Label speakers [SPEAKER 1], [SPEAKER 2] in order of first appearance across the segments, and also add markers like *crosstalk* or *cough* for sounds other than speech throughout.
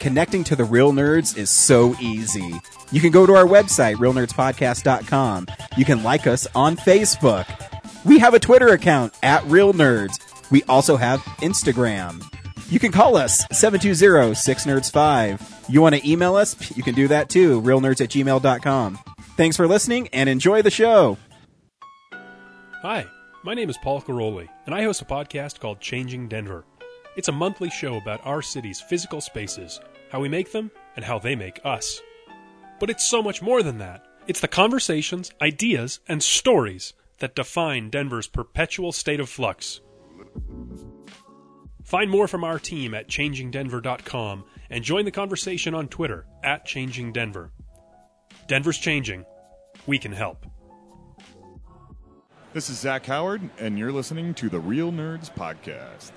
[SPEAKER 1] connecting to the real nerds is so easy. You can go to our website, realnerdspodcast.com. You can like us on Facebook. We have a Twitter account at Real Nerds. We also have Instagram. You can call us 720-6nerds5. You want to email us? You can do that too, realnerds at gmail.com. Thanks for listening and enjoy the show.
[SPEAKER 2] Hi, my name is Paul Caroli, and I host a podcast called Changing Denver. It's a monthly show about our city's physical spaces, how we make them, and how they make us. But it's so much more than that. It's the conversations, ideas, and stories that define Denver's perpetual state of flux. Find more from our team at changingdenver.com and join the conversation on Twitter at changingdenver. Denver's changing. We can help.
[SPEAKER 3] This is Zach Howard, and you're listening to the Real Nerds Podcast.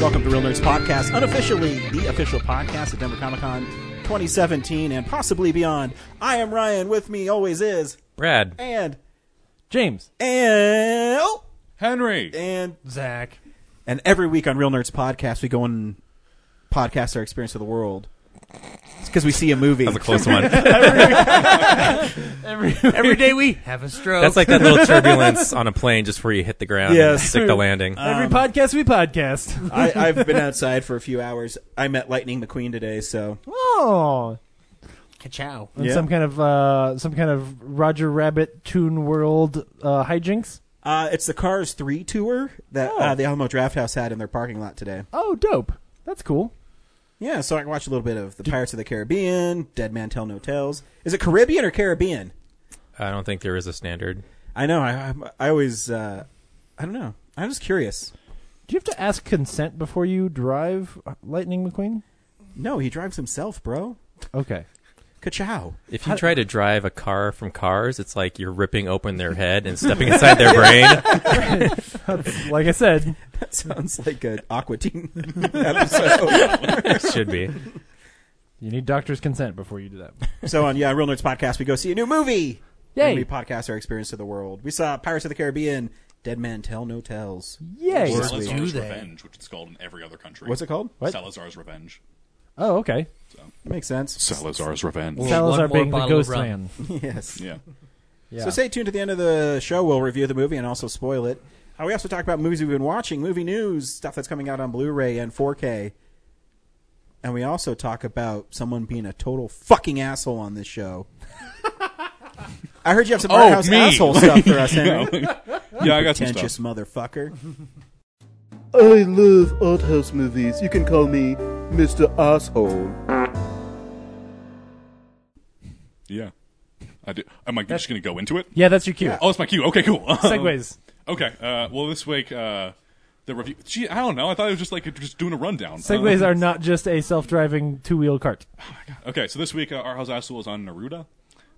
[SPEAKER 1] Welcome to Real Nerds Podcast, unofficially the official podcast of Denver Comic Con 2017 and possibly beyond. I am Ryan, with me always is,
[SPEAKER 4] Brad.
[SPEAKER 1] and,
[SPEAKER 4] James.
[SPEAKER 1] and, oh,
[SPEAKER 3] Henry!
[SPEAKER 1] and
[SPEAKER 5] Zach.
[SPEAKER 1] And every week on Real Nerds Podcast, we go and podcast our experience of the world. It's because we see a movie.
[SPEAKER 4] That was a close one.
[SPEAKER 5] Every, every day we have a stroke.
[SPEAKER 4] That's like that little turbulence on a plane just where you hit the ground and
[SPEAKER 1] Yes.
[SPEAKER 4] stick the landing.
[SPEAKER 5] every podcast we podcast.
[SPEAKER 1] I, I've been outside for a few hours. I met Lightning McQueen today, so
[SPEAKER 5] Oh,
[SPEAKER 6] Ka-chow.
[SPEAKER 5] And
[SPEAKER 1] Yeah.
[SPEAKER 5] some kind of uh, some kind of Roger Rabbit Toon World uh, hijinks.
[SPEAKER 1] uh, it's the Cars Three tour that uh, the Alamo Draft House had in their parking lot today.
[SPEAKER 5] Oh, dope. That's cool.
[SPEAKER 1] Yeah, so I watched a little bit of the Pirates of the Caribbean, Dead Man Tell No Tales. Is it Caribbean or Caribbean?
[SPEAKER 4] I don't think there is a standard.
[SPEAKER 1] I know. I I'm- I, always uh, I don't know. I'm just curious.
[SPEAKER 5] Do you have to ask consent before you drive uh, Lightning McQueen?
[SPEAKER 1] No, he drives himself, bro.
[SPEAKER 5] Okay.
[SPEAKER 1] Ka-chow. *laughs*
[SPEAKER 4] If you try to drive a car from cars, it's like you're ripping open their head and stepping inside their brain.
[SPEAKER 5] Like I said,
[SPEAKER 1] That sounds like an Aqua Teen *laughs* episode. *laughs*
[SPEAKER 4] It should be.
[SPEAKER 5] you need doctor's consent before you do that.
[SPEAKER 1] So on yeah, Real Nerds Podcast, we go see a new movie.
[SPEAKER 5] Yay.
[SPEAKER 1] And we podcast our experience of the world. We saw Pirates of the Caribbean, Dead Men Tell No Tales.
[SPEAKER 5] Yay.
[SPEAKER 1] Or-
[SPEAKER 7] Salazar's
[SPEAKER 6] do they?
[SPEAKER 7] Revenge, which it's called in every other country.
[SPEAKER 1] What's it called?
[SPEAKER 5] What?
[SPEAKER 7] Salazar's Revenge.
[SPEAKER 5] Oh, okay.
[SPEAKER 1] That makes sense.
[SPEAKER 7] Salazar's Revenge.
[SPEAKER 6] Well-
[SPEAKER 5] Salazar
[SPEAKER 6] one more
[SPEAKER 5] being the
[SPEAKER 6] bottle of
[SPEAKER 5] ghost
[SPEAKER 6] rum.
[SPEAKER 5] man.
[SPEAKER 1] *laughs* yes.
[SPEAKER 7] yeah.
[SPEAKER 5] Yeah.
[SPEAKER 1] So stay tuned to the end of the show. We'll review the movie and also spoil it. Uh, we also talk about movies we've been watching, movie news, stuff that's coming out on Blu-ray and 4K. And we also talk about someone being a total fucking asshole on this show. I heard you have some
[SPEAKER 7] Oh,
[SPEAKER 1] house
[SPEAKER 7] me.
[SPEAKER 1] asshole stuff for
[SPEAKER 7] *laughs*
[SPEAKER 1] us, Henry.
[SPEAKER 7] Yeah, I got some
[SPEAKER 1] Pretentious
[SPEAKER 7] stuff.
[SPEAKER 1] motherfucker.
[SPEAKER 8] I love art house movies. You can call me Mr. Asshole.
[SPEAKER 7] Yeah. I do. Am I just going to go into it?
[SPEAKER 5] yeah, that's your cue.
[SPEAKER 7] Oh, it's my cue. Okay, cool. Um,
[SPEAKER 5] Segways.
[SPEAKER 7] Okay. Uh, well, this week, uh, the review. Gee, I don't know. I thought it was just like just doing a rundown.
[SPEAKER 5] Segways
[SPEAKER 7] Uh,
[SPEAKER 5] are not just a self-driving two-wheel cart.
[SPEAKER 7] Okay, so this week, uh, Our House Asshole is on Naruda.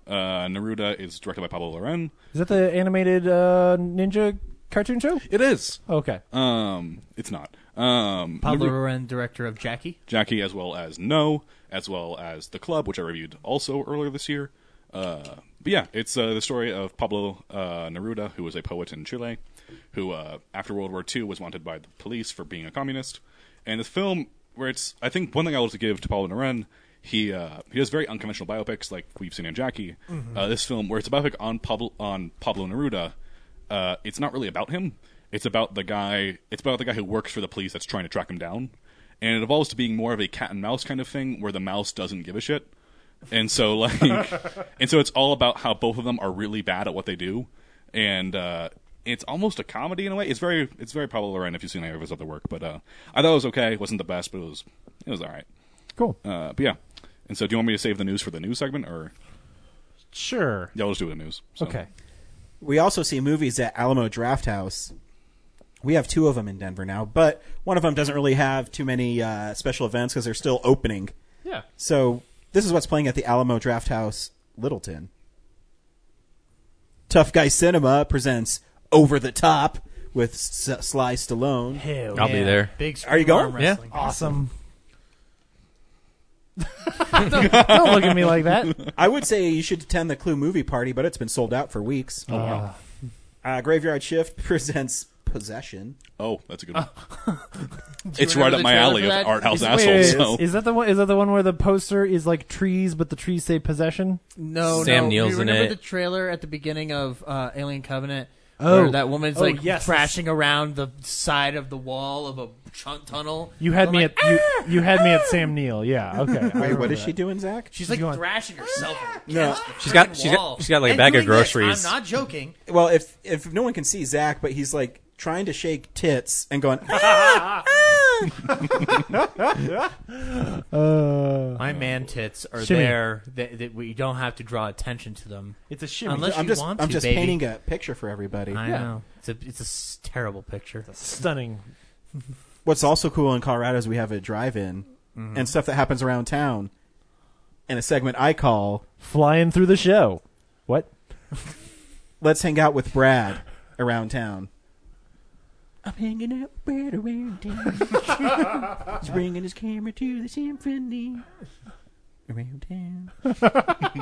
[SPEAKER 7] Uh, Naruda is directed by Pablo Loren.
[SPEAKER 5] Is that the animated uh, ninja cartoon show?
[SPEAKER 7] It is.
[SPEAKER 5] Okay.
[SPEAKER 7] Um, it's not. Um,
[SPEAKER 6] Pablo
[SPEAKER 7] Naru-
[SPEAKER 6] Loren, director of Jackie.
[SPEAKER 7] Jackie, as well as No, as well as The Club, which I reviewed also earlier this year. Uh, but yeah, it's uh, the story of Pablo uh, Neruda, who was a poet in Chile, who uh, after World War II was wanted by the police for being a communist. And this film, where it's, I think one thing I will give to Pablo Neruda, he uh, he does very unconventional biopics like we've seen in Jackie. Uh, this film, where it's a biopic on Pablo on Pablo Neruda, uh, it's not really about him. It's about the guy. It's about the guy who works for the police that's trying to track him down and it evolves to being more of a cat and mouse kind of thing where the mouse doesn't give a shit and so *laughs* like and so it's all about how both of them are really bad at what they do and uh it's almost a comedy in a way it's very it's very Pablo Loren if you've seen any of his other work but uh i thought it was okay it wasn't the best but it was it was all right
[SPEAKER 5] Cool.
[SPEAKER 7] uh but yeah and so do you want me to save the news for the news segment or
[SPEAKER 5] Sure.
[SPEAKER 7] yeah we'll just do the news So-
[SPEAKER 5] Okay.
[SPEAKER 1] We also see movies at Alamo Draft House. We have two of them in Denver now, but one of them doesn't really have too many uh, special events because they're still opening.
[SPEAKER 5] Yeah.
[SPEAKER 1] So this is what's playing at the Alamo Draft House, Littleton. Tough Guy Cinema presents Over the Top with S- Sly Stallone.
[SPEAKER 6] Hell
[SPEAKER 4] I'll be
[SPEAKER 6] yeah.
[SPEAKER 4] there.
[SPEAKER 6] Big
[SPEAKER 1] Are you
[SPEAKER 6] screw arm
[SPEAKER 1] going?
[SPEAKER 4] Yeah.
[SPEAKER 6] wrestling.
[SPEAKER 5] Awesome. don't, *laughs* don't look at me like that.
[SPEAKER 1] I would say you should attend the Clue movie party, but it's been sold out for weeks. Oh, wow. Uh, Graveyard Shift *laughs* presents Possession.
[SPEAKER 7] Oh, that's a
[SPEAKER 6] *laughs*
[SPEAKER 7] good one. it's
[SPEAKER 6] remember
[SPEAKER 7] right up
[SPEAKER 6] the
[SPEAKER 7] my
[SPEAKER 6] trailer
[SPEAKER 7] alley
[SPEAKER 6] for
[SPEAKER 7] of
[SPEAKER 6] that?
[SPEAKER 7] art house
[SPEAKER 5] Wait, wait, wait,
[SPEAKER 7] assholes. So.
[SPEAKER 5] is that the one? Is that the one where the poster is like trees, but the trees say possession?
[SPEAKER 6] No,
[SPEAKER 4] Sam
[SPEAKER 6] no.
[SPEAKER 4] Neill's
[SPEAKER 6] you
[SPEAKER 4] in
[SPEAKER 6] remember
[SPEAKER 4] it.
[SPEAKER 6] the trailer at the beginning of uh, Alien Covenant?
[SPEAKER 5] Oh.
[SPEAKER 6] where that woman's
[SPEAKER 5] Oh,
[SPEAKER 6] like
[SPEAKER 5] yes.
[SPEAKER 6] thrashing around the side of the wall of a tr- tunnel.
[SPEAKER 5] You had
[SPEAKER 6] I'm
[SPEAKER 5] me
[SPEAKER 6] like, "Ah!"
[SPEAKER 5] at you, you had me at Sam Neill. Yeah. Okay.
[SPEAKER 6] *laughs*
[SPEAKER 5] I
[SPEAKER 1] Wait,
[SPEAKER 5] remember
[SPEAKER 1] what is she
[SPEAKER 5] that.
[SPEAKER 1] doing, Zach?
[SPEAKER 6] She's like
[SPEAKER 5] You want-
[SPEAKER 6] thrashing herself.
[SPEAKER 5] "Ah!"
[SPEAKER 1] No.
[SPEAKER 4] She's got- she's got- she's got, like, a bag of groceries.
[SPEAKER 6] I'm not joking.
[SPEAKER 1] Well, if if no one can see Zach, but he's like trying to shake tits and *laughs* going.
[SPEAKER 5] Uh,
[SPEAKER 6] My man tits are
[SPEAKER 5] Shimmy.
[SPEAKER 6] there that, that we don't have to draw attention to them.
[SPEAKER 5] it's a shimmy.
[SPEAKER 6] Unless
[SPEAKER 1] I'm
[SPEAKER 6] you
[SPEAKER 1] just
[SPEAKER 6] want
[SPEAKER 1] I'm
[SPEAKER 6] to,
[SPEAKER 1] just
[SPEAKER 6] baby. Uh-huh.
[SPEAKER 1] painting a picture for everybody.
[SPEAKER 6] I know it's a it's a s- terrible picture.
[SPEAKER 5] Stunning.
[SPEAKER 1] What's also cool in Colorado is we have a drive-in
[SPEAKER 6] Mm-hmm.
[SPEAKER 1] and stuff that happens around town, and a segment I call
[SPEAKER 5] Flying through the show. What?
[SPEAKER 1] "Let's Hang Out with Brad Around Town." I'm hanging out Brad around town. *laughs* He's bringing his camera to the symphony around town.
[SPEAKER 4] I'm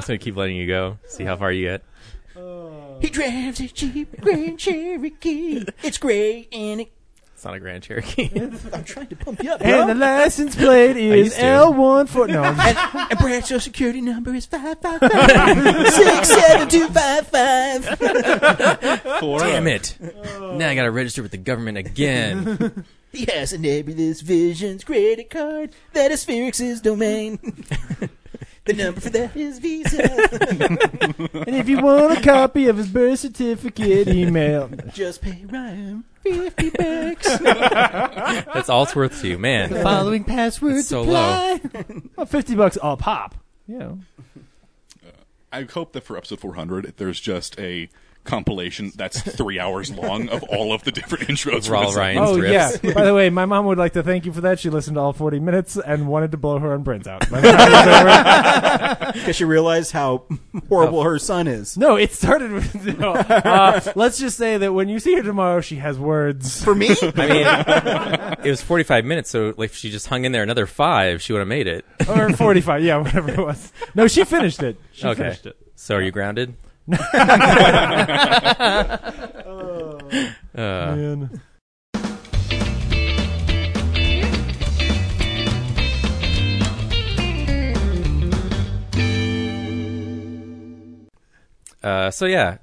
[SPEAKER 4] just gonna keep letting you go. See how far you get.
[SPEAKER 1] He drives a Jeep Grand Cherokee. It's great and it.
[SPEAKER 4] It's not a Grand Cherokee.
[SPEAKER 1] I'm trying to pump you up,
[SPEAKER 5] And the
[SPEAKER 1] bro.
[SPEAKER 5] license plate is
[SPEAKER 4] used to.
[SPEAKER 5] L one four. No, I'm-
[SPEAKER 1] And, and Brad's social security number is five five *laughs* five six seven two five five.
[SPEAKER 7] For, uh,
[SPEAKER 4] Damn it! Now I gotta register with the government again.
[SPEAKER 1] He has a nebulous visions credit card that is Spherix's *laughs* domain. the number for that is *laughs* Visa.
[SPEAKER 5] and if you want a copy of his birth certificate, email.
[SPEAKER 6] *laughs*
[SPEAKER 1] Just pay Ryan fifty
[SPEAKER 4] *laughs*
[SPEAKER 1] bucks.
[SPEAKER 4] That's all it's worth to you,
[SPEAKER 5] *laughs*
[SPEAKER 4] man.
[SPEAKER 6] Following passwords
[SPEAKER 4] It's so low.
[SPEAKER 5] Well, Fifty bucks a pop. You know.
[SPEAKER 7] I hope that for episode 400, there's just a compilation
[SPEAKER 6] *laughs*
[SPEAKER 7] that's three hours long of all of the different intros.
[SPEAKER 4] Raul
[SPEAKER 7] for this
[SPEAKER 4] Ryan.
[SPEAKER 7] episode.
[SPEAKER 5] Oh
[SPEAKER 4] riffs.
[SPEAKER 5] yeah. By the way, my mom would like to thank you for that. She listened to all 40 minutes and wanted to blow her own brains out. By the time it was over- *laughs*
[SPEAKER 1] Because she realized how *laughs* horrible
[SPEAKER 6] Oh.
[SPEAKER 1] her son is.
[SPEAKER 5] no, it started with. *laughs* No. Uh, let's just say that when you see her tomorrow, she has words.
[SPEAKER 1] For me,
[SPEAKER 4] I mean, it was 45 minutes, so like if she just hung in there another five, she would have made it.
[SPEAKER 5] or 45, yeah, whatever it was. No, she finished it. She
[SPEAKER 4] Okay.
[SPEAKER 5] finished it.
[SPEAKER 4] So are you grounded? Uh,
[SPEAKER 5] Man.
[SPEAKER 4] Uh, so yeah,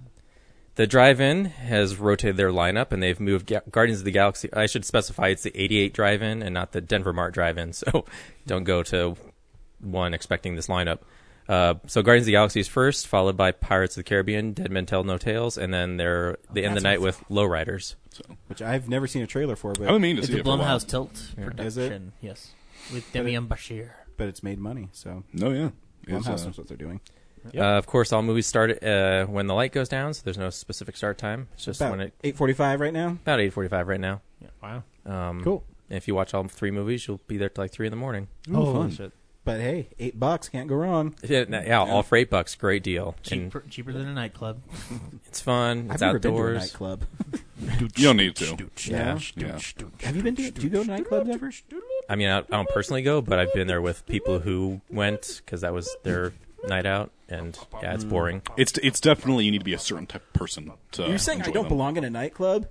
[SPEAKER 4] the drive-in has rotated their lineup, and they've moved Ga- Guardians of the Galaxy. I should specify it's the '88 drive-in and not the Denver Mart drive-in. *laughs* So don't go to one expecting this lineup. Uh, so Guardians of the Galaxy is first, followed by Pirates of the Caribbean, Dead Men Tell No Tales, and then they're they end the night with Lowriders.
[SPEAKER 1] which *laughs* I've never seen a trailer for, but
[SPEAKER 7] I've been meaning to
[SPEAKER 6] It's
[SPEAKER 7] see
[SPEAKER 6] a
[SPEAKER 7] it for a while.
[SPEAKER 6] Blumhouse tilt
[SPEAKER 1] Is it?
[SPEAKER 6] production. Yes, with Demian Bashir.
[SPEAKER 1] but it's made money, so
[SPEAKER 7] No, yeah. It's,
[SPEAKER 1] Blumhouse
[SPEAKER 7] uh,
[SPEAKER 1] knows what they're doing.
[SPEAKER 4] Uh, of course, all movies start uh, when the light goes down, so there's no specific start time. It's just when
[SPEAKER 1] About
[SPEAKER 4] it
[SPEAKER 1] eight forty-five right now.
[SPEAKER 4] about 8:45 right now.
[SPEAKER 5] Wow.
[SPEAKER 4] Um,
[SPEAKER 1] Cool.
[SPEAKER 4] and If you watch all three movies, you'll be there till like three in the morning.
[SPEAKER 5] oh,
[SPEAKER 1] fun.
[SPEAKER 5] shit.
[SPEAKER 1] But hey, eight bucks can't go wrong.
[SPEAKER 4] Yeah, yeah, all for eight bucks, great deal. And
[SPEAKER 6] Cheaper, cheaper than a nightclub.
[SPEAKER 4] It's fun. It's
[SPEAKER 1] I've never been to a
[SPEAKER 4] outdoors.
[SPEAKER 1] nightclub.
[SPEAKER 7] You don't need to.
[SPEAKER 4] Yeah.
[SPEAKER 7] Yeah.
[SPEAKER 1] Have you been to? Do you go to nightclubs ever?
[SPEAKER 4] I mean, I, I don't personally go, but I've been there with people who went because that was their night out, and yeah, it's boring.
[SPEAKER 7] It's it's definitely you need to be a certain type of person to.
[SPEAKER 1] You're saying I
[SPEAKER 7] enjoy
[SPEAKER 1] don't
[SPEAKER 7] them.
[SPEAKER 1] belong in
[SPEAKER 4] *laughs*
[SPEAKER 1] a nightclub?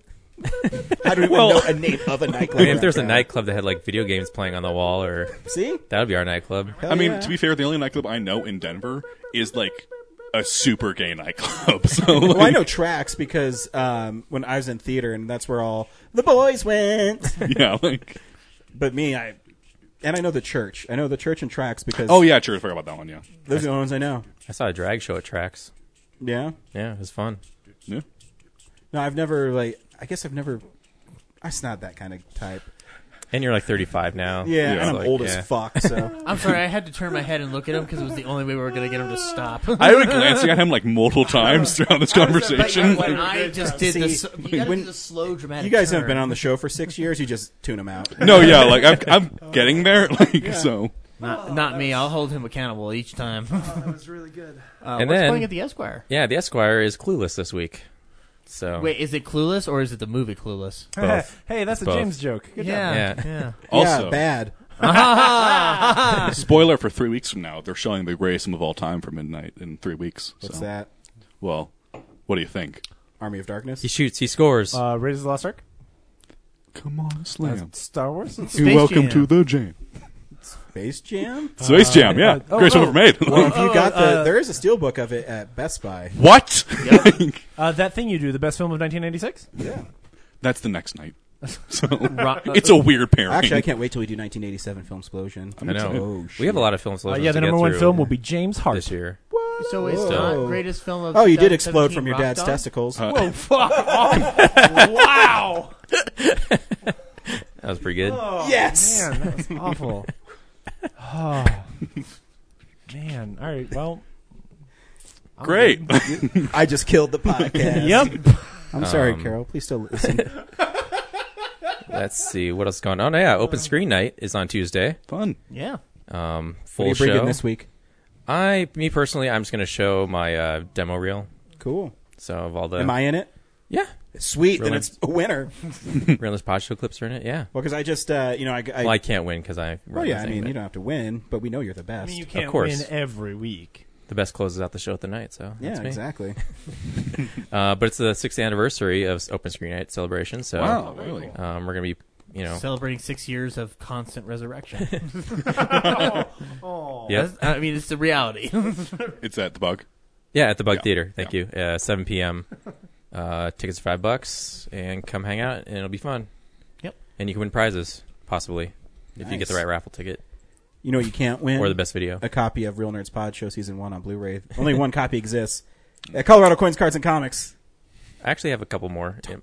[SPEAKER 1] How do we
[SPEAKER 4] Well-
[SPEAKER 1] know a name of a
[SPEAKER 4] I
[SPEAKER 1] nightclub?
[SPEAKER 4] mean, if there's a nightclub that had like video games playing on the wall, or
[SPEAKER 1] see,
[SPEAKER 4] that would be our nightclub.
[SPEAKER 1] Hell
[SPEAKER 7] I mean,
[SPEAKER 1] yeah.
[SPEAKER 7] to be fair, the only nightclub I know in Denver is like a super gay nightclub. *laughs* So like,
[SPEAKER 1] well, I know tracks because um, when I was in theater, and that's where all the boys went.
[SPEAKER 7] Yeah, like
[SPEAKER 1] but me, I and I know the church. I know the church and tracks because
[SPEAKER 7] oh yeah, sure, I forgot about that one. Yeah,
[SPEAKER 1] those are the only ones I know.
[SPEAKER 4] I saw a drag show at Tracks.
[SPEAKER 1] Yeah,
[SPEAKER 4] Yeah, it was fun.
[SPEAKER 7] yeah.
[SPEAKER 1] no, I've never like. I guess I've never. I'm just not that kind of type.
[SPEAKER 4] And you're like 35 now.
[SPEAKER 1] Yeah,
[SPEAKER 7] Yeah.
[SPEAKER 1] and I'm
[SPEAKER 4] Like,
[SPEAKER 1] old
[SPEAKER 4] yeah.
[SPEAKER 1] as fuck.
[SPEAKER 4] *laughs*
[SPEAKER 1] So
[SPEAKER 6] I'm sorry, I had to turn my head and look at him because it was the only way we were going to get him to stop.
[SPEAKER 7] I was glancing at him like multiple times throughout this conversation.
[SPEAKER 6] When
[SPEAKER 7] *laughs*
[SPEAKER 6] I just did
[SPEAKER 1] See,
[SPEAKER 6] this, you got to
[SPEAKER 1] when-
[SPEAKER 6] do the slow dramatic.
[SPEAKER 1] you guys
[SPEAKER 6] turn.
[SPEAKER 1] haven't been on the show for six years. You just tune them out.
[SPEAKER 7] no, yeah, *laughs* like I'm I'm getting there. Like so,
[SPEAKER 6] Not, not me. I'll hold him accountable each time.
[SPEAKER 5] That was really good.
[SPEAKER 6] Uh,
[SPEAKER 4] And
[SPEAKER 6] what's
[SPEAKER 4] then-
[SPEAKER 6] playing at the Esquire?
[SPEAKER 4] Yeah, the Esquire is clueless this week. So
[SPEAKER 6] Wait, is it Clueless or is it the movie Clueless?
[SPEAKER 4] both.
[SPEAKER 5] *laughs* hey, that's a
[SPEAKER 4] both.
[SPEAKER 5] James joke. Good job.
[SPEAKER 6] yeah,
[SPEAKER 4] Yeah.
[SPEAKER 6] yeah.
[SPEAKER 7] Also,
[SPEAKER 1] yeah, bad.
[SPEAKER 7] spoiler for three weeks from now, they're showing the greatest of all time for midnight in three weeks.
[SPEAKER 1] What's
[SPEAKER 7] so,
[SPEAKER 1] that?
[SPEAKER 7] Well, what do you think?
[SPEAKER 1] Army of Darkness.
[SPEAKER 4] he shoots, he scores.
[SPEAKER 5] Uh, Raiders of the Lost Ark.
[SPEAKER 7] Come on, slam.
[SPEAKER 5] Star Wars.
[SPEAKER 6] Space
[SPEAKER 7] You're welcome
[SPEAKER 6] Jam.
[SPEAKER 7] to the jam.
[SPEAKER 4] *laughs*
[SPEAKER 1] Space Jam.
[SPEAKER 7] Space Jam, yeah.
[SPEAKER 5] oh,
[SPEAKER 7] greatest
[SPEAKER 5] oh.
[SPEAKER 7] ever made. *laughs*
[SPEAKER 1] Well, if you got the,
[SPEAKER 5] uh,
[SPEAKER 1] there is a steel book of it at
[SPEAKER 4] *laughs*
[SPEAKER 1] Best Buy.
[SPEAKER 7] what?
[SPEAKER 5] Uh, that thing you do, the best film of 1996.
[SPEAKER 7] *laughs* That's the next night. So
[SPEAKER 6] Ro-
[SPEAKER 7] *laughs* it's a weird pairing.
[SPEAKER 1] Actually, I can't wait till we do 1987 film explosion.
[SPEAKER 4] I know.
[SPEAKER 1] Oh,
[SPEAKER 4] we
[SPEAKER 1] shit.
[SPEAKER 4] have a lot of films.
[SPEAKER 5] Uh, yeah, the number one film will be James Hart.
[SPEAKER 4] this year.
[SPEAKER 6] *laughs* So it's
[SPEAKER 1] Whoa.
[SPEAKER 6] not greatest film of.
[SPEAKER 1] Oh, you did
[SPEAKER 6] 2017
[SPEAKER 1] explode from your
[SPEAKER 6] Rock
[SPEAKER 1] dad's
[SPEAKER 6] Dog?
[SPEAKER 1] testicles.
[SPEAKER 4] Uh,
[SPEAKER 6] Oh
[SPEAKER 5] *laughs*
[SPEAKER 6] fuck! off. wow.
[SPEAKER 4] That was pretty good.
[SPEAKER 1] yes.
[SPEAKER 5] Man, *laughs* that was *sighs* awful. Oh, man. All right. Well.
[SPEAKER 7] *laughs* Great.
[SPEAKER 1] I just killed
[SPEAKER 4] *laughs*
[SPEAKER 1] the podcast.
[SPEAKER 5] Yep.
[SPEAKER 1] I'm sorry,
[SPEAKER 4] Um,
[SPEAKER 1] Carol. Please still listen.
[SPEAKER 4] Let's see what else is going on. Oh, yeah, open screen night is on Tuesday.
[SPEAKER 7] Fun.
[SPEAKER 6] Yeah.
[SPEAKER 4] Um, full
[SPEAKER 1] what are you bringing
[SPEAKER 4] show.
[SPEAKER 1] this week?
[SPEAKER 4] I, me personally, I'm just going to show my uh, demo reel.
[SPEAKER 1] Cool.
[SPEAKER 4] So of all the
[SPEAKER 1] Am I in it? *laughs*
[SPEAKER 4] yeah,
[SPEAKER 1] Sweet.
[SPEAKER 4] Really?
[SPEAKER 1] Then it's a winner.
[SPEAKER 4] realist pod show clips are in it. Yeah,
[SPEAKER 1] Well, because I just, uh, you know, I. I
[SPEAKER 4] well, I can't win because I.
[SPEAKER 1] well,
[SPEAKER 4] run
[SPEAKER 1] yeah.
[SPEAKER 4] the
[SPEAKER 1] I
[SPEAKER 4] thing,
[SPEAKER 1] mean,
[SPEAKER 4] but
[SPEAKER 1] you don't have to win, but we know you're the best.
[SPEAKER 5] I mean, you can't
[SPEAKER 4] course.
[SPEAKER 5] win every week.
[SPEAKER 4] the best closes out the show at the night. So
[SPEAKER 1] yeah,
[SPEAKER 4] that's me.
[SPEAKER 1] exactly.
[SPEAKER 4] Uh, but it's the sixth anniversary of Open Screen Night celebration. So
[SPEAKER 7] Wow, really?
[SPEAKER 4] um, we're gonna be, you know,
[SPEAKER 6] Celebrating six years of constant resurrection. *laughs*
[SPEAKER 4] yeah,
[SPEAKER 6] I mean, it's the *laughs* reality.
[SPEAKER 7] *laughs* It's at the bug.
[SPEAKER 4] yeah, at the Bug
[SPEAKER 7] Yeah.
[SPEAKER 4] Theater. Thank you. Uh, Seven p.m. Uh, tickets are five bucks, and come hang out, and it'll be fun.
[SPEAKER 6] Yep.
[SPEAKER 4] And you can win prizes possibly if you get the
[SPEAKER 1] Nice.
[SPEAKER 4] right raffle ticket
[SPEAKER 1] You know, you can't win.
[SPEAKER 4] or the best video.
[SPEAKER 1] a copy of Real Nerds Pod Show Season 1 on Blu ray. Only one copy exists. At Colorado Coins, Cards, and Comics.
[SPEAKER 4] I actually have a couple more. *laughs* you're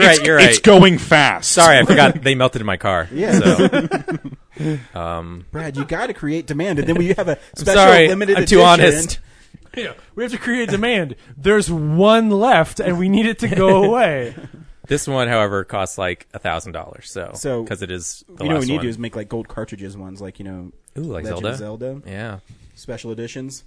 [SPEAKER 4] right. You're
[SPEAKER 7] It's
[SPEAKER 4] right.
[SPEAKER 7] going fast.
[SPEAKER 4] Sorry, I forgot they melted in my car.
[SPEAKER 1] *laughs* Yeah.
[SPEAKER 4] So,
[SPEAKER 1] Brad, you got to create demand, and then we have a special
[SPEAKER 4] sorry, I'm
[SPEAKER 1] limited
[SPEAKER 4] too
[SPEAKER 1] edition.
[SPEAKER 4] honest.
[SPEAKER 5] We have to create demand. There's one left, and we need it to *laughs* go away.
[SPEAKER 4] This one, however, costs like a thousand dollars. So,
[SPEAKER 1] So,
[SPEAKER 4] because it is the
[SPEAKER 1] You know
[SPEAKER 4] last
[SPEAKER 1] what we need
[SPEAKER 4] one.
[SPEAKER 1] to do is make like gold cartridges ones, like you know,
[SPEAKER 4] Ooh, like
[SPEAKER 1] Legend
[SPEAKER 4] Zelda?
[SPEAKER 1] of Zelda
[SPEAKER 4] yeah.
[SPEAKER 1] special editions.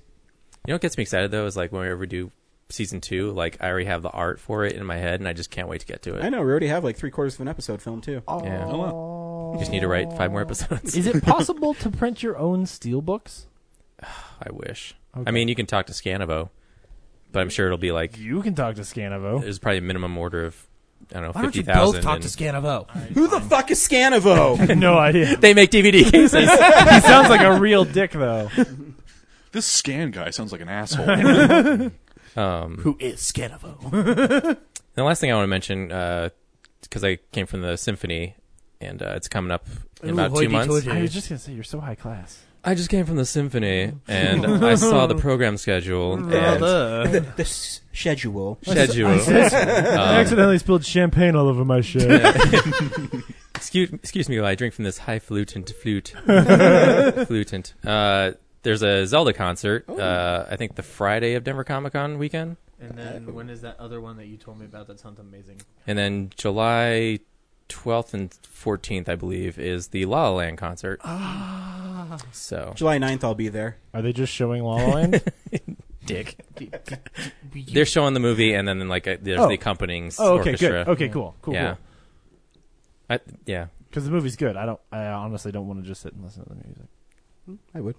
[SPEAKER 4] You know what gets me excited though is like whenever we do season two, like I already have the art for it in my head, and I just can't wait to get to it.
[SPEAKER 1] I know we already have like three quarters of an episode filmed too.
[SPEAKER 4] Yeah.
[SPEAKER 7] Oh, wow.
[SPEAKER 4] Just need to write five more episodes.
[SPEAKER 5] Is it possible to print your own steel books?
[SPEAKER 4] *laughs* I wish. I
[SPEAKER 5] Okay.
[SPEAKER 4] mean, you can talk to Scanavo, but I'm sure it'll be like
[SPEAKER 5] You can talk to Scanovo.
[SPEAKER 4] there's probably a minimum order of I don't know
[SPEAKER 6] Why don't
[SPEAKER 4] fifty
[SPEAKER 6] you both
[SPEAKER 4] thousand.
[SPEAKER 6] talk to Scanovo?
[SPEAKER 1] Who the fuck is
[SPEAKER 4] *laughs*
[SPEAKER 5] *laughs*
[SPEAKER 1] Scanovo?
[SPEAKER 5] no idea.
[SPEAKER 4] Uh, They make DVD cases.
[SPEAKER 5] *laughs* he sounds like a real dick, though.
[SPEAKER 7] This scan guy sounds like an asshole.
[SPEAKER 6] Who is Scanovo?
[SPEAKER 4] And the last thing I want to mention, because I came from the symphony, and uh, it's coming up in
[SPEAKER 6] Ooh,
[SPEAKER 4] about two
[SPEAKER 6] hoity-toity.
[SPEAKER 4] months.
[SPEAKER 5] I was just gonna say you're so high class.
[SPEAKER 4] I just came from the symphony,
[SPEAKER 6] *laughs*
[SPEAKER 4] and I saw the program schedule and
[SPEAKER 1] the, the s-
[SPEAKER 4] *laughs*
[SPEAKER 1] schedule.
[SPEAKER 4] schedule. Um,
[SPEAKER 5] I accidentally spilled champagne all over my shirt.
[SPEAKER 4] excuse, excuse me while I drink from this highfalutin
[SPEAKER 5] *laughs*
[SPEAKER 4] flute. Flutant. Uh, there's a Zelda concert.
[SPEAKER 5] Oh.
[SPEAKER 4] Uh, I think the Friday of Denver Comic Con weekend,
[SPEAKER 6] And then when is that other one that you told me about that sounds amazing?
[SPEAKER 4] and then July. 12th and 14th, I believe, is the La La Land concert. Ah. So,
[SPEAKER 1] July 9th, I'll be there.
[SPEAKER 5] Are they just showing La La
[SPEAKER 4] *laughs*
[SPEAKER 5] Land?
[SPEAKER 4] dick.
[SPEAKER 6] We-
[SPEAKER 4] They're showing the movie, and then like uh, there's
[SPEAKER 5] Oh.
[SPEAKER 4] the accompanying s-
[SPEAKER 5] oh, okay,
[SPEAKER 4] orchestra.
[SPEAKER 5] good. Okay, cool, cool,
[SPEAKER 4] yeah. I, yeah.
[SPEAKER 5] Because the movie's good. I don't. I honestly don't want to just sit and listen to the music.
[SPEAKER 1] I would.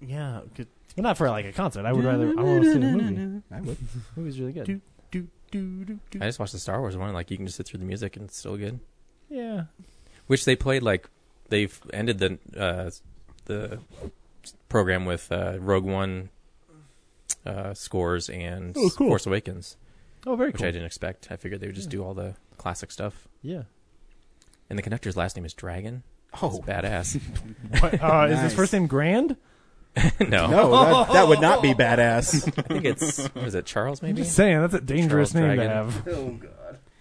[SPEAKER 6] yeah. Good.
[SPEAKER 5] Well, not for like a concert. I would rather. I want to see the movie. The
[SPEAKER 1] I would.
[SPEAKER 5] movie's really good.
[SPEAKER 6] Do, do, do, do, do.
[SPEAKER 4] I just watched the Star Wars one. Like you can just sit through the music and it's still good.
[SPEAKER 5] Yeah.
[SPEAKER 4] Which they played like they've ended the uh, the program with uh, Rogue One uh, scores and
[SPEAKER 5] Oh, cool.
[SPEAKER 4] Force Awakens,
[SPEAKER 5] Oh, very
[SPEAKER 4] which
[SPEAKER 5] cool.
[SPEAKER 4] I didn't expect. I figured they would just do all the classic stuff.
[SPEAKER 5] Yeah.
[SPEAKER 4] And the conductor's last name is Dragon. It's
[SPEAKER 1] Oh
[SPEAKER 5] *laughs*
[SPEAKER 4] badass.
[SPEAKER 5] What, uh, Is his
[SPEAKER 1] Nice.
[SPEAKER 5] first name Grand?
[SPEAKER 4] no,
[SPEAKER 1] no, Oh, that, that would not be badass.
[SPEAKER 4] I think it's what is it Charles maybe?
[SPEAKER 5] Just saying, that's a dangerous
[SPEAKER 4] Charles
[SPEAKER 5] name
[SPEAKER 4] Dragon.
[SPEAKER 5] to have.
[SPEAKER 1] oh God.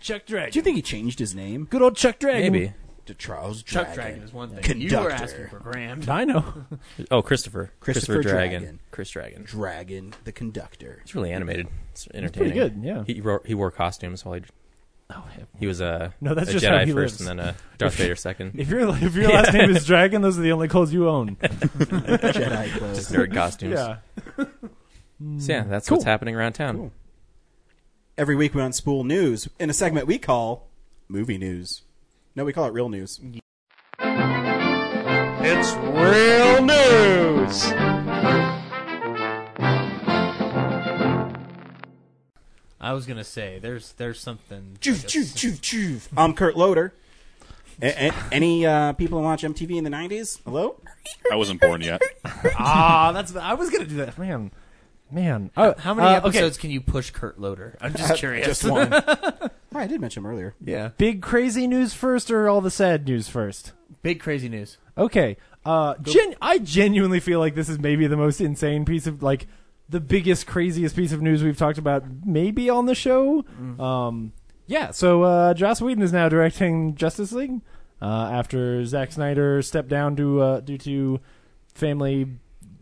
[SPEAKER 5] Chuck
[SPEAKER 1] Do you
[SPEAKER 5] Dragon.
[SPEAKER 1] think he changed his name
[SPEAKER 5] Good old Chuck Dragon.
[SPEAKER 4] Maybe.
[SPEAKER 1] to Charles Dragon?
[SPEAKER 6] Chuck Dragon. is one thing. You were asking
[SPEAKER 1] Conductor.
[SPEAKER 6] for Grand.
[SPEAKER 5] I know.
[SPEAKER 4] Oh, Christopher.
[SPEAKER 1] Christopher
[SPEAKER 4] Dragon.
[SPEAKER 1] Dragon.
[SPEAKER 4] Chris Dragon.
[SPEAKER 1] Dragon the conductor.
[SPEAKER 4] It's really animated. It's entertaining.
[SPEAKER 5] pretty good, yeah. Oh,
[SPEAKER 4] He wore, he wore costumes while he He was a,
[SPEAKER 5] No, that's
[SPEAKER 4] a
[SPEAKER 5] just how
[SPEAKER 4] Jedi
[SPEAKER 5] he
[SPEAKER 4] first
[SPEAKER 5] lives.
[SPEAKER 4] and then a Darth Vader second.
[SPEAKER 5] *laughs* If your
[SPEAKER 4] *laughs*
[SPEAKER 5] if your last name is Dragon, those are the only clothes you own.
[SPEAKER 1] Jedi clothes.
[SPEAKER 4] Just
[SPEAKER 1] *laughs*
[SPEAKER 4] nerd costumes.
[SPEAKER 5] Yeah.
[SPEAKER 4] So yeah, that's
[SPEAKER 1] Cool.
[SPEAKER 4] what's happening around town.
[SPEAKER 1] Cool. Every week we unspool news in a segment we call movie news. No, we call it real news.
[SPEAKER 9] It's real news.
[SPEAKER 6] I was gonna say there's there's something.
[SPEAKER 1] Choof, choof, choof, choof. I'm Kurt Loader. A- a- any uh, people who watch MTV in the '90s? Hello.
[SPEAKER 7] I wasn't born yet.
[SPEAKER 5] Ah, that's I was gonna do that, man. Man, Oh,
[SPEAKER 6] How many
[SPEAKER 5] uh, okay.
[SPEAKER 6] episodes can you push Kurt Loader? I'm *laughs* just curious.
[SPEAKER 1] Just one. oh, I did mention him earlier.
[SPEAKER 6] yeah.
[SPEAKER 5] Big crazy news first, or all the sad news first?
[SPEAKER 6] Big crazy news.
[SPEAKER 5] Okay. Uh, gen- I genuinely feel like this is maybe the most insane piece of like the biggest craziest piece of news we've talked about maybe on the show.
[SPEAKER 6] Mm-hmm.
[SPEAKER 5] Um, yeah. So uh, Joss Whedon is now directing Justice League uh, after Zack Snyder stepped down due uh, due to family.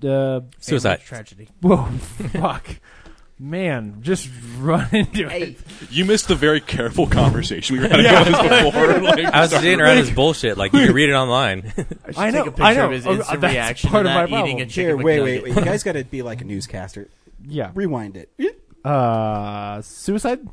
[SPEAKER 5] Uh,
[SPEAKER 4] Suicide.
[SPEAKER 6] Family tragedy.
[SPEAKER 5] *laughs* whoa, fuck, man, just *laughs* run into it.
[SPEAKER 6] Hey,
[SPEAKER 7] You missed the very careful conversation we were having about this before.
[SPEAKER 4] *laughs*
[SPEAKER 7] Like,
[SPEAKER 4] I was dating
[SPEAKER 1] *laughs*
[SPEAKER 4] around his bullshit. Like you can read it online. *laughs*
[SPEAKER 6] I, should
[SPEAKER 5] I know,
[SPEAKER 6] Take a picture
[SPEAKER 5] I know.
[SPEAKER 6] Of his
[SPEAKER 5] Oh,
[SPEAKER 6] instant
[SPEAKER 5] that's
[SPEAKER 6] reaction
[SPEAKER 5] part
[SPEAKER 6] to
[SPEAKER 5] of
[SPEAKER 6] that
[SPEAKER 5] my
[SPEAKER 6] eating
[SPEAKER 5] problem.
[SPEAKER 6] a chicken
[SPEAKER 1] Here, wait,
[SPEAKER 6] McNugget.
[SPEAKER 1] wait, wait. You
[SPEAKER 6] *laughs*
[SPEAKER 1] guys got to be like a newscaster.
[SPEAKER 5] Yeah.
[SPEAKER 1] Rewind it.
[SPEAKER 5] Uh, suicide.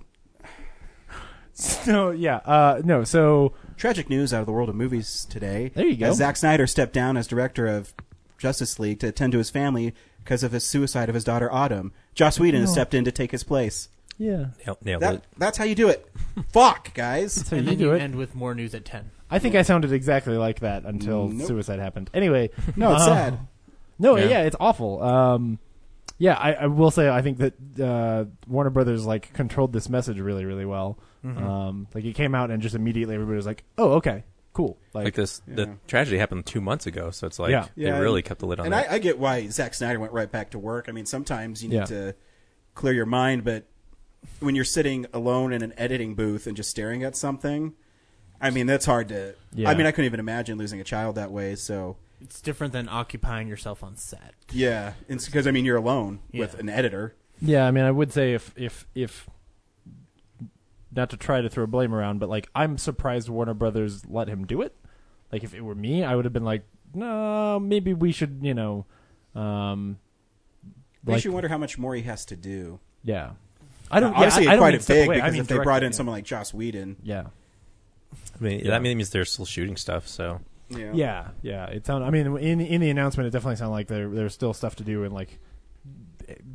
[SPEAKER 5] No, yeah, uh, no. So
[SPEAKER 1] Tragic news out of the world of movies today.
[SPEAKER 5] There you go.
[SPEAKER 1] As Zack Snyder stepped down as director of Justice League to attend to his family because of his suicide of his daughter Autumn, Joss Whedon has stepped in to take his place.
[SPEAKER 5] yeah,
[SPEAKER 4] Nailed- nailed
[SPEAKER 1] That,
[SPEAKER 4] it.
[SPEAKER 1] that's how you do *laughs* it. Fuck, guys.
[SPEAKER 5] so
[SPEAKER 6] And
[SPEAKER 5] you
[SPEAKER 6] then
[SPEAKER 5] do
[SPEAKER 6] you
[SPEAKER 5] it.
[SPEAKER 6] end with more news at ten.
[SPEAKER 5] I think I sounded exactly like that until
[SPEAKER 1] Nope.
[SPEAKER 5] suicide happened. Anyway,
[SPEAKER 1] No, Oh, it's
[SPEAKER 5] uh,
[SPEAKER 1] sad.
[SPEAKER 5] No, yeah.
[SPEAKER 4] Yeah.
[SPEAKER 5] it's awful. Um, yeah, I, I will say I think that uh, Warner Brothers like controlled this message really, really well. Um, like it came out and just immediately everybody was like, "Oh, okay, cool." Like,
[SPEAKER 4] Like this,
[SPEAKER 1] Yeah.
[SPEAKER 4] the tragedy happened two months ago, so it's like
[SPEAKER 5] Yeah.
[SPEAKER 4] they
[SPEAKER 1] Yeah,
[SPEAKER 4] really
[SPEAKER 1] and-
[SPEAKER 4] kept the lid on
[SPEAKER 1] And
[SPEAKER 4] that.
[SPEAKER 1] I, I get why Zack Snyder went right back to work. I mean, sometimes you need
[SPEAKER 5] Yeah.
[SPEAKER 1] to clear your mind, but when you're sitting alone in an editing booth and just staring at something, I mean, that's hard to.
[SPEAKER 5] Yeah.
[SPEAKER 1] I mean, I couldn't even imagine losing a child that way. So,
[SPEAKER 6] It's different than occupying yourself on set.
[SPEAKER 1] yeah. Because, I mean, you're alone with
[SPEAKER 6] Yeah.
[SPEAKER 1] an editor.
[SPEAKER 5] Yeah, I mean, I would say if if if not to try to throw blame around, but like I'm surprised Warner Brothers let him do it. Like if it were me, I would have been like, no, maybe we should, you know, um,
[SPEAKER 1] Makes
[SPEAKER 5] like-
[SPEAKER 1] you wonder how much more he has to *laughs* do.
[SPEAKER 5] yeah. I don't.
[SPEAKER 1] Honestly,
[SPEAKER 5] yeah, I, I don't
[SPEAKER 1] quite
[SPEAKER 5] mean
[SPEAKER 1] a
[SPEAKER 5] step
[SPEAKER 1] big
[SPEAKER 5] away. I
[SPEAKER 1] because
[SPEAKER 5] mean
[SPEAKER 1] if they
[SPEAKER 5] direct
[SPEAKER 1] brought
[SPEAKER 5] it,
[SPEAKER 1] in
[SPEAKER 5] yeah.
[SPEAKER 1] someone like Joss Whedon,
[SPEAKER 5] yeah.
[SPEAKER 4] I mean,
[SPEAKER 5] Yeah.
[SPEAKER 4] that means they're still shooting stuff. So
[SPEAKER 1] yeah,
[SPEAKER 5] Yeah, yeah. It sounded. I mean, in in the announcement, it definitely sounded like there there's still stuff to do and like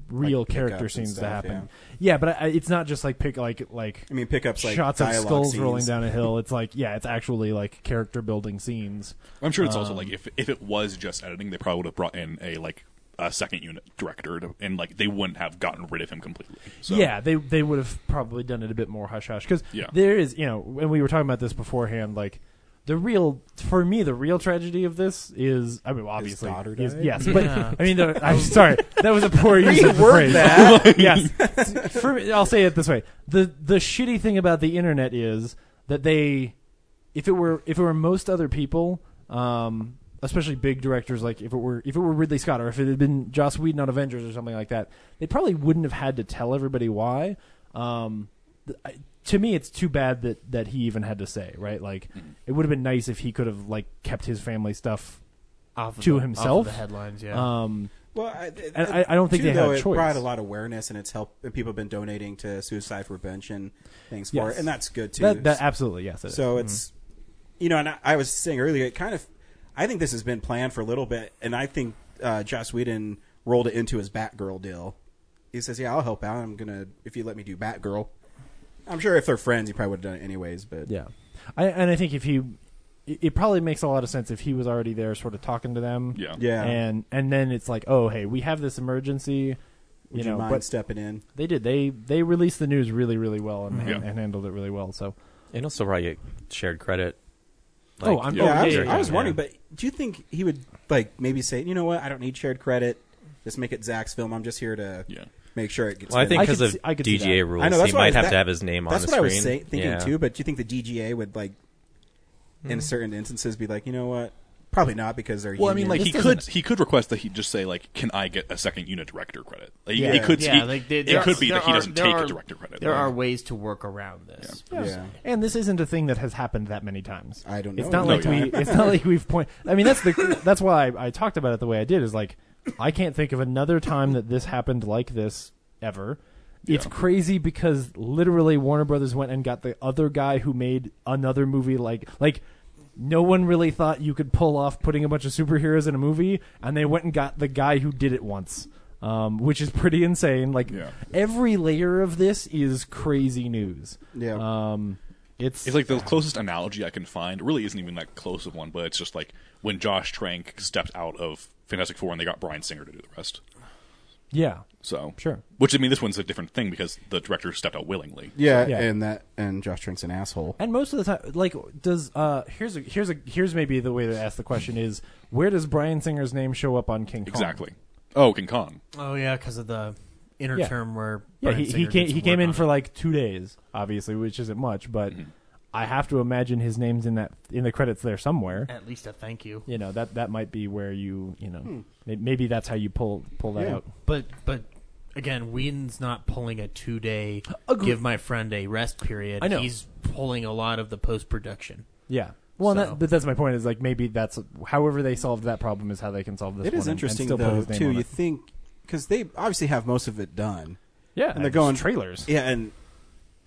[SPEAKER 5] real
[SPEAKER 1] Like pickups
[SPEAKER 5] character
[SPEAKER 1] and
[SPEAKER 5] scenes to
[SPEAKER 1] stuff,
[SPEAKER 5] happen. Yeah, but I, I- it's not just like pick like like
[SPEAKER 1] I mean, pickups like
[SPEAKER 5] shots of
[SPEAKER 1] dialogue
[SPEAKER 5] skulls
[SPEAKER 1] scenes.
[SPEAKER 5] rolling
[SPEAKER 1] *laughs*
[SPEAKER 5] down a hill. It's like yeah, it's actually like character building scenes.
[SPEAKER 7] I'm sure it's
[SPEAKER 6] Um,
[SPEAKER 7] also like if if it was just editing, they probably would have brought in a like a second unit director, to, and like they wouldn't have gotten rid of him completely. So,
[SPEAKER 5] Yeah, they they would have probably done it a bit more hush hush because
[SPEAKER 7] Yeah.
[SPEAKER 5] there is you know when we were talking about this beforehand, like the real for me the real tragedy of this is I mean obviously
[SPEAKER 1] daughter
[SPEAKER 5] is-
[SPEAKER 1] died?
[SPEAKER 7] *laughs*
[SPEAKER 5] yes, but I mean the, I'm sorry that was a
[SPEAKER 1] *laughs*
[SPEAKER 5] poor use of the
[SPEAKER 1] Reword
[SPEAKER 5] phrase.
[SPEAKER 1] *laughs* that.
[SPEAKER 5] yes, *laughs* for, me- I'll say it this way: the the shitty thing about the internet is that they, if it were if it were most other people, um, especially big directors like if it were if it were Ridley Scott or if it had been Joss Whedon on Avengers or something like that, they probably wouldn't have had to tell everybody why. Um, th- I- to me, it's too bad that that he even had to say right. Like, it would have been nice if he could have like kept his family stuff.
[SPEAKER 6] Off of
[SPEAKER 5] To
[SPEAKER 6] the,
[SPEAKER 5] himself?
[SPEAKER 6] Off of the headlines. Yeah.
[SPEAKER 5] Um,
[SPEAKER 1] Well, I, it-
[SPEAKER 5] And
[SPEAKER 1] it-
[SPEAKER 5] I- I don't think
[SPEAKER 1] too,
[SPEAKER 5] they had a
[SPEAKER 1] though, it
[SPEAKER 5] choice.
[SPEAKER 1] brought a lot of awareness, and it's helped. And people have been donating to suicide prevention things for
[SPEAKER 5] Yes.
[SPEAKER 1] it, and that's good too.
[SPEAKER 5] that, that absolutely yes. it is.
[SPEAKER 1] so it's you know, and I, I was saying earlier, it kind of. I think this has been planned for a little bit, and I think uh, Joss Whedon rolled it into his Batgirl deal. He says, "Yeah, I'll help out. I'm gonna if you let me do Batgirl." I'm sure if they're friends, he probably would have done it anyways. But
[SPEAKER 5] Yeah, I, and I think if he, it it probably makes a lot of sense if he was already there, sort of talking to them.
[SPEAKER 7] yeah,
[SPEAKER 1] Yeah.
[SPEAKER 5] And and then it's like, oh hey, we have this emergency.
[SPEAKER 1] would
[SPEAKER 5] you
[SPEAKER 1] you,
[SPEAKER 5] know,
[SPEAKER 1] mind
[SPEAKER 5] but
[SPEAKER 1] stepping in?
[SPEAKER 5] they did. They they released the news really really well and,
[SPEAKER 7] Yeah.
[SPEAKER 5] and handled it really well. So
[SPEAKER 4] and also probably get shared credit.
[SPEAKER 5] oh, I'm
[SPEAKER 7] Yeah,
[SPEAKER 5] oh,
[SPEAKER 1] yeah, I was,
[SPEAKER 5] yeah,
[SPEAKER 1] I was
[SPEAKER 5] yeah.
[SPEAKER 1] wondering, but do you think he would like maybe say, you know what, I don't need shared credit. Just make it Zach's film. I'm just here to
[SPEAKER 7] Yeah.
[SPEAKER 1] make sure it gets.
[SPEAKER 4] Well, I think
[SPEAKER 5] I
[SPEAKER 1] finished."
[SPEAKER 4] because
[SPEAKER 5] could
[SPEAKER 4] of
[SPEAKER 5] see- I could see
[SPEAKER 4] DGA
[SPEAKER 5] that.
[SPEAKER 4] rules,
[SPEAKER 1] I know, that's
[SPEAKER 4] he
[SPEAKER 1] what I
[SPEAKER 4] might
[SPEAKER 1] was-
[SPEAKER 4] have
[SPEAKER 1] that-
[SPEAKER 4] to have his name on
[SPEAKER 1] that's
[SPEAKER 4] the
[SPEAKER 1] what
[SPEAKER 4] screen.
[SPEAKER 1] I was say, thinking
[SPEAKER 4] yeah.
[SPEAKER 1] too. But do you think the DGA would like, in certain instances, be like, you know what, Probably not because they're.
[SPEAKER 7] Well, I mean,
[SPEAKER 1] union.
[SPEAKER 7] like
[SPEAKER 6] This
[SPEAKER 7] he could
[SPEAKER 6] doesn't-
[SPEAKER 7] he could request that he just say like, "Can I get a second unit director credit?" Like,
[SPEAKER 6] Yeah,
[SPEAKER 7] it could he-
[SPEAKER 6] yeah, like, there-
[SPEAKER 7] it
[SPEAKER 6] there
[SPEAKER 7] could
[SPEAKER 6] are-
[SPEAKER 7] be that he
[SPEAKER 6] there are-
[SPEAKER 7] doesn't
[SPEAKER 6] there
[SPEAKER 7] take
[SPEAKER 6] are-
[SPEAKER 7] a director credit.
[SPEAKER 6] There
[SPEAKER 7] Like,
[SPEAKER 6] are ways to work around this.
[SPEAKER 1] yeah.
[SPEAKER 5] And this isn't a thing that has happened that many times.
[SPEAKER 1] I don't
[SPEAKER 5] It's
[SPEAKER 1] know.
[SPEAKER 5] not
[SPEAKER 1] No,
[SPEAKER 5] like we.
[SPEAKER 1] *laughs*
[SPEAKER 5] It's not like we've point. I mean, that's the. That's why I, I talked about it the way I did. Is like, I can't think of another time that this happened like this ever. It's crazy because literally Warner Brothers went and got the other guy who made another movie like like. No one really thought you could pull off putting a bunch of superheroes in a movie, and they went and got the guy who did it once, um, which is pretty insane. Like
[SPEAKER 3] Yeah.
[SPEAKER 5] every layer of this is crazy news.
[SPEAKER 1] Yeah.
[SPEAKER 5] Um, it's
[SPEAKER 7] It's like the closest analogy I can find. It really isn't even that close of one, but it's just like when Josh Trank stepped out of Fantastic Four and they got Brian Singer to do the rest.
[SPEAKER 5] yeah,
[SPEAKER 7] So
[SPEAKER 5] Sure.
[SPEAKER 7] which I mean, this one's a different thing because the director stepped out willingly.
[SPEAKER 1] yeah,
[SPEAKER 5] Yeah.
[SPEAKER 1] and that and Josh Trent's an asshole.
[SPEAKER 5] and most of the time, like does uh here's a here's a here's maybe the way to ask the question is where does Brian Singer's name show up on King Kong?
[SPEAKER 7] Exactly. Oh, King Kong.
[SPEAKER 6] Oh yeah, because of the inner
[SPEAKER 5] Yeah.
[SPEAKER 6] term where
[SPEAKER 5] Yeah,
[SPEAKER 6] Bryan
[SPEAKER 5] he, he
[SPEAKER 6] Singer
[SPEAKER 5] came
[SPEAKER 6] did some
[SPEAKER 5] he came
[SPEAKER 6] work
[SPEAKER 5] in
[SPEAKER 6] on
[SPEAKER 5] for
[SPEAKER 6] it.
[SPEAKER 5] like two days, obviously, which isn't much, but
[SPEAKER 1] Mm-hmm.
[SPEAKER 5] I have to imagine his name's in that in the credits there somewhere.
[SPEAKER 6] at least a thank you.
[SPEAKER 5] You know that that might be where you you know may- maybe that's how you pull pull that
[SPEAKER 1] Yeah.
[SPEAKER 5] out.
[SPEAKER 6] But but again, Whedon's not pulling a two day
[SPEAKER 5] Agre-
[SPEAKER 6] give my friend a rest period.
[SPEAKER 5] I know.
[SPEAKER 6] he's pulling a lot of the post production.
[SPEAKER 5] Yeah. Well,
[SPEAKER 6] So-
[SPEAKER 5] that, but that's my point. Is like maybe that's however they solved that problem is how they can solve this.
[SPEAKER 1] It
[SPEAKER 5] one
[SPEAKER 1] is
[SPEAKER 5] and- and
[SPEAKER 1] interesting
[SPEAKER 5] still put
[SPEAKER 1] though
[SPEAKER 5] his name
[SPEAKER 1] too.
[SPEAKER 5] on
[SPEAKER 1] You
[SPEAKER 5] it.
[SPEAKER 1] think because they obviously have most of it done.
[SPEAKER 5] yeah,
[SPEAKER 1] and they're going
[SPEAKER 5] trailers.
[SPEAKER 1] Yeah, and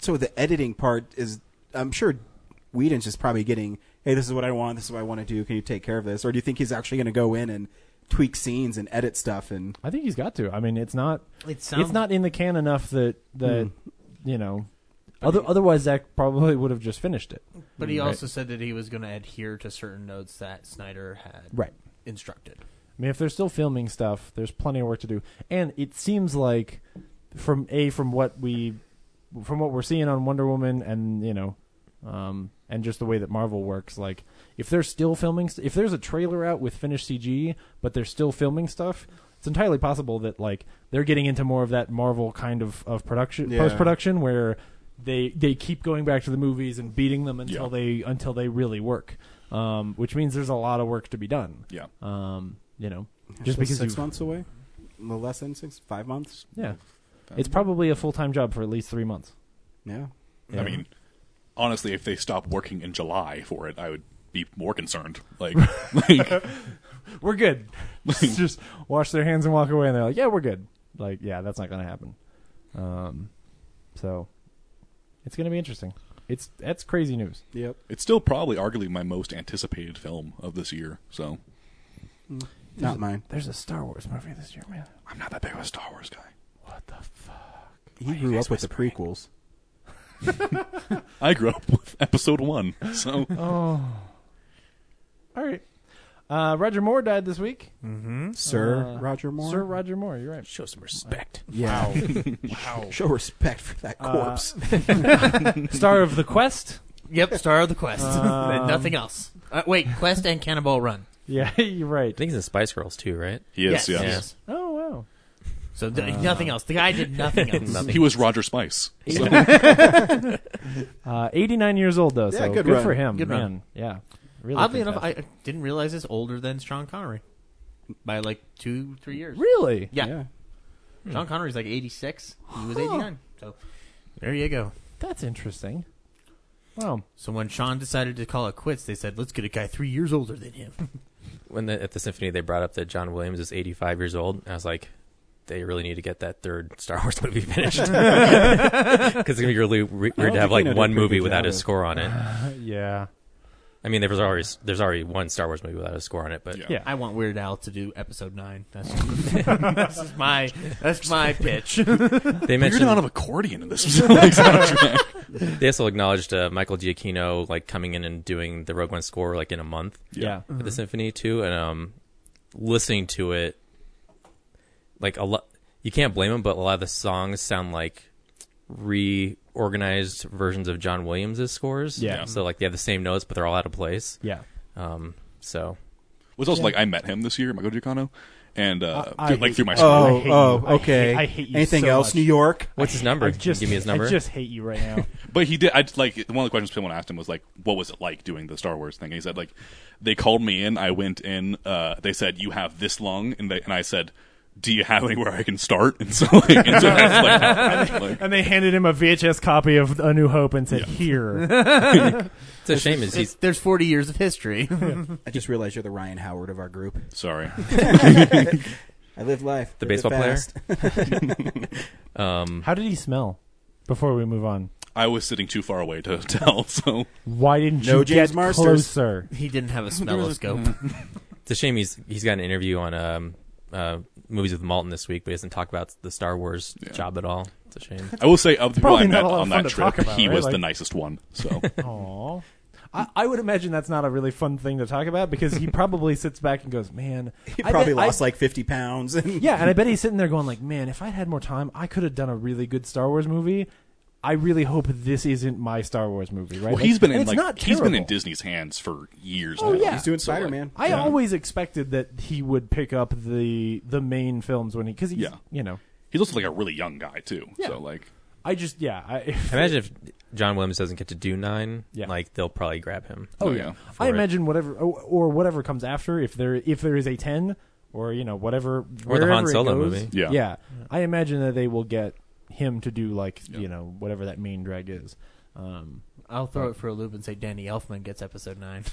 [SPEAKER 1] so the editing part is, I'm sure Whedon's just probably getting, hey, this is what I want, this is what I want to do. Can you take care of this? Or do you think he's actually going to go in and tweak scenes and edit stuff? And
[SPEAKER 5] I think he's got to. I mean, it's not.
[SPEAKER 6] It sounds
[SPEAKER 5] it's not in the can enough that that you know. Other, otherwise, Zach probably would have just finished it.
[SPEAKER 6] But he
[SPEAKER 5] Right.
[SPEAKER 6] also said that he was going to adhere to certain notes that Snyder had
[SPEAKER 5] Right.
[SPEAKER 6] instructed.
[SPEAKER 5] I mean, if they're still filming stuff, there's plenty of work to do, and it seems like from a from what we from what we're seeing on Wonder Woman, and you know, um, and just the way that Marvel works, like if they're still filming, st- if there's a trailer out with finished CG, but they're still filming stuff, it's entirely possible that like they're getting into more of that Marvel kind of of production
[SPEAKER 1] Yeah.
[SPEAKER 5] post production where they they keep going back to the movies and beating them until
[SPEAKER 7] Yeah.
[SPEAKER 5] they until they really work. Um, which means there's a lot of work to be done
[SPEAKER 7] Yeah.
[SPEAKER 5] um, you know, just
[SPEAKER 1] So
[SPEAKER 5] because
[SPEAKER 1] six
[SPEAKER 5] you,
[SPEAKER 1] months away, no less than six, five months.
[SPEAKER 5] yeah, it's probably a full time job for at least three months.
[SPEAKER 1] Yeah,
[SPEAKER 5] Yeah.
[SPEAKER 7] I mean, honestly, if they stopped working in July for it, I would be more concerned. Like, like
[SPEAKER 5] we're *laughs* good. just wash their hands and walk away, and they're like, yeah, we're good. Like, yeah, that's not going to happen. Um, so it's going to be interesting. It's that's crazy news.
[SPEAKER 1] yep.
[SPEAKER 7] it's still probably arguably my most anticipated film of this year. So
[SPEAKER 1] Not mine.
[SPEAKER 5] There's a Star Wars movie this year, man.
[SPEAKER 7] I'm not that big of a Star Wars guy.
[SPEAKER 5] What the fuck?
[SPEAKER 1] He grew up with the prequels.
[SPEAKER 7] I grew up with Episode One. So
[SPEAKER 5] All right. Uh, Roger Moore died this week.
[SPEAKER 1] Sir
[SPEAKER 5] Uh,
[SPEAKER 1] Roger Moore.
[SPEAKER 5] Sir Roger Moore. You're right.
[SPEAKER 2] Show some respect.
[SPEAKER 1] yeah. *laughs*
[SPEAKER 2] Wow.
[SPEAKER 1] Show respect for that corpse.
[SPEAKER 5] Star of the
[SPEAKER 6] *laughs*
[SPEAKER 5] Quest.
[SPEAKER 6] Yep, Star of the Quest.
[SPEAKER 5] Um,
[SPEAKER 6] *laughs* and nothing else. Uh, wait, Quest and Cannonball Run.
[SPEAKER 5] Yeah, *laughs* you're right.
[SPEAKER 4] I think he's in Spice Girls too, right?
[SPEAKER 7] he is, yes.
[SPEAKER 5] Oh wow.
[SPEAKER 6] So th-
[SPEAKER 5] Uh,
[SPEAKER 6] nothing else. The guy *laughs* did nothing else.
[SPEAKER 7] He was Roger Spice. So
[SPEAKER 5] Uh, 89 years old though,
[SPEAKER 1] Yeah,
[SPEAKER 5] so
[SPEAKER 1] good
[SPEAKER 5] good,
[SPEAKER 1] run.
[SPEAKER 5] for him,
[SPEAKER 6] Good
[SPEAKER 5] man.
[SPEAKER 6] run.
[SPEAKER 5] Yeah, really.
[SPEAKER 6] Oddly enough, I
[SPEAKER 5] fantastic.
[SPEAKER 6] I didn't realize it's older than Sean Connery by like two, three years.
[SPEAKER 5] really,
[SPEAKER 6] Yeah,
[SPEAKER 1] yeah.
[SPEAKER 6] Sean Connery's like 86. He was 89. So there you go.
[SPEAKER 5] that's interesting. Wow,
[SPEAKER 6] So when Sean decided to call it quits, they said, "Let's get a guy three years older than him." *laughs*
[SPEAKER 4] When the, at the symphony they brought up that John Williams is 85 years old, and I was like, they really need to get that third *laughs* Star Wars movie
[SPEAKER 1] *laughs*
[SPEAKER 4] finished because it's gonna be really re- weird to
[SPEAKER 1] think
[SPEAKER 4] have like
[SPEAKER 1] Kino did a
[SPEAKER 4] one
[SPEAKER 1] pretty
[SPEAKER 4] movie
[SPEAKER 1] good
[SPEAKER 4] without
[SPEAKER 1] job
[SPEAKER 4] a
[SPEAKER 1] of-
[SPEAKER 4] score on it.
[SPEAKER 5] yeah,
[SPEAKER 4] I mean, there was already there's already one Star Wars movie without a score on it, but
[SPEAKER 7] Yeah.
[SPEAKER 5] yeah.
[SPEAKER 6] I want Weird Al to do episode nine. *laughs* That's this is my that's my pitch.
[SPEAKER 4] they
[SPEAKER 7] Weird
[SPEAKER 4] mentioned
[SPEAKER 7] amount of accordion in this. like, soundtrack.
[SPEAKER 4] they also acknowledged uh, Michael Giacchino like coming in and doing the Rogue One score like in a month
[SPEAKER 5] yeah,
[SPEAKER 4] with the symphony too, and um, listening to it, like a lot, you can't blame him, but a lot of the songs sound like reorganized versions of John Williams' scores.
[SPEAKER 5] Yeah.
[SPEAKER 4] so like they have the same notes, but they're all out of place.
[SPEAKER 5] yeah.
[SPEAKER 4] Um, so
[SPEAKER 7] was also like I met him this year, Michael Giacano, and uh,
[SPEAKER 5] I- I
[SPEAKER 7] through- like
[SPEAKER 5] hate
[SPEAKER 7] through my
[SPEAKER 5] you.
[SPEAKER 7] school.
[SPEAKER 5] I
[SPEAKER 1] Oh,
[SPEAKER 5] hate you.
[SPEAKER 1] oh,
[SPEAKER 5] I
[SPEAKER 1] okay.
[SPEAKER 5] hate- I hate you
[SPEAKER 1] Anything
[SPEAKER 5] so
[SPEAKER 1] else?
[SPEAKER 5] much.
[SPEAKER 1] New York.
[SPEAKER 4] what's his number?
[SPEAKER 5] I
[SPEAKER 4] Can you
[SPEAKER 5] just
[SPEAKER 4] give me his number.
[SPEAKER 1] *laughs*
[SPEAKER 5] I just hate you right now.
[SPEAKER 7] But he did. I like one of the questions someone asked him was like, "What was it like doing the Star Wars thing?" And he said like, "They called me in. I went in. Uh, they said you have this long, and they, and I said." Do you have anywhere I can start? And so, like, and so that's
[SPEAKER 5] *laughs*
[SPEAKER 7] like, like,
[SPEAKER 5] And they handed him a VHS copy of A New Hope and said,
[SPEAKER 1] *laughs*
[SPEAKER 5] "Here."
[SPEAKER 4] It's a shame. Is
[SPEAKER 6] It's-
[SPEAKER 4] he's
[SPEAKER 6] there's 40 years of history. *laughs*
[SPEAKER 1] I just realized you're the Ryan Howard of our group.
[SPEAKER 7] sorry.
[SPEAKER 1] I live life.
[SPEAKER 4] The
[SPEAKER 1] Live it
[SPEAKER 4] baseball player?
[SPEAKER 1] fast.
[SPEAKER 4] um
[SPEAKER 5] How did he smell? Before we move on,
[SPEAKER 7] I was sitting too far away to tell. So
[SPEAKER 5] why didn't
[SPEAKER 1] No
[SPEAKER 5] you
[SPEAKER 1] James
[SPEAKER 5] get
[SPEAKER 1] Marsters. *laughs*
[SPEAKER 5] closer?
[SPEAKER 6] he didn't *laughs* have a smelloscope.
[SPEAKER 4] it's a shame he's he's got an interview on um uh movies with Malton this week, but he doesn't talk about the Star Wars job at all. It's a
[SPEAKER 5] *laughs*
[SPEAKER 4] shame.
[SPEAKER 7] I will say, of the people
[SPEAKER 5] probably
[SPEAKER 7] I
[SPEAKER 5] not
[SPEAKER 7] met
[SPEAKER 5] a lot of
[SPEAKER 7] on
[SPEAKER 5] fun
[SPEAKER 7] that
[SPEAKER 5] to talk
[SPEAKER 7] trip,
[SPEAKER 5] about,
[SPEAKER 7] he
[SPEAKER 5] right?
[SPEAKER 7] was
[SPEAKER 5] Like-
[SPEAKER 7] the nicest one.
[SPEAKER 5] *laughs*
[SPEAKER 7] So
[SPEAKER 5] Aw. I, I would imagine that's not a really fun thing to talk about because he probably sits back and goes, "Man,
[SPEAKER 1] He
[SPEAKER 5] I
[SPEAKER 1] probably
[SPEAKER 5] bet- I-
[SPEAKER 1] lost like 50 pounds. And
[SPEAKER 5] Yeah, and I bet he's sitting there going like, "Man, if I'd had more time, I could have done a really good Star Wars movie." I really hope this isn't my Star Wars movie, right?
[SPEAKER 7] Well, he's been
[SPEAKER 5] and
[SPEAKER 7] in
[SPEAKER 5] it's
[SPEAKER 7] like
[SPEAKER 5] not
[SPEAKER 7] he's been in
[SPEAKER 5] terrible.
[SPEAKER 7] Disney's hands for years.
[SPEAKER 5] Oh,
[SPEAKER 7] now.
[SPEAKER 5] yeah.
[SPEAKER 1] He's doing Spider Man.
[SPEAKER 5] I always expected that he would pick up the the main films when he because he's
[SPEAKER 7] Yeah.
[SPEAKER 5] you know
[SPEAKER 7] He's also like a really young guy too. So like,
[SPEAKER 5] I just yeah I, *laughs*
[SPEAKER 4] I imagine if John Williams doesn't get to do nine,
[SPEAKER 5] Yeah.
[SPEAKER 4] like they'll probably grab him.
[SPEAKER 7] oh, yeah.
[SPEAKER 5] I
[SPEAKER 4] it.
[SPEAKER 5] imagine whatever or, or whatever comes after if there if there is a ten or you know whatever
[SPEAKER 4] Or the Han
[SPEAKER 5] wherever it
[SPEAKER 4] Solo
[SPEAKER 5] goes,
[SPEAKER 4] movie.
[SPEAKER 7] Yeah.
[SPEAKER 5] yeah I imagine that they will get him to do like you know whatever that main drag is. Um,
[SPEAKER 6] I'll throw it for a loop and say Danny Elfman gets episode nine.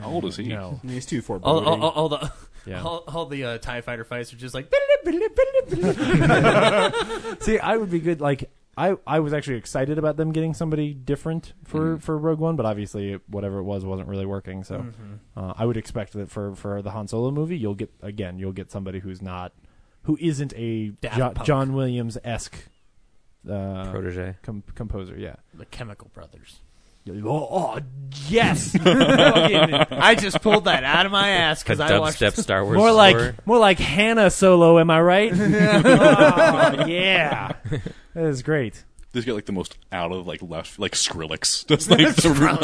[SPEAKER 7] How old is he?
[SPEAKER 5] no.
[SPEAKER 1] And He's too
[SPEAKER 6] All,
[SPEAKER 1] foreboding.
[SPEAKER 6] all, all, all the
[SPEAKER 5] Yeah.
[SPEAKER 6] all, all the uh, Tie Fighter fights are just like
[SPEAKER 5] See, I would be good. Like, I, I was actually excited about them getting somebody different for, for Rogue One, but obviously it- whatever it was wasn't really working. So uh, I would expect that for, for the Han Solo movie, you'll get again, you'll get somebody who's not, who isn't a
[SPEAKER 6] Daft
[SPEAKER 5] Jo-
[SPEAKER 6] Punk.
[SPEAKER 5] John Williams esque uh,
[SPEAKER 4] Protege.
[SPEAKER 5] com- composer. Yeah.
[SPEAKER 6] the Chemical Brothers.
[SPEAKER 5] Oh, oh, *laughs* yes.
[SPEAKER 6] I just pulled that out of my ass
[SPEAKER 4] A
[SPEAKER 6] because I watched
[SPEAKER 4] dubstep Star Wars.
[SPEAKER 5] more
[SPEAKER 4] score.
[SPEAKER 5] like more like Hannah Solo. Am I *laughs* right? Oh, yeah, that is great.
[SPEAKER 7] This guy like the most out of like left like Skrillex. *laughs* Just like the *laughs*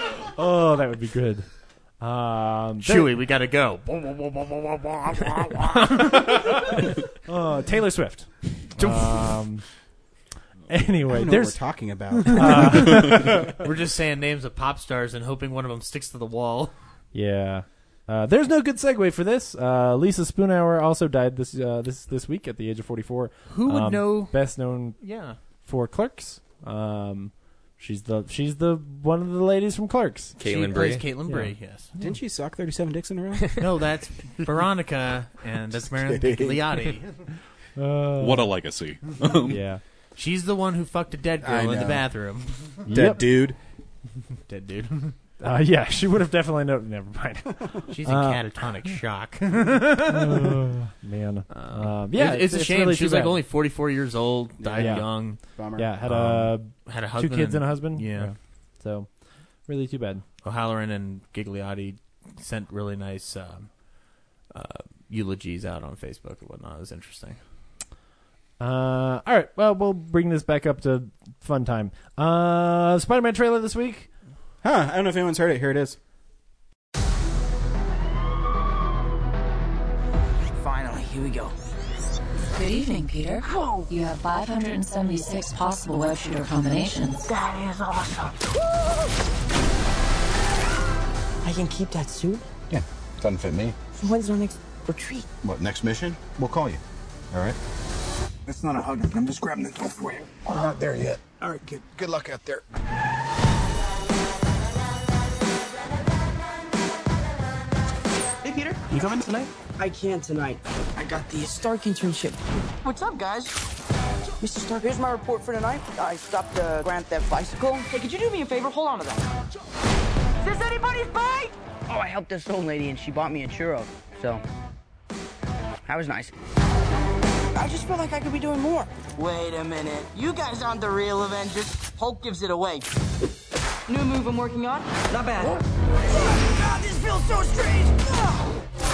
[SPEAKER 7] like,
[SPEAKER 5] Oh, that would be good. Um,
[SPEAKER 6] Chewy. We gotta *laughs* go.
[SPEAKER 5] Uh, Taylor Swift. um, *laughs*
[SPEAKER 1] I
[SPEAKER 5] anyway,
[SPEAKER 1] don't know
[SPEAKER 5] there's
[SPEAKER 1] what we're *laughs* talking about.
[SPEAKER 6] We're just saying names of pop stars and hoping one of them sticks to the wall.
[SPEAKER 5] yeah, uh, there's no good segue for this. Uh, Lisa Spoonhour also died this uh, this this week at the age of 44.
[SPEAKER 6] Who would
[SPEAKER 5] Um,
[SPEAKER 6] know?
[SPEAKER 5] Best known
[SPEAKER 6] Yeah.
[SPEAKER 5] for Clerks. Um, she's the she's the one of the ladies from
[SPEAKER 1] *laughs*
[SPEAKER 5] Clerks.
[SPEAKER 4] Caitlin
[SPEAKER 6] she
[SPEAKER 4] Brie.
[SPEAKER 6] plays Caitlin Brie. Yes.
[SPEAKER 1] Didn't she suck 37 dicks in a row?
[SPEAKER 6] *laughs* No, that's Veronica, and
[SPEAKER 5] *laughs*
[SPEAKER 6] that's Marion
[SPEAKER 1] kidding.
[SPEAKER 6] Liotti.
[SPEAKER 5] Uh,
[SPEAKER 7] what a legacy.
[SPEAKER 5] yeah,
[SPEAKER 6] She's the one who fucked a dead
[SPEAKER 1] I
[SPEAKER 6] girl in the
[SPEAKER 1] know.
[SPEAKER 6] bathroom.
[SPEAKER 5] yep.
[SPEAKER 1] dude.
[SPEAKER 6] Dead dude. *laughs*
[SPEAKER 5] Uh, yeah, *laughs* she would have definitely known. Never
[SPEAKER 1] *laughs*
[SPEAKER 5] mind.
[SPEAKER 6] She's in
[SPEAKER 5] Uh,
[SPEAKER 6] catatonic shock.
[SPEAKER 5] *laughs* Uh, man, um, yeah,
[SPEAKER 6] it's, it's a shame.
[SPEAKER 5] really
[SPEAKER 6] she was
[SPEAKER 5] too
[SPEAKER 6] like
[SPEAKER 5] bad.
[SPEAKER 6] only 44 years old, died
[SPEAKER 5] Yeah.
[SPEAKER 6] young,
[SPEAKER 1] Bummer.
[SPEAKER 5] yeah had a
[SPEAKER 6] Um, had a
[SPEAKER 5] two
[SPEAKER 6] husband,
[SPEAKER 5] kids and a husband.
[SPEAKER 6] Yeah.
[SPEAKER 5] so really too bad.
[SPEAKER 6] O'Halloran and Gigliotti sent really nice um, uh, eulogies out on Facebook and whatnot. It was interesting.
[SPEAKER 5] Uh, all right. Well, we'll bring this back up to fun time. Uh, Spider-Man trailer this week.
[SPEAKER 4] *laughs*
[SPEAKER 1] Huh, I don't know if anyone's heard it. Here it is.
[SPEAKER 10] Finally, here we go.
[SPEAKER 11] Good evening, Peter. You have 576 possible web shooter combinations.
[SPEAKER 10] That is awesome. I can keep that suit?
[SPEAKER 12] Yeah, doesn't fit me.
[SPEAKER 10] When's our next retreat?
[SPEAKER 12] What, next mission? We'll call you. All right.
[SPEAKER 9] That's not a hug. I'm just grabbing the door for you. We're not there yet. All right, kid. Good luck out there.
[SPEAKER 10] Hey, Peter.
[SPEAKER 9] You coming tonight?
[SPEAKER 10] I can't tonight. I got the Stark internship. What's up, guys? Mr. Stark, here's my report for tonight. I stopped the Grand Theft Bicycle. Hey, could you do me a favor? Hold on to that. Is this anybody's bike? Oh, I helped this old lady and she bought me a churro. So, that was nice. I just feel like I could be doing more. Wait a minute. You guys aren't the real Avengers. Hulk gives it away. New move I'm working on. Not bad. God, this feels so strange.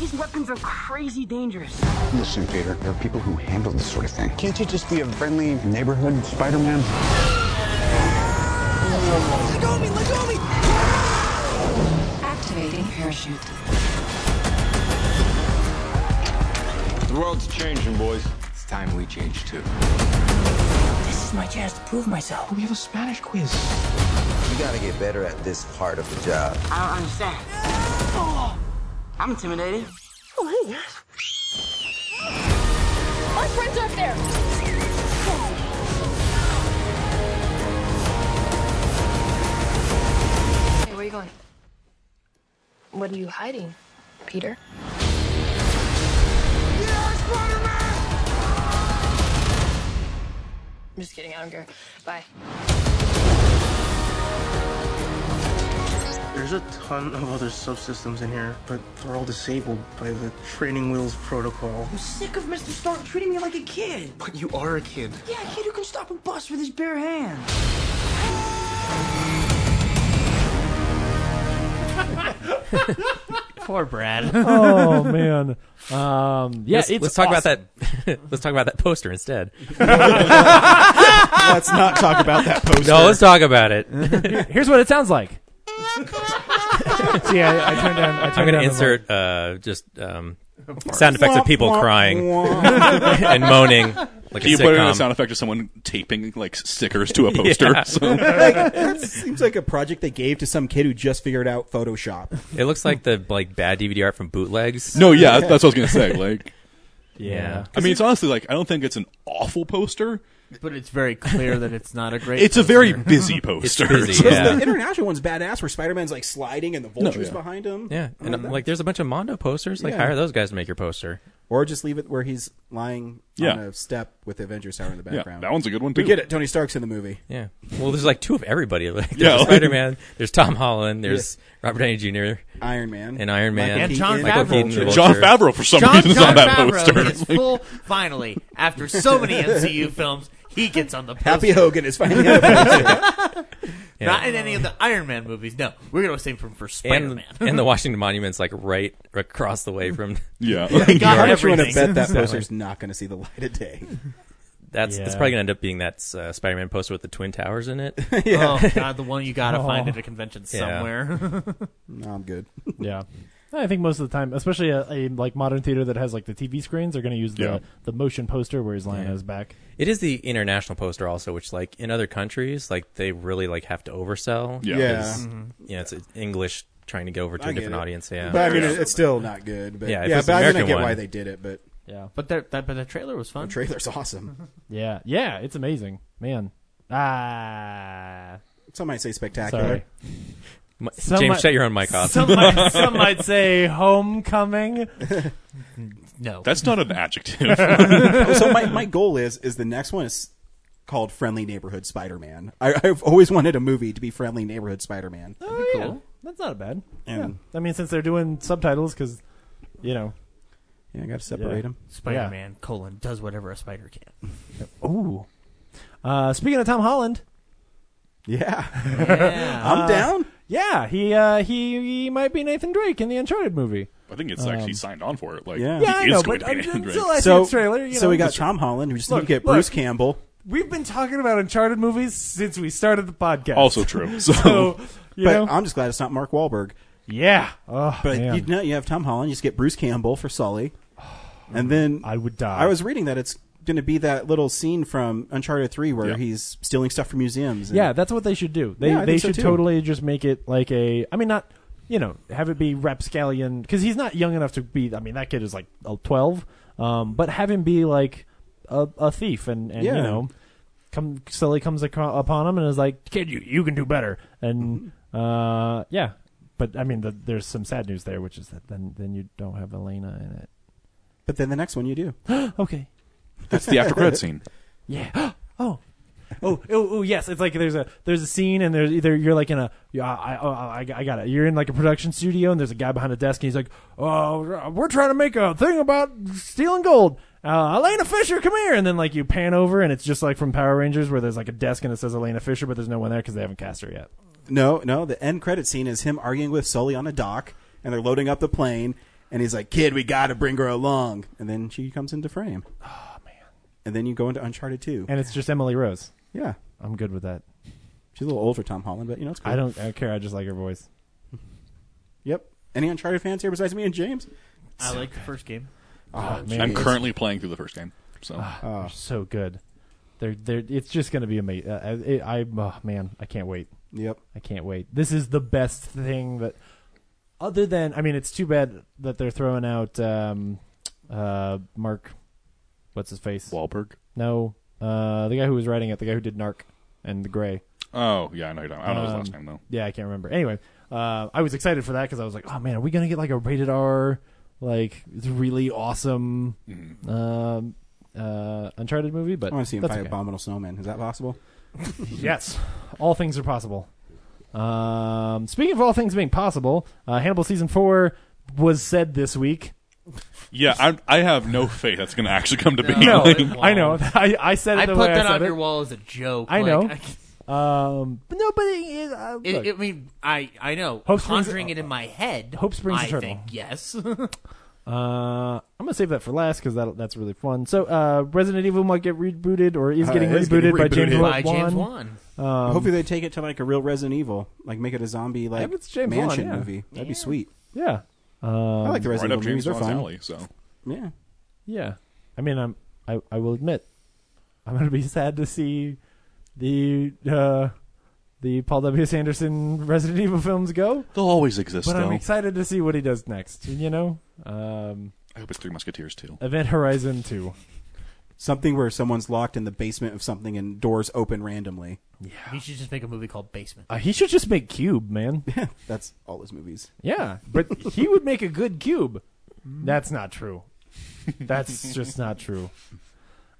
[SPEAKER 10] These weapons are crazy dangerous.
[SPEAKER 12] Listen, Peter, there are people who handle this sort of thing. Can't you just be a friendly neighborhood Spider Man?
[SPEAKER 10] Let go of me! Let go of me!
[SPEAKER 11] Activating parachute.
[SPEAKER 13] The world's changing, boys. It's time we change too.
[SPEAKER 14] This is my chance to prove myself. We have a Spanish quiz.
[SPEAKER 15] You gotta get better at this part of the job.
[SPEAKER 14] I don't understand. I'm intimidated. Oh, hey, guys.
[SPEAKER 16] My friends are up there.
[SPEAKER 17] Hey, where are you going? What are you hiding, Peter? I'm just kidding. I don't care. Bye.
[SPEAKER 1] There's a ton of other subsystems in here, but they're all disabled by the training wheels protocol.
[SPEAKER 14] I'm sick of Mr. Stark treating me like a kid.
[SPEAKER 1] But you are a kid.
[SPEAKER 14] Yeah, a kid who can stop a bus with his bare hands.
[SPEAKER 6] Poor Brad.
[SPEAKER 5] oh man. Um, yeah,
[SPEAKER 4] let's,
[SPEAKER 5] it's
[SPEAKER 4] let's talk
[SPEAKER 5] awesome.
[SPEAKER 4] about that. *laughs* let's talk about that poster instead.
[SPEAKER 18] Let's not talk about that poster.
[SPEAKER 4] No, let's talk about it.
[SPEAKER 5] Here- Here's what it sounds *laughs* like. See, I, I turned down. I
[SPEAKER 4] I'm going
[SPEAKER 5] turned down
[SPEAKER 4] to
[SPEAKER 5] the
[SPEAKER 4] insert uh, just um, sound effects of people
[SPEAKER 5] Wah, wah,
[SPEAKER 4] crying
[SPEAKER 5] wah.
[SPEAKER 4] *laughs* and moaning. Like
[SPEAKER 7] Can
[SPEAKER 4] a
[SPEAKER 7] you put in a
[SPEAKER 4] sitcom.
[SPEAKER 7] sound effect of someone taping like stickers to a poster?
[SPEAKER 4] *laughs* Yeah. *laughs*
[SPEAKER 7] So-
[SPEAKER 18] Like, that seems like a project they gave to some kid who just figured out Photoshop.
[SPEAKER 4] It looks like the like bad DVD art from bootlegs.
[SPEAKER 7] No, yeah, that's what I was gonna say. Like,
[SPEAKER 4] Yeah.
[SPEAKER 7] I mean, it's honestly like I don't think it's an awful poster,
[SPEAKER 6] but it's very clear that it's not a great.
[SPEAKER 7] It's
[SPEAKER 4] *laughs*
[SPEAKER 7] a very
[SPEAKER 6] poster.
[SPEAKER 7] busy poster.
[SPEAKER 4] busy,
[SPEAKER 7] *laughs* So-
[SPEAKER 4] yeah.
[SPEAKER 18] The international one's badass, where Spider Man's like sliding and the vultures behind him. I
[SPEAKER 4] Yeah, and uh,
[SPEAKER 18] don't know.
[SPEAKER 4] like there's a bunch of Mondo posters. Like
[SPEAKER 18] Yeah.
[SPEAKER 4] hire those guys to make your poster.
[SPEAKER 18] or just leave it where he's lying
[SPEAKER 4] Yeah.
[SPEAKER 18] on a step with the Avengers Tower in the
[SPEAKER 4] Yeah,
[SPEAKER 18] background.
[SPEAKER 4] that one's a good one,
[SPEAKER 18] We
[SPEAKER 4] too.
[SPEAKER 18] get it. Tony Stark's in the movie.
[SPEAKER 4] Yeah. Well, there's like two of everybody. *laughs* Like, there's
[SPEAKER 18] Yeah.
[SPEAKER 4] Spider Man. There's Tom Holland. There's Robert Downey Jr.
[SPEAKER 18] Iron Man.
[SPEAKER 4] and Iron Man
[SPEAKER 18] Michael
[SPEAKER 6] And John
[SPEAKER 4] Michael
[SPEAKER 6] Favreau.
[SPEAKER 4] Keaton, the
[SPEAKER 7] John
[SPEAKER 4] Vulture.
[SPEAKER 7] Favreau, for some
[SPEAKER 6] *laughs* John,
[SPEAKER 7] reason, is
[SPEAKER 6] John
[SPEAKER 7] on that
[SPEAKER 6] Favreau
[SPEAKER 7] poster.
[SPEAKER 6] Is full, finally, after so many MCU films, he gets on the poster.
[SPEAKER 18] Happy Hogan is finally on the
[SPEAKER 6] poster.
[SPEAKER 4] Yeah.
[SPEAKER 6] Not in any of the Iron Man movies. No, we're gonna save him for Spider
[SPEAKER 4] and,
[SPEAKER 6] Man.
[SPEAKER 4] *laughs* and
[SPEAKER 5] *laughs*
[SPEAKER 4] the Washington Monument's like right across the way from
[SPEAKER 7] *laughs*
[SPEAKER 4] *laughs*
[SPEAKER 7] Yeah.
[SPEAKER 4] New
[SPEAKER 7] They got
[SPEAKER 4] York.
[SPEAKER 7] How
[SPEAKER 18] much you wanna
[SPEAKER 4] Everything.
[SPEAKER 18] bet that
[SPEAKER 4] So, like,
[SPEAKER 18] poster's not gonna see the light of day?
[SPEAKER 4] That's that's
[SPEAKER 18] Yeah.
[SPEAKER 4] probably gonna end up being that uh, Spider-Man poster with the twin towers in it. *laughs*
[SPEAKER 6] Yeah. Oh, God, the one you gotta find at a convention
[SPEAKER 4] Yeah.
[SPEAKER 6] somewhere. *laughs*
[SPEAKER 18] no, I'm good.
[SPEAKER 5] Yeah. I think most of the time, especially a, a like modern theater that has like the TV screens, they're going to use the,
[SPEAKER 4] Yeah.
[SPEAKER 5] the motion poster where he's lying
[SPEAKER 4] Yeah.
[SPEAKER 5] on his back.
[SPEAKER 4] It is the international poster also, which like in other countries, like they really like have to oversell.
[SPEAKER 18] Yeah. Yeah.
[SPEAKER 4] 'cause,
[SPEAKER 1] Mm-hmm.
[SPEAKER 4] You know, it's English trying to go over to a
[SPEAKER 18] I get
[SPEAKER 4] different
[SPEAKER 18] it.
[SPEAKER 4] audience. Yeah.
[SPEAKER 18] But I mean, it- it's still not good. But
[SPEAKER 4] Yeah,
[SPEAKER 18] yeah,
[SPEAKER 4] if it's
[SPEAKER 18] but
[SPEAKER 4] an
[SPEAKER 18] I mean, I
[SPEAKER 4] American
[SPEAKER 18] get
[SPEAKER 4] one.
[SPEAKER 18] why they did it. But
[SPEAKER 5] Yeah.
[SPEAKER 6] But that, that but the trailer was fun.
[SPEAKER 18] the trailer's awesome.
[SPEAKER 5] Yeah. Yeah. It's amazing, man. Ah.
[SPEAKER 18] Some might say spectacular. *laughs*
[SPEAKER 5] Sorry.
[SPEAKER 4] Mi-
[SPEAKER 5] Some
[SPEAKER 4] James,
[SPEAKER 5] might-
[SPEAKER 4] shut your own mic off.
[SPEAKER 5] Some
[SPEAKER 4] *laughs*
[SPEAKER 5] might, some might say homecoming.
[SPEAKER 6] No,
[SPEAKER 7] *laughs* that's not an adjective.
[SPEAKER 18] Oh, so my, my goal is is the next one is called Friendly Neighborhood Spider Man. I've always wanted a movie to be Friendly Neighborhood Spider Man.
[SPEAKER 5] Oh, yeah. That's not bad.
[SPEAKER 18] And-
[SPEAKER 5] yeah. I mean, since they're doing subtitles, because, you know.
[SPEAKER 18] Yeah, I got to separate 'em.
[SPEAKER 6] Spider Man colon does whatever a spider can.
[SPEAKER 5] Ooh. Uh, speaking of Tom Holland.
[SPEAKER 18] Yeah. *laughs*
[SPEAKER 6] I'm
[SPEAKER 18] down.
[SPEAKER 5] Yeah, he uh, he he might be Nathan Drake in the Uncharted movie.
[SPEAKER 7] I think it's
[SPEAKER 5] Um,
[SPEAKER 7] actually signed on for it. Like,
[SPEAKER 5] yeah.
[SPEAKER 7] he
[SPEAKER 5] Yeah, I
[SPEAKER 7] is
[SPEAKER 5] know,
[SPEAKER 7] going
[SPEAKER 5] but
[SPEAKER 7] to be
[SPEAKER 5] I'm-
[SPEAKER 7] Nathan
[SPEAKER 5] until *laughs*
[SPEAKER 7] Drake.
[SPEAKER 5] I see
[SPEAKER 18] So
[SPEAKER 5] the trailer, you
[SPEAKER 18] so
[SPEAKER 5] know.
[SPEAKER 18] we got Tom Holland. We just
[SPEAKER 5] Look,
[SPEAKER 18] need to get
[SPEAKER 5] look.
[SPEAKER 18] Bruce Campbell.
[SPEAKER 5] We've been talking about Uncharted movies since we started the podcast.
[SPEAKER 18] Also
[SPEAKER 7] true.
[SPEAKER 5] So, you
[SPEAKER 18] but
[SPEAKER 5] know,
[SPEAKER 18] I'm just glad it's not Mark Wahlberg.
[SPEAKER 5] Yeah. Oh,
[SPEAKER 18] but
[SPEAKER 5] man.
[SPEAKER 18] you know, you have Tom Holland. You just get Bruce Campbell for
[SPEAKER 5] *sighs*
[SPEAKER 18] Sully, and then I
[SPEAKER 5] would die.
[SPEAKER 18] I was reading that it's going to be that little scene from Uncharted Three where he's stealing stuff from museums. and-
[SPEAKER 5] yeah, that's what they should do. They
[SPEAKER 18] Yeah, I
[SPEAKER 5] they
[SPEAKER 18] think so,
[SPEAKER 5] should
[SPEAKER 18] too.
[SPEAKER 5] totally just make it like a. I mean, not you know have it be rapscallion because he's not young enough to be. I mean, that kid is like uh, twelve. Um, but have him be like a, a thief and and you
[SPEAKER 18] Yeah.
[SPEAKER 5] know, come Sully comes aco- upon him and is like, kid, you you can do better. And
[SPEAKER 18] Mm-hmm.
[SPEAKER 5] uh, yeah. But I mean, the, there's some sad news there, which is that then then you don't have Elena in it.
[SPEAKER 18] *gasps* But then the next one you do.
[SPEAKER 5] okay.
[SPEAKER 7] That's the after credit scene.
[SPEAKER 5] Yeah. *gasps* oh. Oh, oh, oh, yes. It's like there's a there's a scene and there's either you're like in a yeah, I, oh, I, I got it. You're in like a production studio and there's a guy behind a desk and he's like, oh, we're trying to make a thing about stealing gold. Uh, Elena Fisher, come here. And then like you pan over and it's just like from Power Rangers where there's like a desk and it says Elena Fisher, but there's no one there because they haven't cast her yet.
[SPEAKER 18] No, no. The end credit scene is him arguing with Sully on a dock, and they're loading up the plane, and he's like, "Kid, we got to bring her along." And then she comes into frame. Oh man! And then you go into Uncharted Two,
[SPEAKER 5] Ah, And it's just Emily Rose.
[SPEAKER 18] Yeah.
[SPEAKER 5] I'm good with that.
[SPEAKER 18] She's a little old for Tom Holland, but you know it's cool.
[SPEAKER 5] I don't, I don't care. I just like her voice.
[SPEAKER 18] Yep. Any Uncharted fans here besides me and James?
[SPEAKER 6] I like the first game.
[SPEAKER 5] Ah,
[SPEAKER 7] Uh,
[SPEAKER 5] man.
[SPEAKER 7] I'm currently playing through the first game. So
[SPEAKER 5] Ah, they're so good. They're they're it's just going to be amazing. Uh, it, I oh, man, I can't wait.
[SPEAKER 1] Yep,
[SPEAKER 5] I can't wait. This is the best thing that. Other than, I mean, it's too bad that they're throwing out um, uh, Mark, what's his face?
[SPEAKER 7] Wahlberg.
[SPEAKER 5] No, uh, the guy who was writing it, the guy who did Narc and The Gray.
[SPEAKER 7] Oh yeah, I know. You're talking- I don't know his last
[SPEAKER 5] Um,
[SPEAKER 7] name though.
[SPEAKER 5] Yeah, I can't remember. Anyway, uh, I was excited for that because I was like, oh man, are we gonna get like a rated R, like it's really awesome
[SPEAKER 7] Mm-hmm.
[SPEAKER 5] um, uh, Uncharted movie? But
[SPEAKER 1] I want to see him
[SPEAKER 5] that's
[SPEAKER 1] fight
[SPEAKER 5] okay.
[SPEAKER 1] Abominable Snowman. Is that possible?
[SPEAKER 5] yes, all things are possible. Um, speaking of all things being possible, uh, Hannibal season four was said this week.
[SPEAKER 7] Yeah, I, I have no faith that's going to actually come to be.
[SPEAKER 5] No,
[SPEAKER 7] *laughs* Like,
[SPEAKER 5] *laughs* I know. I, I said it
[SPEAKER 6] I
[SPEAKER 5] the
[SPEAKER 6] put
[SPEAKER 5] way
[SPEAKER 6] that
[SPEAKER 5] I said
[SPEAKER 6] on
[SPEAKER 5] it.
[SPEAKER 6] your wall as a joke.
[SPEAKER 5] I
[SPEAKER 6] like,
[SPEAKER 5] know.
[SPEAKER 6] I-
[SPEAKER 5] um, but no, but it is. Uh,
[SPEAKER 6] It,
[SPEAKER 5] look.
[SPEAKER 6] I mean, I I know.
[SPEAKER 5] Hope Springs-
[SPEAKER 6] conjuring it in my head.
[SPEAKER 5] Hope Springs
[SPEAKER 6] I
[SPEAKER 5] Eternal.
[SPEAKER 6] think
[SPEAKER 5] *laughs*
[SPEAKER 6] yes.
[SPEAKER 5] Uh, I'm gonna save that for last because that that's really fun. So, uh, Resident Evil might get rebooted or is
[SPEAKER 1] Uh,
[SPEAKER 5] getting rebooted
[SPEAKER 1] it is getting
[SPEAKER 5] by James
[SPEAKER 1] rebooted.
[SPEAKER 6] By James
[SPEAKER 5] Wan. Um,
[SPEAKER 1] Hopefully they take it to like a real Resident Evil, like make it a zombie like
[SPEAKER 5] If it's James
[SPEAKER 1] mansion
[SPEAKER 5] Wan, yeah.
[SPEAKER 1] movie. That'd be sweet.
[SPEAKER 5] yeah. Um,
[SPEAKER 1] I like the
[SPEAKER 7] right
[SPEAKER 1] Resident
[SPEAKER 7] up
[SPEAKER 1] Evil movies.
[SPEAKER 7] James
[SPEAKER 1] They're
[SPEAKER 7] Wan's
[SPEAKER 1] fun.
[SPEAKER 7] alley. So
[SPEAKER 1] Yeah.
[SPEAKER 5] Yeah, I mean, I'm I I will admit, I'm gonna be *laughs* sad to see the uh the Paul W. S. Anderson Resident Evil films go,
[SPEAKER 7] they'll always exist.
[SPEAKER 5] but
[SPEAKER 7] though.
[SPEAKER 5] I'm excited to see what he does next. You know, um,
[SPEAKER 7] I hope it's Three Musketeers
[SPEAKER 5] *laughs*
[SPEAKER 7] too.
[SPEAKER 5] Event Horizon two.
[SPEAKER 1] Something where someone's locked in the basement of something and doors open randomly. Yeah.
[SPEAKER 6] He should just make a movie called Basement.
[SPEAKER 5] Uh, he should just make Cube, man.
[SPEAKER 1] That's all his movies.
[SPEAKER 5] Yeah, but he would make a good cube. That's not true. That's just not true.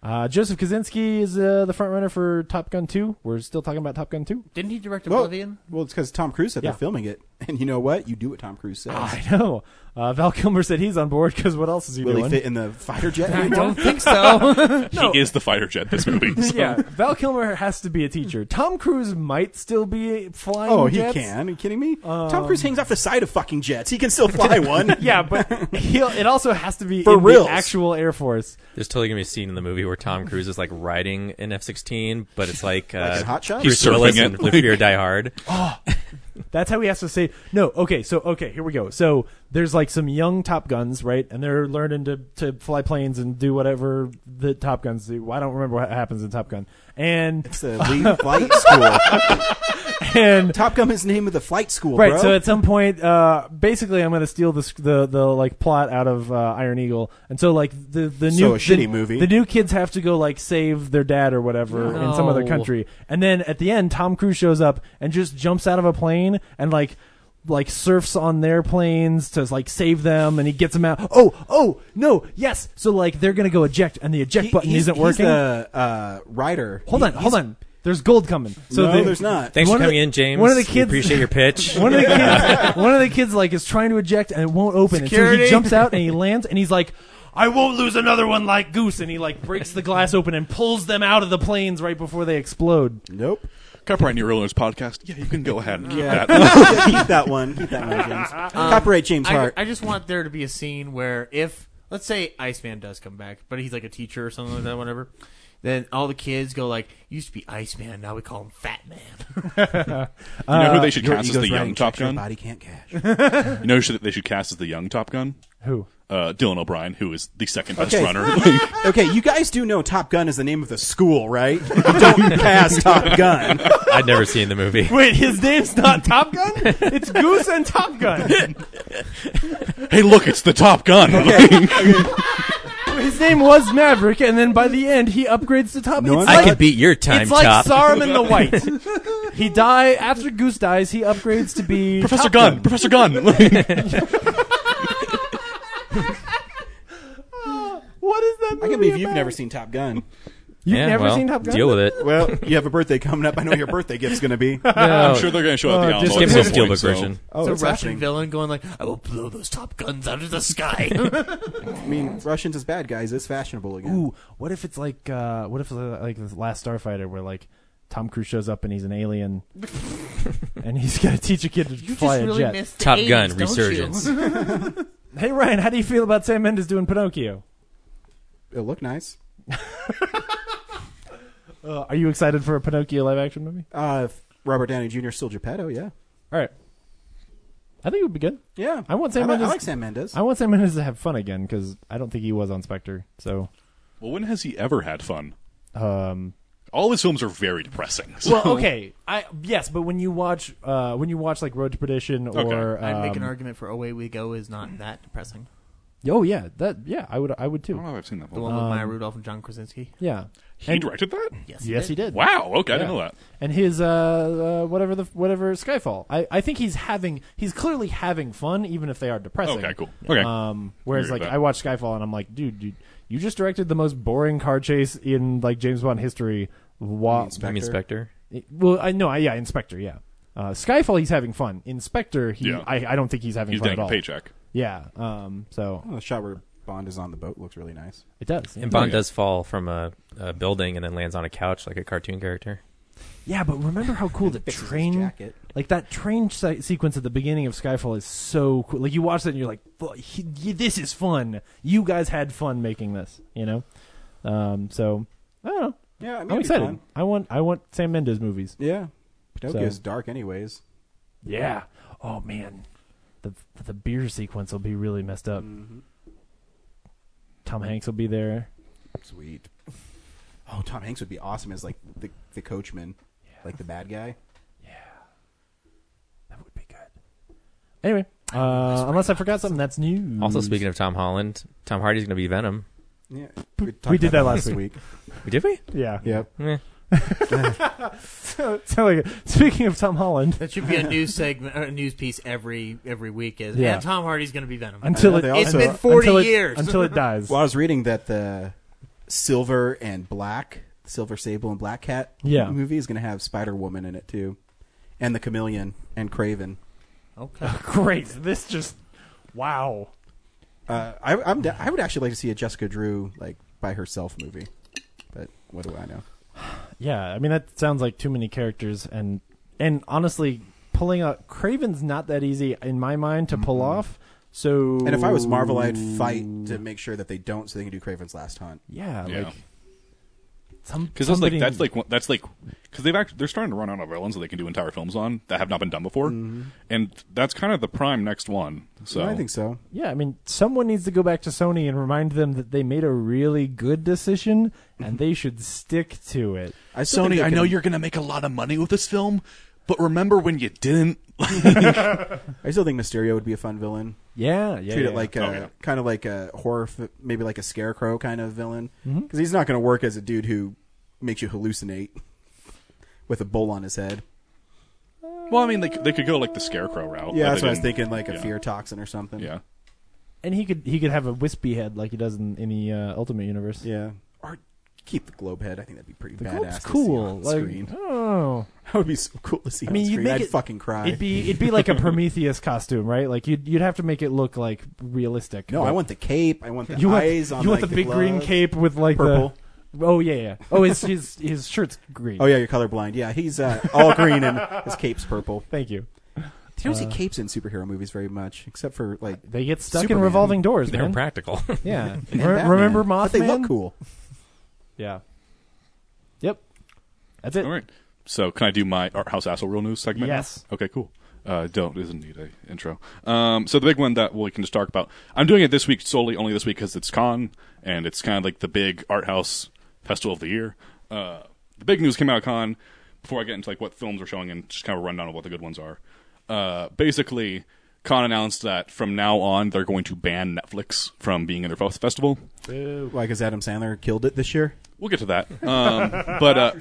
[SPEAKER 5] Uh, Joseph Kaczynski is uh, the front runner for Top Gun 2. We're still talking about Top Gun 2.
[SPEAKER 6] Didn't he direct
[SPEAKER 1] Well,
[SPEAKER 6] Oblivion?
[SPEAKER 1] well, it's because Tom Cruise said
[SPEAKER 5] Yeah. Ah,
[SPEAKER 1] they're filming it, *laughs* and you know what? You do what Tom Cruise says.
[SPEAKER 5] *laughs* I know. Uh, Val Kilmer said he's on board because what else is he
[SPEAKER 1] Will
[SPEAKER 5] doing?
[SPEAKER 1] he fit in the fighter jet?
[SPEAKER 5] *laughs* I don't
[SPEAKER 6] think so.
[SPEAKER 7] He is the fighter jet this movie.
[SPEAKER 5] *laughs*
[SPEAKER 7] So.
[SPEAKER 5] yeah, Val Kilmer has to be a teacher. Tom Cruise might still be flying.
[SPEAKER 1] Oh, he
[SPEAKER 5] jets. Um,
[SPEAKER 1] can. Are you kidding me? Tom Cruise hangs off the side of fucking jets. He can
[SPEAKER 5] *laughs*
[SPEAKER 1] still fly one.
[SPEAKER 5] Yeah, but he'll, it also has to be
[SPEAKER 1] For
[SPEAKER 5] in
[SPEAKER 1] reals.
[SPEAKER 5] the actual Air Force.
[SPEAKER 4] There's totally gonna be a scene in the movie where Tom Cruise is like riding an F-16, but
[SPEAKER 18] *laughs*
[SPEAKER 4] it's like, uh,
[SPEAKER 1] in Hot Shots?
[SPEAKER 4] Bruce
[SPEAKER 7] He's surfing
[SPEAKER 4] Willis
[SPEAKER 7] it,
[SPEAKER 4] and Live
[SPEAKER 7] like-
[SPEAKER 4] Free or Die Hard.
[SPEAKER 5] That's how he has to say no. Okay, so okay, here we go. So there's like some young Top Guns, right? And they're learning to to fly planes and do whatever the Top Guns do. I don't remember what happens in Top Gun. And *laughs*
[SPEAKER 1] It's *laughs* the lead flight school.
[SPEAKER 5] and
[SPEAKER 1] Top Gun is the name of the flight school,
[SPEAKER 5] right.
[SPEAKER 1] bro. *laughs*
[SPEAKER 5] So at some point, uh, basically, I'm going to steal this the the like plot out of uh, Iron Eagle. And so like the the
[SPEAKER 1] So
[SPEAKER 5] new
[SPEAKER 1] a
[SPEAKER 5] the-
[SPEAKER 1] shitty movie.
[SPEAKER 5] The new kids have to go like save their dad or whatever in some other
[SPEAKER 6] No.
[SPEAKER 5] country. And then at the end, Tom Cruise shows up and just jumps out of a plane and like like surfs on their planes to like save them and he gets them out oh oh no yes so like they're gonna go eject and the eject
[SPEAKER 1] He-
[SPEAKER 5] button
[SPEAKER 1] he's-
[SPEAKER 5] isn't
[SPEAKER 1] he's
[SPEAKER 5] working
[SPEAKER 1] the uh, writer.
[SPEAKER 5] hold
[SPEAKER 1] He-
[SPEAKER 5] on hold
[SPEAKER 1] he's-
[SPEAKER 5] on there's gold coming so
[SPEAKER 1] no,
[SPEAKER 5] the-
[SPEAKER 1] there's not.
[SPEAKER 4] Thanks
[SPEAKER 5] One
[SPEAKER 4] for
[SPEAKER 5] of
[SPEAKER 4] coming
[SPEAKER 5] the-
[SPEAKER 4] in, James.
[SPEAKER 5] one of the
[SPEAKER 4] We
[SPEAKER 5] kids-
[SPEAKER 4] appreciate your pitch.
[SPEAKER 5] *laughs* one of the kids one of the kids like is trying to eject and it won't open and so he
[SPEAKER 6] Security.
[SPEAKER 5] jumps out and he lands and he's like I won't lose another one like Goose and he like breaks the glass open and pulls them out of the planes right before they explode.
[SPEAKER 1] Nope.
[SPEAKER 7] Copyright New Orleans podcast. Yeah, you can go ahead and keep
[SPEAKER 1] Yeah.
[SPEAKER 7] that.
[SPEAKER 1] keep that one. Keep that
[SPEAKER 5] *laughs*
[SPEAKER 1] one, James.
[SPEAKER 5] Um,
[SPEAKER 1] Copyright James
[SPEAKER 6] I,
[SPEAKER 1] Hart.
[SPEAKER 6] I just want there to be a scene where if let's say Iceman does come back, but he's like a teacher or something like that, whatever. Then all the kids go like, "Used to be Iceman, now we call him Fat Man."
[SPEAKER 7] You know who they should
[SPEAKER 1] Your
[SPEAKER 7] cast as
[SPEAKER 1] ego's
[SPEAKER 7] the young
[SPEAKER 1] writing
[SPEAKER 7] Top
[SPEAKER 1] checks your
[SPEAKER 7] Gun?
[SPEAKER 1] Body can't cash.
[SPEAKER 7] You know who should, they should cast as the young Top Gun?
[SPEAKER 5] Who?
[SPEAKER 7] Uh, Dylan O'Brien, who is the second best
[SPEAKER 1] Okay. *laughs*
[SPEAKER 7] runner. Like,
[SPEAKER 1] Okay, you guys do know Top Gun is the name of the school, right?
[SPEAKER 5] *laughs*
[SPEAKER 1] You don't pass Top Gun.
[SPEAKER 4] I'd never seen the movie.
[SPEAKER 5] Wait, his name's not Top Gun? It's Goose and Top Gun.
[SPEAKER 7] hey, look, it's the Top Gun.
[SPEAKER 5] His name was Maverick and then by the end he upgrades to Top
[SPEAKER 1] No,
[SPEAKER 5] Gun.
[SPEAKER 1] I'm
[SPEAKER 4] I could beat your time,
[SPEAKER 5] It's like
[SPEAKER 4] Top.
[SPEAKER 5] Saruman
[SPEAKER 7] *laughs*
[SPEAKER 5] the White. He die after Goose dies, he upgrades to be
[SPEAKER 7] Professor
[SPEAKER 5] Top
[SPEAKER 7] Gun,
[SPEAKER 5] *laughs*
[SPEAKER 7] Professor Gun. Like,
[SPEAKER 5] What is that movie
[SPEAKER 1] I can't believe
[SPEAKER 5] about?
[SPEAKER 1] you've never seen Top Gun.
[SPEAKER 5] You've
[SPEAKER 4] Yeah,
[SPEAKER 5] never
[SPEAKER 4] well,
[SPEAKER 5] seen Top Gun?
[SPEAKER 4] Deal with it.
[SPEAKER 1] Well, you have a birthday coming up. I know your birthday gift's going to *laughs* be.
[SPEAKER 7] I'm sure they're going to show up the
[SPEAKER 5] Uh,
[SPEAKER 7] Alamo.
[SPEAKER 5] just
[SPEAKER 7] at
[SPEAKER 4] Give me
[SPEAKER 7] some
[SPEAKER 4] a Steelbook
[SPEAKER 7] point, so-
[SPEAKER 4] version.
[SPEAKER 1] Oh,
[SPEAKER 6] the
[SPEAKER 1] it's
[SPEAKER 6] Russian
[SPEAKER 1] happening.
[SPEAKER 6] *laughs* villain going like, "I will blow those Top Guns out of
[SPEAKER 5] *laughs*
[SPEAKER 6] the sky." *laughs*
[SPEAKER 1] I mean, Russians as bad guys. It's fashionable again.
[SPEAKER 5] Ooh, what if it's like uh, what if it's like the last Starfighter where like Tom Cruise shows up and he's an
[SPEAKER 1] *laughs*
[SPEAKER 5] alien and he's gonna teach a kid to
[SPEAKER 6] you just
[SPEAKER 5] fly a
[SPEAKER 6] really
[SPEAKER 5] jet.
[SPEAKER 6] missed the
[SPEAKER 4] Top
[SPEAKER 6] 80s,
[SPEAKER 4] Gun
[SPEAKER 6] don't you? *laughs*
[SPEAKER 4] resurgence.
[SPEAKER 5] Hey Ryan, how do you feel about Sam Mendes doing Pinocchio?
[SPEAKER 1] It'll look nice.
[SPEAKER 5] Uh, are you excited for a Pinocchio live action movie?
[SPEAKER 1] Uh, if Robert Downey Jr. is still Geppetto, yeah.
[SPEAKER 5] All right. I think it would be good.
[SPEAKER 1] Yeah.
[SPEAKER 5] I want Sam
[SPEAKER 1] I li- I
[SPEAKER 5] Mendes.
[SPEAKER 1] like Sam Mendes.
[SPEAKER 5] I want Sam Mendes to have fun again because I don't think he was on Spectre. So,
[SPEAKER 7] Well, when has he ever had fun?
[SPEAKER 5] um,
[SPEAKER 7] All his films are very depressing. so-
[SPEAKER 5] *laughs*
[SPEAKER 7] *laughs*
[SPEAKER 5] well, okay, I yes, but when you watch, uh, when you watch like Road to Perdition or,
[SPEAKER 6] I'd make an
[SPEAKER 5] um,
[SPEAKER 6] argument for Away We Go is not that depressing.
[SPEAKER 5] oh yeah, that yeah, I would, I would too. I
[SPEAKER 7] don't know if oh, I've seen that
[SPEAKER 6] The one with Maya Rudolph and John Krasinski.
[SPEAKER 5] Yeah.
[SPEAKER 7] He directed that?
[SPEAKER 6] Yes,
[SPEAKER 5] Um, Yes, he did.
[SPEAKER 7] Wow, okay, I didn't know that.
[SPEAKER 5] And his uh, uh whatever the whatever Skyfall. I, I think he's having he's clearly having fun even if they are depressing.
[SPEAKER 7] Okay, cool. Okay.
[SPEAKER 5] Um whereas
[SPEAKER 7] Agree with
[SPEAKER 5] like
[SPEAKER 7] that.
[SPEAKER 5] I watch Skyfall and I'm like, dude, dude, you just directed the most boring car chase in like James Bond history. Wa-
[SPEAKER 4] Inspector? You mean Spectre?
[SPEAKER 5] I- Well, I know, I, yeah, Inspector, yeah. Uh, Skyfall, he's having fun. Inspector, he,
[SPEAKER 1] Yeah.
[SPEAKER 5] I, I don't think he's having
[SPEAKER 1] He's
[SPEAKER 5] fun at
[SPEAKER 1] getting a
[SPEAKER 5] all.
[SPEAKER 1] paycheck.
[SPEAKER 5] Yeah. Um. So
[SPEAKER 1] *laughs* the shot where Bond is on the boat looks really nice.
[SPEAKER 5] It does.
[SPEAKER 4] And Bond does fall from a, a building and then lands on a couch like a cartoon character.
[SPEAKER 5] Yeah, but remember how
[SPEAKER 1] *laughs*
[SPEAKER 5] cool the train, like that train se- sequence at the beginning of Skyfall is so cool. Like you watch that and you're like, "Fu- he- he- "This is fun." You guys had fun making this, you know. Um, so I don't know.
[SPEAKER 1] Yeah, I mean,
[SPEAKER 5] I'm
[SPEAKER 1] it'd be
[SPEAKER 5] excited.
[SPEAKER 1] fun.
[SPEAKER 5] I want I want Sam Mendes movies.
[SPEAKER 1] Yeah, Pinocchio's
[SPEAKER 5] So-
[SPEAKER 1] dark, anyways.
[SPEAKER 5] Yeah. Oh man, the the beer sequence will be really messed up. Tom Hanks will be there.
[SPEAKER 1] Sweet. Oh, Tom Hanks would be awesome as like the the coachman, like the bad guy.
[SPEAKER 5] Anyway, uh, unless I forgot something, that's new.
[SPEAKER 4] Also, speaking of Tom Holland, Tom Hardy's going to be Venom.
[SPEAKER 1] Yeah,
[SPEAKER 5] we did that last week.
[SPEAKER 4] We did we?
[SPEAKER 5] Yeah.
[SPEAKER 1] Yep.
[SPEAKER 6] *laughs*
[SPEAKER 5] so, so like, speaking of Tom Holland,
[SPEAKER 6] That should be a news segment, or a news piece every every week. Is yeah,
[SPEAKER 5] Yeah.
[SPEAKER 6] Tom Hardy's going to be Venom
[SPEAKER 1] I know, they
[SPEAKER 6] It's
[SPEAKER 1] also-
[SPEAKER 6] been forty years
[SPEAKER 18] *laughs*
[SPEAKER 1] Well, I was reading that the Silver and Black, Silver Sable and Black Cat
[SPEAKER 5] Yeah.
[SPEAKER 1] movie is going to have Spider Woman in it too, and the Chameleon and Craven.
[SPEAKER 6] Okay,
[SPEAKER 5] *laughs* great. This just wow.
[SPEAKER 1] Uh, I, I'm da- I would actually like to see a Jessica Drew like by herself movie, but what do I know?
[SPEAKER 5] Yeah, I mean that sounds like too many characters, and and honestly, pulling out Craven's not that easy in my mind to pull off. So,
[SPEAKER 1] Mm-hmm. And if I was Marvel, I'd fight to make sure that they don't, so they can do Craven's Last Hunt.
[SPEAKER 5] Yeah,
[SPEAKER 7] Yeah. like,
[SPEAKER 5] some
[SPEAKER 7] Because that's like that's like one- that's like because they've act- they're starting to run out of villains that they can do entire films on that have not been done before, and that's kind of the prime next one. So
[SPEAKER 1] Mm-hmm. so.
[SPEAKER 5] Yeah, I mean, someone needs to go back to Sony and remind them that they made a really good decision
[SPEAKER 7] Mm-hmm.
[SPEAKER 5] and they should stick to it.
[SPEAKER 1] I
[SPEAKER 7] Sony, I know you're gonna make a lot of money with this film, but remember when you didn't?
[SPEAKER 1] I still think Mysterio would be a fun villain.
[SPEAKER 5] Yeah, yeah,
[SPEAKER 1] Treat it
[SPEAKER 5] yeah.
[SPEAKER 1] like a
[SPEAKER 5] Oh, yeah.
[SPEAKER 1] kind of like a horror, f- maybe like a scarecrow kind of villain, because
[SPEAKER 5] Mhm.
[SPEAKER 1] he's not going to work as a dude who makes you hallucinate with a bowl on his head.
[SPEAKER 7] Well, I mean, they c- they could go like the Scarecrow route.
[SPEAKER 1] Yeah,
[SPEAKER 7] like
[SPEAKER 1] that's
[SPEAKER 7] they
[SPEAKER 1] what I was
[SPEAKER 7] did in-
[SPEAKER 1] thinking, like a
[SPEAKER 7] yeah.
[SPEAKER 1] fear toxin or something.
[SPEAKER 7] Yeah,
[SPEAKER 5] And he could he could have a wispy head like he does in any uh, Ultimate Universe.
[SPEAKER 1] Yeah. Or keep the globe head. I think that'd be pretty
[SPEAKER 5] The
[SPEAKER 1] badass.
[SPEAKER 5] globe's
[SPEAKER 1] to see
[SPEAKER 5] cool,
[SPEAKER 1] on
[SPEAKER 5] like,
[SPEAKER 1] screen. *laughs*
[SPEAKER 5] oh.
[SPEAKER 1] that would be so cool to see.
[SPEAKER 5] I mean,
[SPEAKER 1] on
[SPEAKER 5] you'd
[SPEAKER 1] screen.
[SPEAKER 5] make
[SPEAKER 1] I'd
[SPEAKER 5] it
[SPEAKER 1] fucking cry.
[SPEAKER 5] It'd be it'd be like
[SPEAKER 1] *laughs*
[SPEAKER 5] a Prometheus costume, right? Like you'd you'd have to make it look like realistic.
[SPEAKER 1] No,
[SPEAKER 5] but-
[SPEAKER 1] I want the cape. I want the
[SPEAKER 5] you want,
[SPEAKER 1] eyes on.
[SPEAKER 5] You want
[SPEAKER 1] like,
[SPEAKER 5] the big green
[SPEAKER 1] gloves.
[SPEAKER 5] cape with like
[SPEAKER 1] Purple.
[SPEAKER 5] The, oh yeah, yeah. Oh, his his his shirt's green.
[SPEAKER 1] Oh yeah, you're colorblind. Yeah, he's uh, all green and his cape's *laughs* purple.
[SPEAKER 5] Thank you.
[SPEAKER 1] You don't see
[SPEAKER 5] Uh,
[SPEAKER 1] capes in superhero movies very much, except for like
[SPEAKER 5] they get stuck in revolving doors, They're man. impractical. Yeah. Re- remember
[SPEAKER 1] But they look
[SPEAKER 5] Mothman?
[SPEAKER 1] cool.
[SPEAKER 5] Yeah. Yep. That's it.
[SPEAKER 7] All right. So can I do my art house asshole real news segment? now?
[SPEAKER 5] Yes.
[SPEAKER 7] Okay. Cool. Uh, don't doesn't need a intro. Um, so the big one that we can just talk about. I'm doing it this week solely only this week because it's con and it's kind of like the big art house festival of the year. Uh, the big news came out of con. Before I get into like what films are showing and just kind of a rundown of what the good ones are. Uh, basically, con announced that from now on they're going to ban Netflix from being in their fes- festival.
[SPEAKER 1] Why? Because Adam Sandler killed it this year.
[SPEAKER 7] We'll get to that. Um, but uh,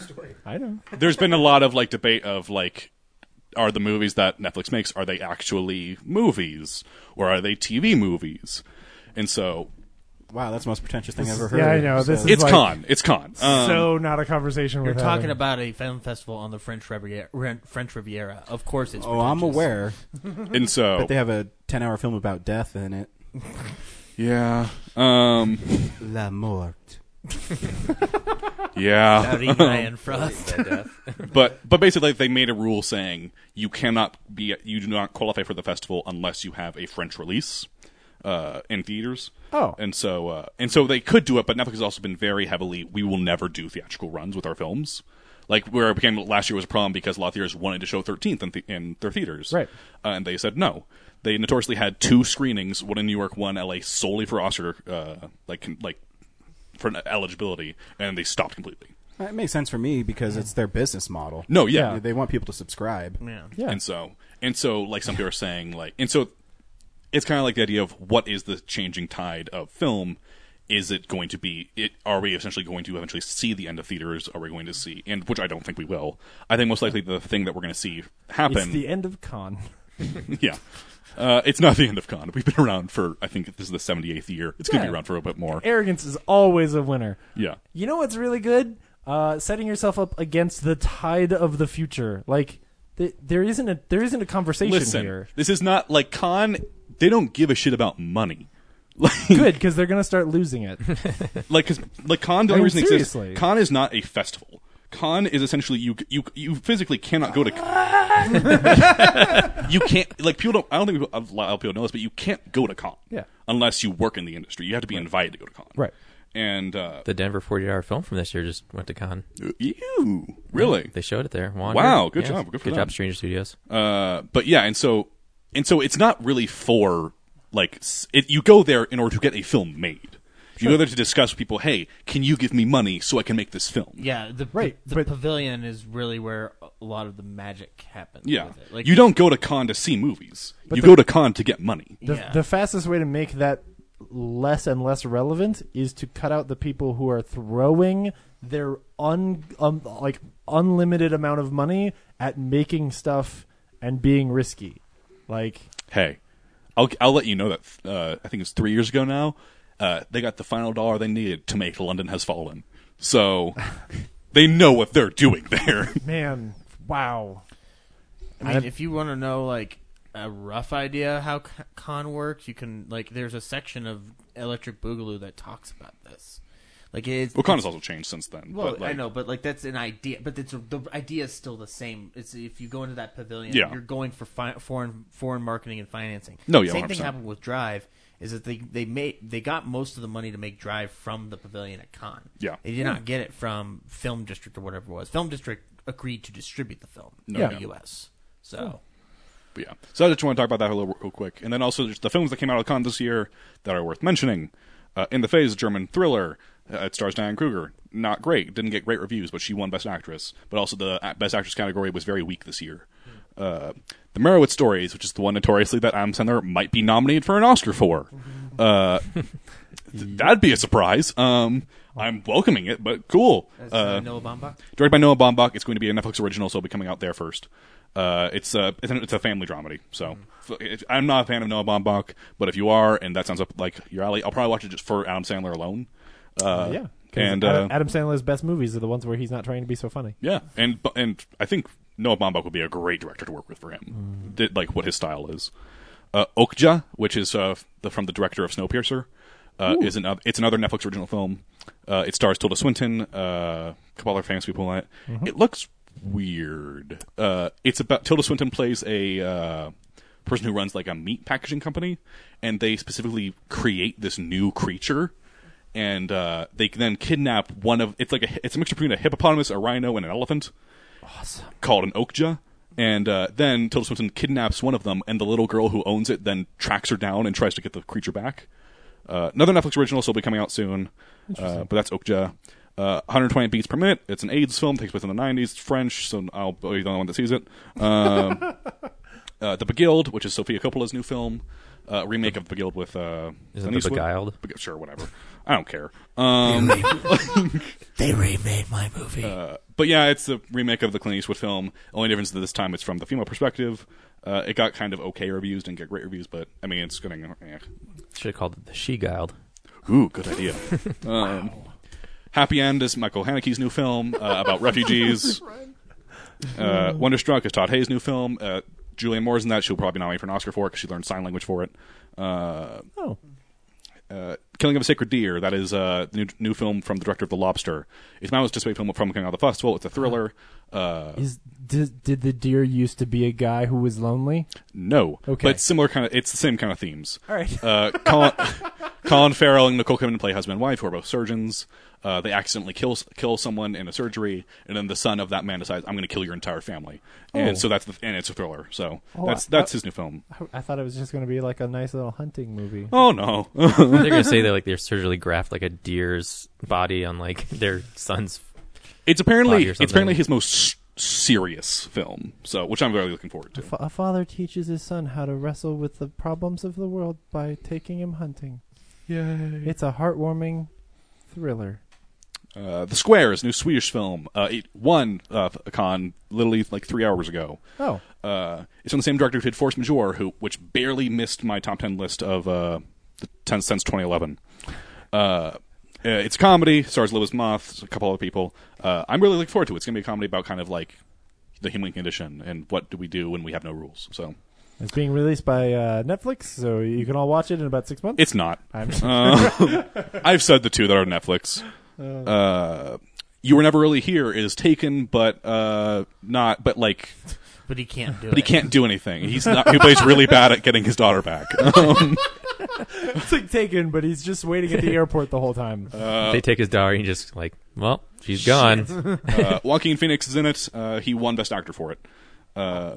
[SPEAKER 5] I know.
[SPEAKER 7] There's been a lot of like debate of like, are the movies that Netflix makes are they actually movies or are they TV movies? And so
[SPEAKER 1] Wow, that's the most pretentious thing
[SPEAKER 5] This
[SPEAKER 1] I've
[SPEAKER 5] is-
[SPEAKER 1] ever heard.
[SPEAKER 5] yeah, I know, this is
[SPEAKER 7] it's
[SPEAKER 5] like-
[SPEAKER 7] con. It's con. Um,
[SPEAKER 5] so not a conversation
[SPEAKER 6] You're
[SPEAKER 5] we're
[SPEAKER 6] talking
[SPEAKER 5] having.
[SPEAKER 6] about a film festival on the French Riviera. Ren- French Riviera. Of course, it's.
[SPEAKER 1] oh, I'm
[SPEAKER 6] pretentious. *laughs*
[SPEAKER 1] aware.
[SPEAKER 7] Um, And so-
[SPEAKER 1] but they have a ten-hour film about death in it.
[SPEAKER 7] yeah. Um,
[SPEAKER 1] La mort.
[SPEAKER 7] yeah.
[SPEAKER 6] Sorry, *laughs* Ryan Frost.
[SPEAKER 7] but but basically they made a rule saying you cannot be you do not qualify for the festival unless you have a French release uh, in theaters.
[SPEAKER 5] Oh.
[SPEAKER 7] and so uh, and so they could do it, but Netflix has also been very heavily. We will never do theatrical runs with our films. Like where it became last year was a problem because a lot of theaters wanted to show Thirteenth in, the, in their theaters,
[SPEAKER 5] Right.
[SPEAKER 7] Uh, and they said no. They notoriously had two screenings, one in New York, one LA, solely for Oscar, uh, like like for eligibility, and they stopped completely.
[SPEAKER 1] Uh, It makes sense for me because it's their business model.
[SPEAKER 7] No, uh, yeah.
[SPEAKER 1] They- They want people to subscribe.
[SPEAKER 7] And so, and so, like some people are saying, like, and so, it's kind of like the idea of what is the changing tide of film? Is it going to be? It are we essentially going to eventually see the end of theaters? Are we going to see? And which I don't think we will. I think most likely the thing that we're going to see happen.
[SPEAKER 5] It's the end of con.
[SPEAKER 7] yeah. Uh, it's not the end of con. We've been around for I think this is the seventy eighth year. It's going to
[SPEAKER 5] Yeah.
[SPEAKER 7] be around for a bit more.
[SPEAKER 5] Arrogance is always a winner.
[SPEAKER 7] Yeah.
[SPEAKER 5] You know what's really good? Uh, setting yourself up against the tide of the future. Like th- there isn't a there isn't a conversation
[SPEAKER 7] Listen,
[SPEAKER 5] here.
[SPEAKER 7] this is not like con. They don't give a shit about money. *laughs*
[SPEAKER 5] Good because they're gonna start losing it.
[SPEAKER 7] like because like con the only
[SPEAKER 5] I mean,
[SPEAKER 7] reason it exists
[SPEAKER 5] seriously.
[SPEAKER 7] con is not a festival con is essentially you you you physically cannot go to you can't like people don't i don't think people, a lot of people know this but you can't go to con
[SPEAKER 5] Yeah.
[SPEAKER 7] unless you work in the industry you have to be invited to go to con
[SPEAKER 5] Right.
[SPEAKER 7] and uh
[SPEAKER 4] *laughs* The Denver 48 Hour Film from this year just went to con.
[SPEAKER 7] you really
[SPEAKER 4] They showed it there. Wander.
[SPEAKER 7] Wow, good
[SPEAKER 4] Yeah.
[SPEAKER 7] job. Good, for
[SPEAKER 4] good
[SPEAKER 7] them.
[SPEAKER 4] job, Stranger Studios.
[SPEAKER 7] Uh, but yeah, and so and so it's not really for like s- it, you go there in order to get a film made. You go there to discuss with people. Hey, can you give me money so I can make this film?
[SPEAKER 6] *laughs* Yeah, the
[SPEAKER 5] right,
[SPEAKER 6] the pavilion is really where a lot of the magic happens.
[SPEAKER 7] Yeah,
[SPEAKER 6] with it. like
[SPEAKER 7] you don't go to con to see movies.
[SPEAKER 5] But
[SPEAKER 7] you
[SPEAKER 5] the-
[SPEAKER 7] go to con to get money.
[SPEAKER 5] The, the fastest way to make that less and less relevant is to cut out the people who are throwing their un um, like unlimited amount of money at making stuff and being risky. Like
[SPEAKER 7] Hey, I'll I'll let you know that uh, I think it's three years ago now. Uh, they got the final dollar they needed to make London Has Fallen.
[SPEAKER 6] *laughs*
[SPEAKER 7] So they know what they're doing there.
[SPEAKER 5] man, wow.
[SPEAKER 6] I mean, if you want to know like a rough idea how c- con works, you can like there's a section of Electric Boogaloo that talks about this. Like it's
[SPEAKER 7] Well, con has also changed since then,
[SPEAKER 6] Well,
[SPEAKER 7] but, like-
[SPEAKER 6] I know, but like that's an idea, but it's the idea is still the same. It's if you go into that pavilion,
[SPEAKER 7] Yeah.
[SPEAKER 6] you're going for fi- foreign foreign marketing and financing.
[SPEAKER 7] No, yeah,
[SPEAKER 6] same thing
[SPEAKER 7] 100%.
[SPEAKER 6] happened with Drive. Is that they they made they got most of the money to make Drive from the pavilion at Con.
[SPEAKER 7] Yeah.
[SPEAKER 6] they did not
[SPEAKER 7] Yeah.
[SPEAKER 6] get it from Film District or whatever it was. Film District agreed to distribute the film
[SPEAKER 7] No,
[SPEAKER 6] in
[SPEAKER 7] yeah.
[SPEAKER 6] the U.S. So
[SPEAKER 7] But yeah, so I just want to talk about that a little real quick, and then also just the films that came out of con this year that are worth mentioning. Uh, In the Phase, German thriller. Uh, it stars Diane Kruger. Not great. Didn't get great reviews, but she won Best Actress. But also the a- Best Actress category was very weak this year. Uh, the Merowitz Stories, which is the one notoriously that Adam Sandler might be nominated for an Oscar for. Uh, th- that'd be a surprise. Um, I'm welcoming it, but cool.
[SPEAKER 6] That's,
[SPEAKER 7] Uh,
[SPEAKER 6] uh, Noah Baumbach?
[SPEAKER 7] Directed by Noah Baumbach. It's going to be a Netflix original, so it'll be coming out there first. Uh, it's a it's, an, it's a family dramedy. So f-
[SPEAKER 5] Mm-hmm.
[SPEAKER 7] it, I'm not a fan of Noah Baumbach, but if you are, and that sounds up like your alley, I'll probably watch it just for Adam Sandler alone. Uh,
[SPEAKER 5] yeah. 'Cause
[SPEAKER 7] and
[SPEAKER 5] Adam,
[SPEAKER 7] uh,
[SPEAKER 5] Adam Sandler's best movies are the ones where he's not trying to be so funny.
[SPEAKER 7] yeah, and bu- and I think Noah Baumbach would be a great director to work with for him. Did, like what his style is. Uh, Okja, which is uh, the, from the director of Snowpiercer, uh,
[SPEAKER 3] Ooh.
[SPEAKER 7] is another. It's another Netflix original film. Uh, it stars Tilda Swinton, uh, a couple other famous people in it. It looks weird. Uh, it's about Tilda Swinton plays a uh, person who runs like a meat packaging company, and they specifically create this new creature. And uh, they then kidnap one of it's like a it's a mixture between a hippopotamus, a rhino, and an elephant called an Okja. And uh, then Tilda Swinton kidnaps one of them, and the little girl who owns it then tracks her down and tries to get the creature back. Uh, another Netflix original, so it'll be coming out soon. Uh,
[SPEAKER 3] Interesting.
[SPEAKER 7] but that's Okja. Uh, 120 beats per minute. It's an AIDS film. Takes place in the 90s. It's French, so I'll be the only one that sees it. Um, uh, the Beguiled, which is Sofia Coppola's new film, uh, remake of Beguiled with uh,
[SPEAKER 4] Is it
[SPEAKER 7] Clint
[SPEAKER 4] The
[SPEAKER 7] Eastwood?
[SPEAKER 4] Beguiled?
[SPEAKER 7] Begu- sure, whatever. I don't care.
[SPEAKER 4] *laughs*
[SPEAKER 7] Um,
[SPEAKER 6] They
[SPEAKER 7] *laughs*
[SPEAKER 6] remade- they remade my movie.
[SPEAKER 7] Uh, but yeah, it's a remake of the Clint Eastwood film. Only difference is this time it's from the female perspective. Uh, it got kind of okay reviews, didn't get great reviews, but I mean, it's going. Eh.
[SPEAKER 4] Should have called it the She
[SPEAKER 7] *laughs*
[SPEAKER 4] Guiled.
[SPEAKER 7] Ooh, good idea. *laughs* Um, Happy End is Michael Haneke's new film uh, about refugees. Uh, Wonderstruck is Todd Hayes' new film. Uh, Julianne Moore's in that. She'll probably nominate for an Oscar for it because she learned sign language for it. Uh,
[SPEAKER 5] oh.
[SPEAKER 7] Uh, Killing of a Sacred Deer. That is uh, the new, new film from the director of The Lobster. It's my most anticipated film from coming out of the festival. It's a thriller. Uh,
[SPEAKER 5] Is did, did the deer used to be a guy who was lonely?
[SPEAKER 7] No.
[SPEAKER 5] Okay.
[SPEAKER 7] But similar kind of, it's the same kind of themes.
[SPEAKER 5] All right.
[SPEAKER 7] Uh, Colin, *laughs* Colin Farrell and Nicole Kidman play husband and wife who are both surgeons. Uh, they accidentally kill kill someone in a surgery, and then the son of that man decides, "I'm going to kill your entire family."
[SPEAKER 5] Oh.
[SPEAKER 7] And so that's the and it's a thriller. So
[SPEAKER 5] Oh,
[SPEAKER 7] that's
[SPEAKER 5] I-
[SPEAKER 7] that's
[SPEAKER 5] I-
[SPEAKER 7] his new film.
[SPEAKER 5] I, I thought it was just going to be like a nice little hunting movie.
[SPEAKER 7] Oh, no. *laughs*
[SPEAKER 4] They're gonna say they like they're surgically graft like a deer's body on like their son's.
[SPEAKER 7] It's apparently
[SPEAKER 4] body or
[SPEAKER 7] it's
[SPEAKER 4] something.
[SPEAKER 7] apparently his most s- serious film. So which I'm very looking forward to.
[SPEAKER 5] Fa- A father teaches his son how to wrestle with the problems of the world by taking him hunting.
[SPEAKER 7] Yay.
[SPEAKER 5] It's a heartwarming thriller.
[SPEAKER 7] Uh, the Squares, new Swedish film. Uh, it won uh, a con literally like three hours ago.
[SPEAKER 5] Oh.
[SPEAKER 7] Uh, it's from the same director who did Force Majeure, who which barely missed my top ten list of uh, the ten since 2011. Uh, uh, it's a comedy, stars Lewis Moth, a couple other people. Uh, I'm really looking forward to it. It's going to be a comedy about kind of like the human condition and what do we do when we have no rules. So
[SPEAKER 5] It's being released by uh, Netflix, so you can all watch it in about six months.
[SPEAKER 7] It's not.
[SPEAKER 5] I'm
[SPEAKER 7] Uh, *laughs* I've said the two that are Netflix.
[SPEAKER 5] Oh.
[SPEAKER 7] Uh, you were never really here is taken, but uh, not. But like,
[SPEAKER 6] But he can't do
[SPEAKER 7] But he
[SPEAKER 6] it.
[SPEAKER 7] can't do anything. He's not. He plays really bad at getting his daughter back. Um,
[SPEAKER 5] it's like Taken, but he's just waiting *laughs* at the airport the whole time.
[SPEAKER 7] Uh,
[SPEAKER 4] they take his daughter and just like, well, she's gone.
[SPEAKER 7] *laughs* uh, Joaquin Phoenix is in it. Uh, he won Best Actor for it. Uh,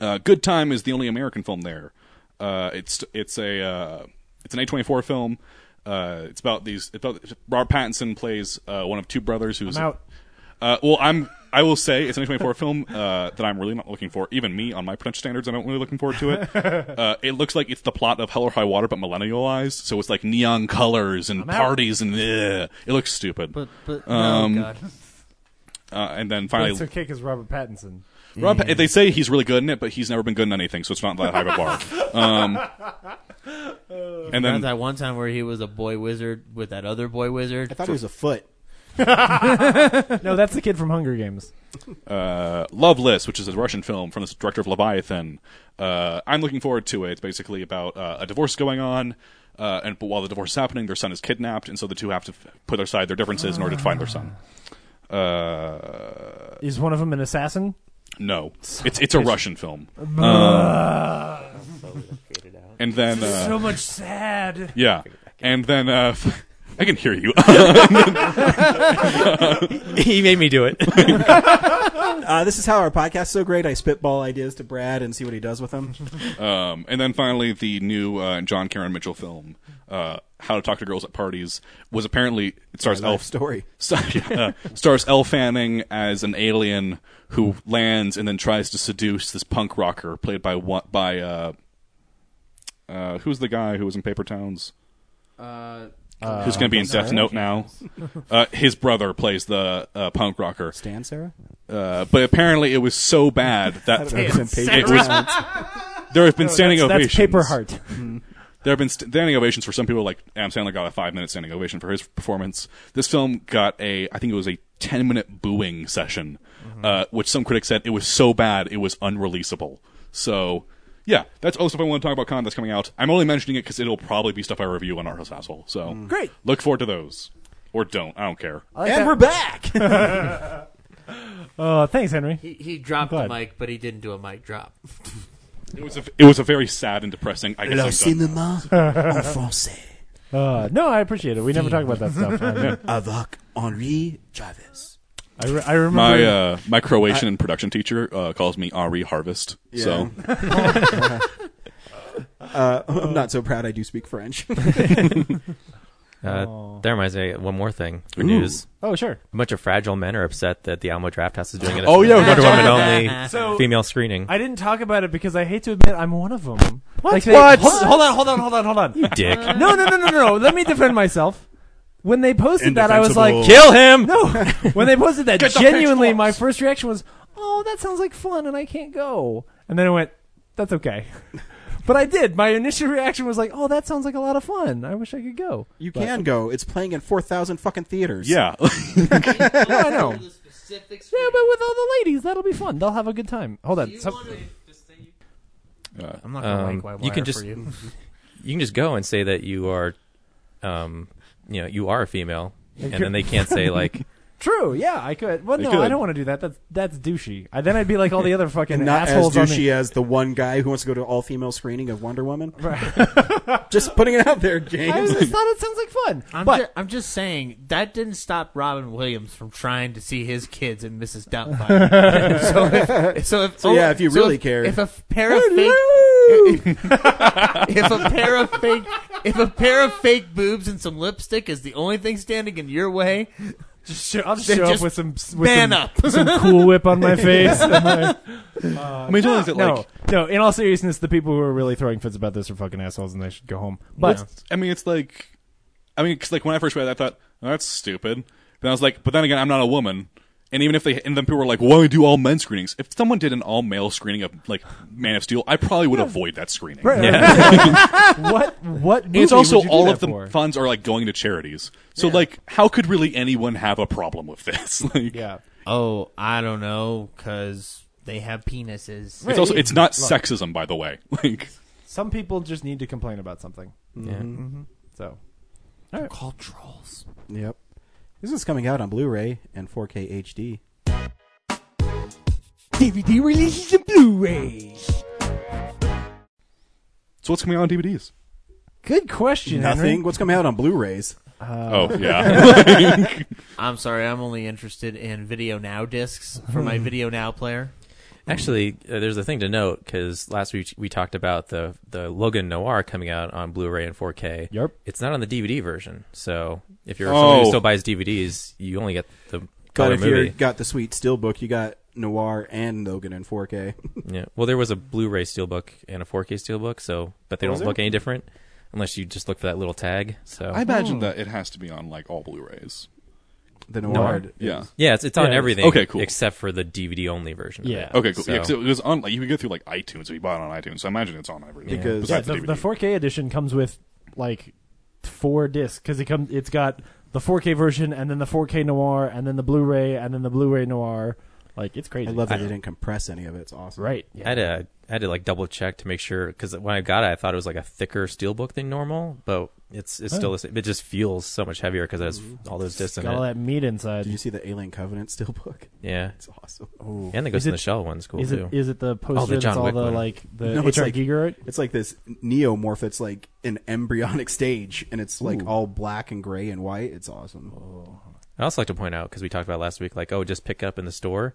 [SPEAKER 7] uh, Good Time is the only American film there. Uh, it's it's a uh, it's an A twenty four film. Uh, it's about these. It's about, Robert Pattinson plays uh, one of two brothers who's
[SPEAKER 5] I'm out.
[SPEAKER 7] Uh, well, I'm. I will say it's an A24 film uh, that I'm really not looking for. Even me, on my production standards, I'm not really looking forward to it. Uh, it looks like it's the plot of Hell or High Water, but millennialized. So it's like neon colors and
[SPEAKER 6] I'm out.
[SPEAKER 7] parties and ugh. it looks stupid. But,
[SPEAKER 6] but- oh,
[SPEAKER 7] um,
[SPEAKER 6] God.
[SPEAKER 7] Uh, and then finally,
[SPEAKER 5] it's okay because Robert Pattinson.
[SPEAKER 7] Rob, Pa- they say he's really good in it, but he's never been good in anything, so it's not that high of a bar. Um, and
[SPEAKER 6] Remember
[SPEAKER 7] then
[SPEAKER 6] that one time where he was a boy wizard with that other boy wizard. I
[SPEAKER 1] thought he was a foot.
[SPEAKER 5] no, that's the kid from Hunger Games.
[SPEAKER 7] uh, Loveless, which is a Russian film from the director of Leviathan. Uh, I'm looking forward to it. It's basically about uh, a divorce going on, uh, and but while the divorce is happening, their son is kidnapped, and so the two have to f- put aside their differences in order to find their son. Uh,
[SPEAKER 5] Is one of them an assassin?
[SPEAKER 7] no, it's it's a Russian film. Um, and then uh,
[SPEAKER 5] So much sad.
[SPEAKER 7] Yeah, and then uh, *laughs* I can hear you. *laughs*
[SPEAKER 4] he made me do it.
[SPEAKER 1] uh, this is how our podcast's so great. I spitball ideas to Brad and see what he does with them. *laughs*
[SPEAKER 7] Um, and then finally, the new uh, John Karen Mitchell film, uh, How to Talk to Girls at Parties, was apparently it stars
[SPEAKER 1] My life
[SPEAKER 7] Elle
[SPEAKER 1] story.
[SPEAKER 7] Star- yeah, *laughs* uh, stars Elle Fanning as an alien who lands and then tries to seduce this punk rocker played by what by uh, uh, who's the guy who was in Paper Towns?
[SPEAKER 19] Uh,
[SPEAKER 7] Who's going to be in Death Note now? Uh, his brother plays the uh, punk rocker.
[SPEAKER 1] Stan Sarah?
[SPEAKER 7] Uh, but apparently it was so bad
[SPEAKER 1] *laughs*
[SPEAKER 7] that
[SPEAKER 1] I don't know if it's in Paper
[SPEAKER 7] it was-
[SPEAKER 1] Towns.
[SPEAKER 7] there have been
[SPEAKER 1] No,
[SPEAKER 7] standing
[SPEAKER 1] that's- that's
[SPEAKER 7] ovations.
[SPEAKER 1] Paper Heart.
[SPEAKER 7] There have been st- standing ovations for some people. Like Adam Sandler got a five-minute standing ovation for his performance. This film got a, I think it was a ten-minute booing session,
[SPEAKER 5] Mm-hmm.
[SPEAKER 7] uh, which some critics said it was so bad it was unreleasable. So, yeah, that's all the stuff I want to talk about. Con that's coming out. I'm only mentioning it because it'll probably be stuff I review on Arthouse Asshole. So
[SPEAKER 5] Mm. Great.
[SPEAKER 7] Look forward to those, or don't. I don't care.
[SPEAKER 5] and we're
[SPEAKER 1] back.
[SPEAKER 5] uh, thanks, Henry.
[SPEAKER 6] He, he dropped
[SPEAKER 5] I'm
[SPEAKER 6] the
[SPEAKER 5] glad.
[SPEAKER 6] mic, but he didn't do a mic drop.
[SPEAKER 7] It was a, it was a very sad and depressing. I guess
[SPEAKER 5] Le
[SPEAKER 7] I'm done
[SPEAKER 5] cinéma
[SPEAKER 7] now.
[SPEAKER 5] en français. Uh, no, I appreciate it. We never talk about that stuff. I, mean,
[SPEAKER 19] Avec Henri Chavez.
[SPEAKER 5] I, re- I remember
[SPEAKER 7] My uh, my Croatian production teacher uh, calls me Ari Harvest. So
[SPEAKER 1] Yeah. uh, I'm not so proud I do speak French. *laughs*
[SPEAKER 4] Uh, That reminds me of one more thing for
[SPEAKER 1] Ooh.
[SPEAKER 4] news.
[SPEAKER 5] Oh, sure.
[SPEAKER 4] A bunch of fragile men are upset that the Alamo Draft House is doing it.
[SPEAKER 5] Oh, yeah, we
[SPEAKER 4] Wonder
[SPEAKER 5] talked
[SPEAKER 4] Woman
[SPEAKER 5] about
[SPEAKER 4] only
[SPEAKER 5] that. *laughs* So-
[SPEAKER 4] female screening.
[SPEAKER 5] I didn't talk about it because I hate to admit I'm one of them.
[SPEAKER 4] What?
[SPEAKER 5] Like they-
[SPEAKER 4] What?
[SPEAKER 5] Hold, hold on, hold on, hold on, hold on.
[SPEAKER 4] *laughs*
[SPEAKER 5] You *laughs*
[SPEAKER 4] dick. *laughs*
[SPEAKER 5] No, no, no, no, no, no. Let me defend myself. When they posted that, I was like,
[SPEAKER 4] Kill him!
[SPEAKER 5] No. When they posted that,
[SPEAKER 4] Get the
[SPEAKER 5] genuinely, my first reaction was, "Oh, that sounds like fun," and I can't go. And then I went, "That's okay." *laughs* But I did. My initial reaction was like, "Oh, that sounds like a lot of fun. I wish I could go."
[SPEAKER 1] You
[SPEAKER 5] But-
[SPEAKER 1] can go. It's playing in 4,000 fucking theaters.
[SPEAKER 7] Yeah. *laughs*
[SPEAKER 5] No, I know. Yeah, but with all the ladies, that'll be fun. They'll have a good time. Hold on. Some- Um,
[SPEAKER 6] I'm not gonna like why
[SPEAKER 4] you
[SPEAKER 6] wire
[SPEAKER 4] can just
[SPEAKER 6] for you.
[SPEAKER 4] you can just go and say
[SPEAKER 5] *laughs*
[SPEAKER 4] that you are, um, you know, you are a female, and then they can't say like
[SPEAKER 5] *laughs* True. Yeah, I could. Well,
[SPEAKER 1] You
[SPEAKER 5] no, I
[SPEAKER 1] could.
[SPEAKER 5] don't want to do that. That's that's douchey. I, then I'd be like all the other fucking
[SPEAKER 1] And not as
[SPEAKER 5] assholes on the-
[SPEAKER 1] douchey as the one guy who wants to go to all female screening of Wonder Woman. Just putting it out there,
[SPEAKER 5] I
[SPEAKER 1] James.
[SPEAKER 5] just thought it sounds like fun.
[SPEAKER 6] I'm,
[SPEAKER 5] but
[SPEAKER 6] ju- I'm just saying that didn't stop Robin Williams from trying to see his kids and Mrs.
[SPEAKER 5] *laughs*
[SPEAKER 6] Doubtfire. so, if, so, if,
[SPEAKER 1] So, yeah, if you
[SPEAKER 6] so
[SPEAKER 1] really
[SPEAKER 6] if-
[SPEAKER 1] cared.
[SPEAKER 6] if a f- pair of
[SPEAKER 5] *laughs*
[SPEAKER 6] fake, if a pair of fake, if a pair of fake boobs and some lipstick is the only thing standing in your way,
[SPEAKER 5] just show, I'll just
[SPEAKER 6] then
[SPEAKER 5] show up with some with
[SPEAKER 6] man
[SPEAKER 5] some,
[SPEAKER 6] up,
[SPEAKER 5] *laughs* some cool whip on my
[SPEAKER 6] *laughs*
[SPEAKER 5] face. and my-
[SPEAKER 6] I
[SPEAKER 7] mean, as long
[SPEAKER 5] no,
[SPEAKER 7] as it,
[SPEAKER 5] no,
[SPEAKER 7] like-
[SPEAKER 5] no. In all seriousness, the people who are really throwing fits about this are fucking assholes, and they should go home. But
[SPEAKER 7] But
[SPEAKER 5] *laughs*
[SPEAKER 7] I mean, it's like, I mean, 'cause, like when I first read, it, I thought oh, that's stupid. Then I was like, but then again, I'm not a woman. And even if they, and then people were like, "Why do all men screenings?" If someone did an all male screening of like Man of Steel, I probably would avoid that screening.
[SPEAKER 5] Right. what what?
[SPEAKER 7] And
[SPEAKER 5] Movie
[SPEAKER 7] it's also
[SPEAKER 5] would you do
[SPEAKER 7] all
[SPEAKER 5] that
[SPEAKER 7] of the
[SPEAKER 5] for?
[SPEAKER 7] funds are like going to charities. So like, how could really anyone have a problem with this? *laughs* like,
[SPEAKER 5] yeah.
[SPEAKER 6] Oh, I don't know, because they have penises.
[SPEAKER 7] It's also it's not
[SPEAKER 5] Look.
[SPEAKER 7] sexism, by the way. *laughs* Like,
[SPEAKER 5] Some people just need to complain about something.
[SPEAKER 1] Yeah.
[SPEAKER 5] Mhm. So, all right.
[SPEAKER 6] called trolls.
[SPEAKER 1] Yep. This is coming out on Blu-ray and 4K HD.
[SPEAKER 20] DVD releases and Blu-rays.
[SPEAKER 7] so what's coming out on DVDs?
[SPEAKER 5] Good question.
[SPEAKER 1] Nothing.
[SPEAKER 5] Henry.
[SPEAKER 1] What's coming out on Blu-rays?
[SPEAKER 7] Oh, *laughs* yeah.
[SPEAKER 6] I'm sorry, I'm only interested in Video Now discs for my Video Now player.
[SPEAKER 4] Actually, uh, there's a thing to note because last week we talked about the the Logan Noir coming out on Blu-ray and 4K.
[SPEAKER 5] Yep.
[SPEAKER 4] It's not on the DVD version, so if you're
[SPEAKER 1] Oh.
[SPEAKER 4] somebody who still buys DVDs, you only get the
[SPEAKER 1] But
[SPEAKER 4] color
[SPEAKER 1] if you
[SPEAKER 4] movie.
[SPEAKER 1] got the sweet steelbook, you got Noir and Logan in 4K.
[SPEAKER 4] Yeah. Well, there was a Blu-ray steelbook and a 4K steelbook, so but they
[SPEAKER 1] Was
[SPEAKER 4] don't
[SPEAKER 1] there?
[SPEAKER 4] look any different unless you just look for that little tag. So
[SPEAKER 7] I imagine that it has to be on like all Blu-rays.
[SPEAKER 1] The
[SPEAKER 4] Noir.
[SPEAKER 7] yeah,
[SPEAKER 4] Yeah, it's it's on
[SPEAKER 7] Yeah.
[SPEAKER 4] everything.
[SPEAKER 7] Okay, cool.
[SPEAKER 4] Except for the DVD only version. of
[SPEAKER 5] Yeah.
[SPEAKER 4] it.
[SPEAKER 7] Okay, cool. Yeah,
[SPEAKER 4] So-
[SPEAKER 7] 'cause it was on. Like, you could go through like iTunes if you bought it on iTunes. So I imagine it's on everything.
[SPEAKER 1] Because-
[SPEAKER 5] Yeah,
[SPEAKER 7] besides
[SPEAKER 5] the,
[SPEAKER 7] the,
[SPEAKER 5] the
[SPEAKER 7] DVD.
[SPEAKER 5] 4K edition comes with like four discs because it comes. It's got the 4K version, and then the 4K Noir, and then the Blu-ray, and then the Blu-ray Noir. Like it's crazy.
[SPEAKER 1] I love that they didn't compress any of it. It's awesome.
[SPEAKER 5] Right.
[SPEAKER 4] I had to I had to like double check to make sure because when I got it, I thought it was like a thicker steelbook than normal, but it's it's
[SPEAKER 5] Oh.
[SPEAKER 4] still the same. It just feels so much heavier because it has all those discs in
[SPEAKER 5] Got all
[SPEAKER 4] it.
[SPEAKER 5] that meat inside.
[SPEAKER 1] Did you see the Alien Covenant *laughs* steelbook?
[SPEAKER 4] Yeah,
[SPEAKER 1] It's awesome.
[SPEAKER 5] Ooh.
[SPEAKER 4] and the
[SPEAKER 5] Is
[SPEAKER 4] Ghost in
[SPEAKER 5] it-
[SPEAKER 4] the Shell one's cool
[SPEAKER 5] is
[SPEAKER 4] too.
[SPEAKER 5] it- is it the poster
[SPEAKER 4] Oh, the
[SPEAKER 5] that's
[SPEAKER 4] John
[SPEAKER 5] all
[SPEAKER 4] Wick
[SPEAKER 5] the,
[SPEAKER 4] one.
[SPEAKER 5] like, the
[SPEAKER 1] it's
[SPEAKER 5] H.R.
[SPEAKER 1] like,
[SPEAKER 5] Gigerite?
[SPEAKER 1] It's like this neomorph that's like an embryonic stage, and it's like
[SPEAKER 4] Ooh.
[SPEAKER 1] all black and gray and white. It's awesome.
[SPEAKER 4] I also like to point out because we talked about last week, like oh, just pick up in the store.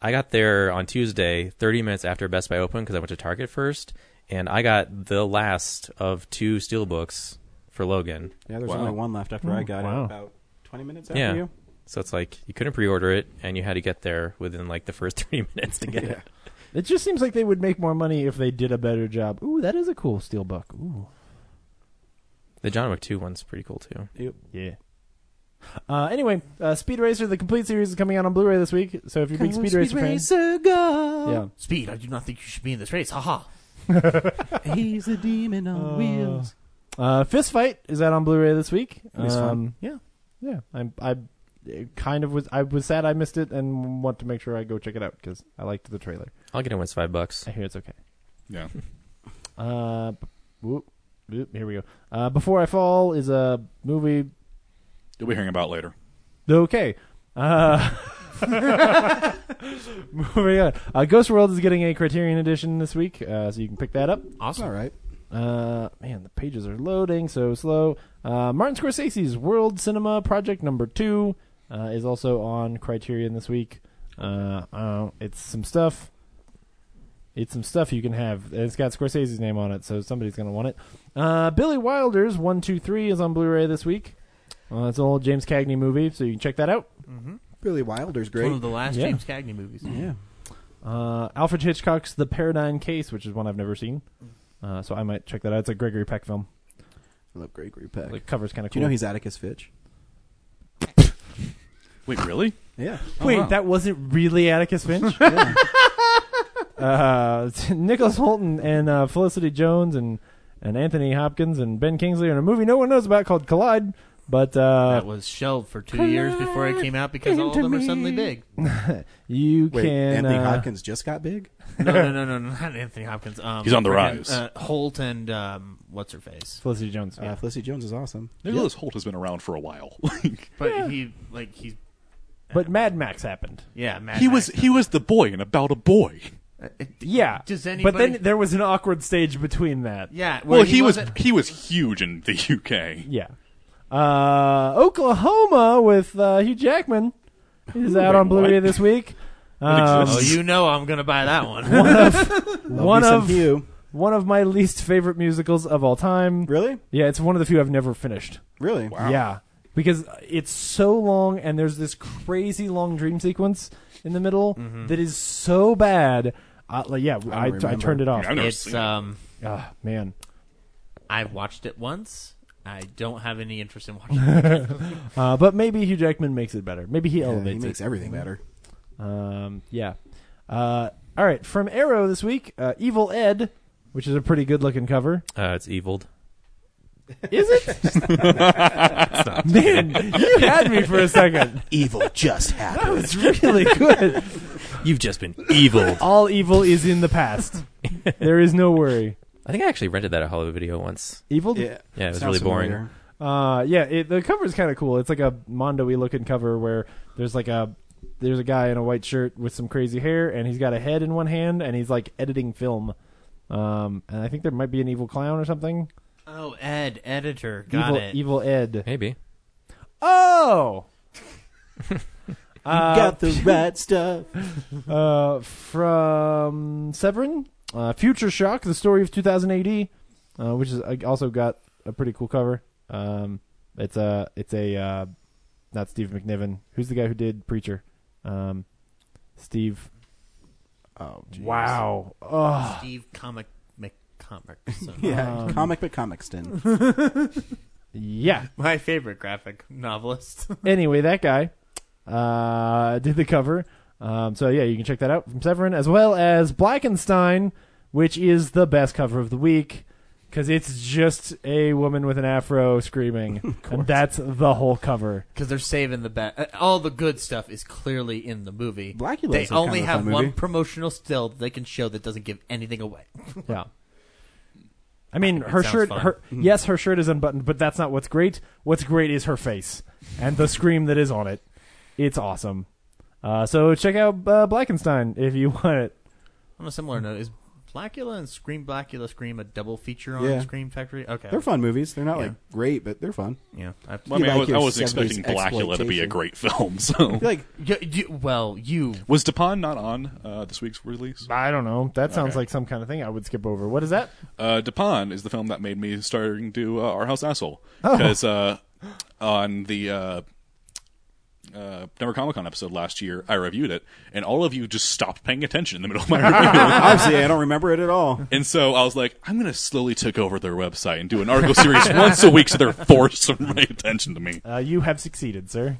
[SPEAKER 4] I got there on Tuesday, 30 minutes after Best Buy opened because I went to Target first, and I got the last of two steelbooks for Logan.
[SPEAKER 1] Yeah, there's only one left after I got it about 20 minutes after
[SPEAKER 4] yeah.
[SPEAKER 1] you.
[SPEAKER 4] So it's like you couldn't pre-order it, and you had to get there within like the first *laughs* three minutes to get it.
[SPEAKER 5] It just seems like they would make more money if they did a better job. Ooh, that is a cool steelbook. Ooh.
[SPEAKER 4] The John Wick Two one's pretty cool too.
[SPEAKER 1] Yep.
[SPEAKER 5] Yeah. Uh, anyway, uh, Speed Racer, the complete series, is coming out on Blu-ray this week. So if you're a big Speed Racer fan,
[SPEAKER 1] go.
[SPEAKER 5] Yeah.
[SPEAKER 6] Speed, I do not think you should be in this race. Haha.
[SPEAKER 1] He's a demon on wheels.
[SPEAKER 5] Uh, Fist Fight is out on Blu-ray this week. Um,
[SPEAKER 1] It was fun.
[SPEAKER 5] Yeah, yeah. I I it kind of was. I was sad I missed it, and want to make sure I go check it out because I liked the trailer.
[SPEAKER 4] I'll get it when it's five bucks.
[SPEAKER 5] I hear it's okay.
[SPEAKER 1] *laughs*
[SPEAKER 7] Yeah.
[SPEAKER 5] Uh, b- whoop, whoop, here we go. Uh, Before I Fall is a movie.
[SPEAKER 7] You'll be hearing about later.
[SPEAKER 5] Okay. Uh, *laughs* moving on. Uh, Ghost World is getting a Criterion edition this week, uh, so you can pick that up.
[SPEAKER 6] Awesome.
[SPEAKER 1] All right.
[SPEAKER 5] Uh, man, the pages are loading so slow. Uh, Martin Scorsese's World Cinema Project Number Two uh, is also on Criterion this week. Uh, I don't know, it's some stuff. It's some stuff you can have. It's got Scorsese's name on it, so somebody's gonna want it. Uh, Billy Wilder's One Two Three is on Blu-ray this week. Uh, it's an old James Cagney movie, so you can check that out.
[SPEAKER 1] Billy Wilder's
[SPEAKER 6] It's
[SPEAKER 1] great.
[SPEAKER 6] one of the last
[SPEAKER 5] Yeah.
[SPEAKER 6] James Cagney movies.
[SPEAKER 1] Yeah.
[SPEAKER 5] Uh, Alfred Hitchcock's The Paradigm Case, which is one I've never seen,
[SPEAKER 1] Mm.
[SPEAKER 5] uh, so I might check that out. It's a Gregory Peck film.
[SPEAKER 1] I love Gregory Peck.
[SPEAKER 5] The cover's kind of
[SPEAKER 1] Do
[SPEAKER 5] cool.
[SPEAKER 1] you know he's Atticus Fitch?
[SPEAKER 7] Wait, *laughs* really?
[SPEAKER 1] Yeah.
[SPEAKER 5] Wait, that wasn't really Atticus Finch?
[SPEAKER 1] *laughs*
[SPEAKER 5] *laughs* uh, *laughs* Nicholas Holton and uh, Felicity Jones and, and Anthony Hopkins and Ben Kingsley are in a movie no one knows about called Collide. But uh,
[SPEAKER 6] That was shelved for two years before it came out because all of
[SPEAKER 5] into
[SPEAKER 6] them are suddenly
[SPEAKER 5] me.
[SPEAKER 6] big.
[SPEAKER 5] you
[SPEAKER 1] Wait,
[SPEAKER 5] can.
[SPEAKER 1] Anthony
[SPEAKER 5] uh,
[SPEAKER 1] Hopkins just got big?
[SPEAKER 6] No, no, no, no, no, not Anthony Hopkins. Um,
[SPEAKER 7] He's on the
[SPEAKER 6] freaking,
[SPEAKER 7] rise.
[SPEAKER 6] Uh, Holt and um, what's her face?
[SPEAKER 5] Felicity
[SPEAKER 1] Uh,
[SPEAKER 5] Jones.
[SPEAKER 1] Yeah, Felicity Jones is awesome.
[SPEAKER 7] *laughs* Nicholas Holt has been around for a while.
[SPEAKER 6] But he like he's
[SPEAKER 5] But Mad Max happened.
[SPEAKER 6] Yeah, Mad
[SPEAKER 7] he was he was the boy in about a boy.
[SPEAKER 5] Yeah.
[SPEAKER 6] Does
[SPEAKER 5] But
[SPEAKER 6] anybody-
[SPEAKER 5] then there was an awkward stage between that.
[SPEAKER 6] Yeah,
[SPEAKER 7] well, he, was he was huge in the UK.
[SPEAKER 5] Yeah. Uh, Oklahoma with uh, Hugh Jackman is
[SPEAKER 6] Ooh,
[SPEAKER 5] out
[SPEAKER 6] wait,
[SPEAKER 5] on Blu-ray
[SPEAKER 6] what?
[SPEAKER 5] this week.
[SPEAKER 6] oh, you know I'm gonna buy that one.
[SPEAKER 5] one of
[SPEAKER 6] me
[SPEAKER 5] one
[SPEAKER 6] some
[SPEAKER 5] of one of my least favorite musicals of all time.
[SPEAKER 1] Really?
[SPEAKER 5] Yeah, it's one of the few I've never finished.
[SPEAKER 1] Really? Wow.
[SPEAKER 5] Yeah, because it's so long, and there's this crazy long dream sequence in the middle
[SPEAKER 6] Mm-hmm.
[SPEAKER 5] that is so bad. Uh, like, yeah, I, I,
[SPEAKER 6] remember.
[SPEAKER 5] turned it off.
[SPEAKER 6] it's um,
[SPEAKER 5] Ah, man.
[SPEAKER 6] I watched it once. I don't have any interest in watching it.
[SPEAKER 5] uh, but maybe Hugh Jackman makes it better. Maybe he
[SPEAKER 6] Yeah, he
[SPEAKER 5] elevates.
[SPEAKER 6] makes
[SPEAKER 5] it.
[SPEAKER 6] everything better.
[SPEAKER 5] Um, yeah. Uh, all right. From Arrow this week, uh, Evil Ed, which is a pretty good looking cover.
[SPEAKER 4] Uh, it's eviled.
[SPEAKER 5] Is
[SPEAKER 4] *laughs*
[SPEAKER 5] it? Man, you had me for a second.
[SPEAKER 4] Evil just happened.
[SPEAKER 5] *laughs* That was really good.
[SPEAKER 4] You've just been evil.
[SPEAKER 5] All evil is in the past. there is no worry.
[SPEAKER 4] I think I actually rented that at Hollywood Video once.
[SPEAKER 5] Evil?
[SPEAKER 4] Yeah, it was really boring.
[SPEAKER 5] Uh, yeah, it, the cover is kind of cool. It's like a Mondo-y looking cover where there's like a there's a guy in a white shirt with some crazy hair, and he's got a head in one hand, and he's like editing film. Um, and I think there might be an evil clown or something.
[SPEAKER 6] oh, Ed, editor, got
[SPEAKER 5] evil,
[SPEAKER 6] it.
[SPEAKER 5] evil Ed.
[SPEAKER 4] Maybe.
[SPEAKER 5] *laughs* Oh. Uh,
[SPEAKER 1] got the right stuff.
[SPEAKER 5] uh, from Severin, uh, Future Shock: The Story of 2000 AD, uh, which is uh, also got a pretty cool cover. Um, it's a it's a uh, not Steve McNiven. Who's the guy who did Preacher? Um, Steve. Oh wow! Ugh. Um,
[SPEAKER 6] Steve Comic McComic. so-
[SPEAKER 1] Yeah, comic but comicston.
[SPEAKER 5] yeah.
[SPEAKER 6] *laughs* My favorite graphic novelist. *laughs*
[SPEAKER 5] anyway, that guy uh, did the cover. Um, so yeah, you can check that out from Severin as well as Blackenstein, which is the best cover of the week because it's just a woman with an afro
[SPEAKER 6] *laughs*
[SPEAKER 5] screaming, and that's the whole cover.
[SPEAKER 6] Because they're saving the best. Uh, All the good stuff is clearly in the movie.
[SPEAKER 1] Blackula
[SPEAKER 6] they
[SPEAKER 1] is a kind
[SPEAKER 6] only
[SPEAKER 1] of a
[SPEAKER 6] have
[SPEAKER 1] fun
[SPEAKER 6] one
[SPEAKER 1] movie.
[SPEAKER 6] promotional still that they can show that doesn't give anything away.
[SPEAKER 5] Yeah. I mean,
[SPEAKER 6] That
[SPEAKER 5] her
[SPEAKER 6] sounds
[SPEAKER 5] shirt.
[SPEAKER 6] fun. Hmm.
[SPEAKER 5] Her yes, her shirt is unbuttoned, but that's not what's great. What's great is her face and the scream that is on it. It's awesome. Uh, so check out uh, Blackenstein if you *laughs* want it.
[SPEAKER 6] On a similar note, is Blackula and Scream Blackula Scream a double feature on
[SPEAKER 1] Yeah.
[SPEAKER 6] Scream Factory? Okay,
[SPEAKER 1] They're fun movies. They're not
[SPEAKER 6] Yeah.
[SPEAKER 1] like great, but they're fun.
[SPEAKER 6] Yeah, I-
[SPEAKER 7] Well, I mean,
[SPEAKER 1] You
[SPEAKER 7] I,
[SPEAKER 1] like
[SPEAKER 7] was,
[SPEAKER 1] your
[SPEAKER 7] I wasn't
[SPEAKER 1] 70s
[SPEAKER 7] expecting Blackula to be a
[SPEAKER 1] exploitation.
[SPEAKER 7] great film. *laughs* So,
[SPEAKER 1] *laughs* like,
[SPEAKER 6] Y- y- well, you
[SPEAKER 7] was Dupin not on uh, this week's release?
[SPEAKER 5] I don't know. That sounds
[SPEAKER 7] Okay.
[SPEAKER 5] like some kind of thing I would skip over. What is that?
[SPEAKER 7] Uh, Dupin is the film that made me starting to uh, Our House Asshole
[SPEAKER 5] Oh.
[SPEAKER 7] because uh, on the uh, uh, Denver Comic Con episode last year, I reviewed it, and all of you just stopped paying attention in the middle of
[SPEAKER 1] *laughs*
[SPEAKER 7] my review.
[SPEAKER 1] Obviously, I don't remember it at all.
[SPEAKER 7] And so I was like, I'm going to slowly take over their website and do an article series once a week so they're forced to pay attention to me.
[SPEAKER 5] Uh, you have succeeded, sir.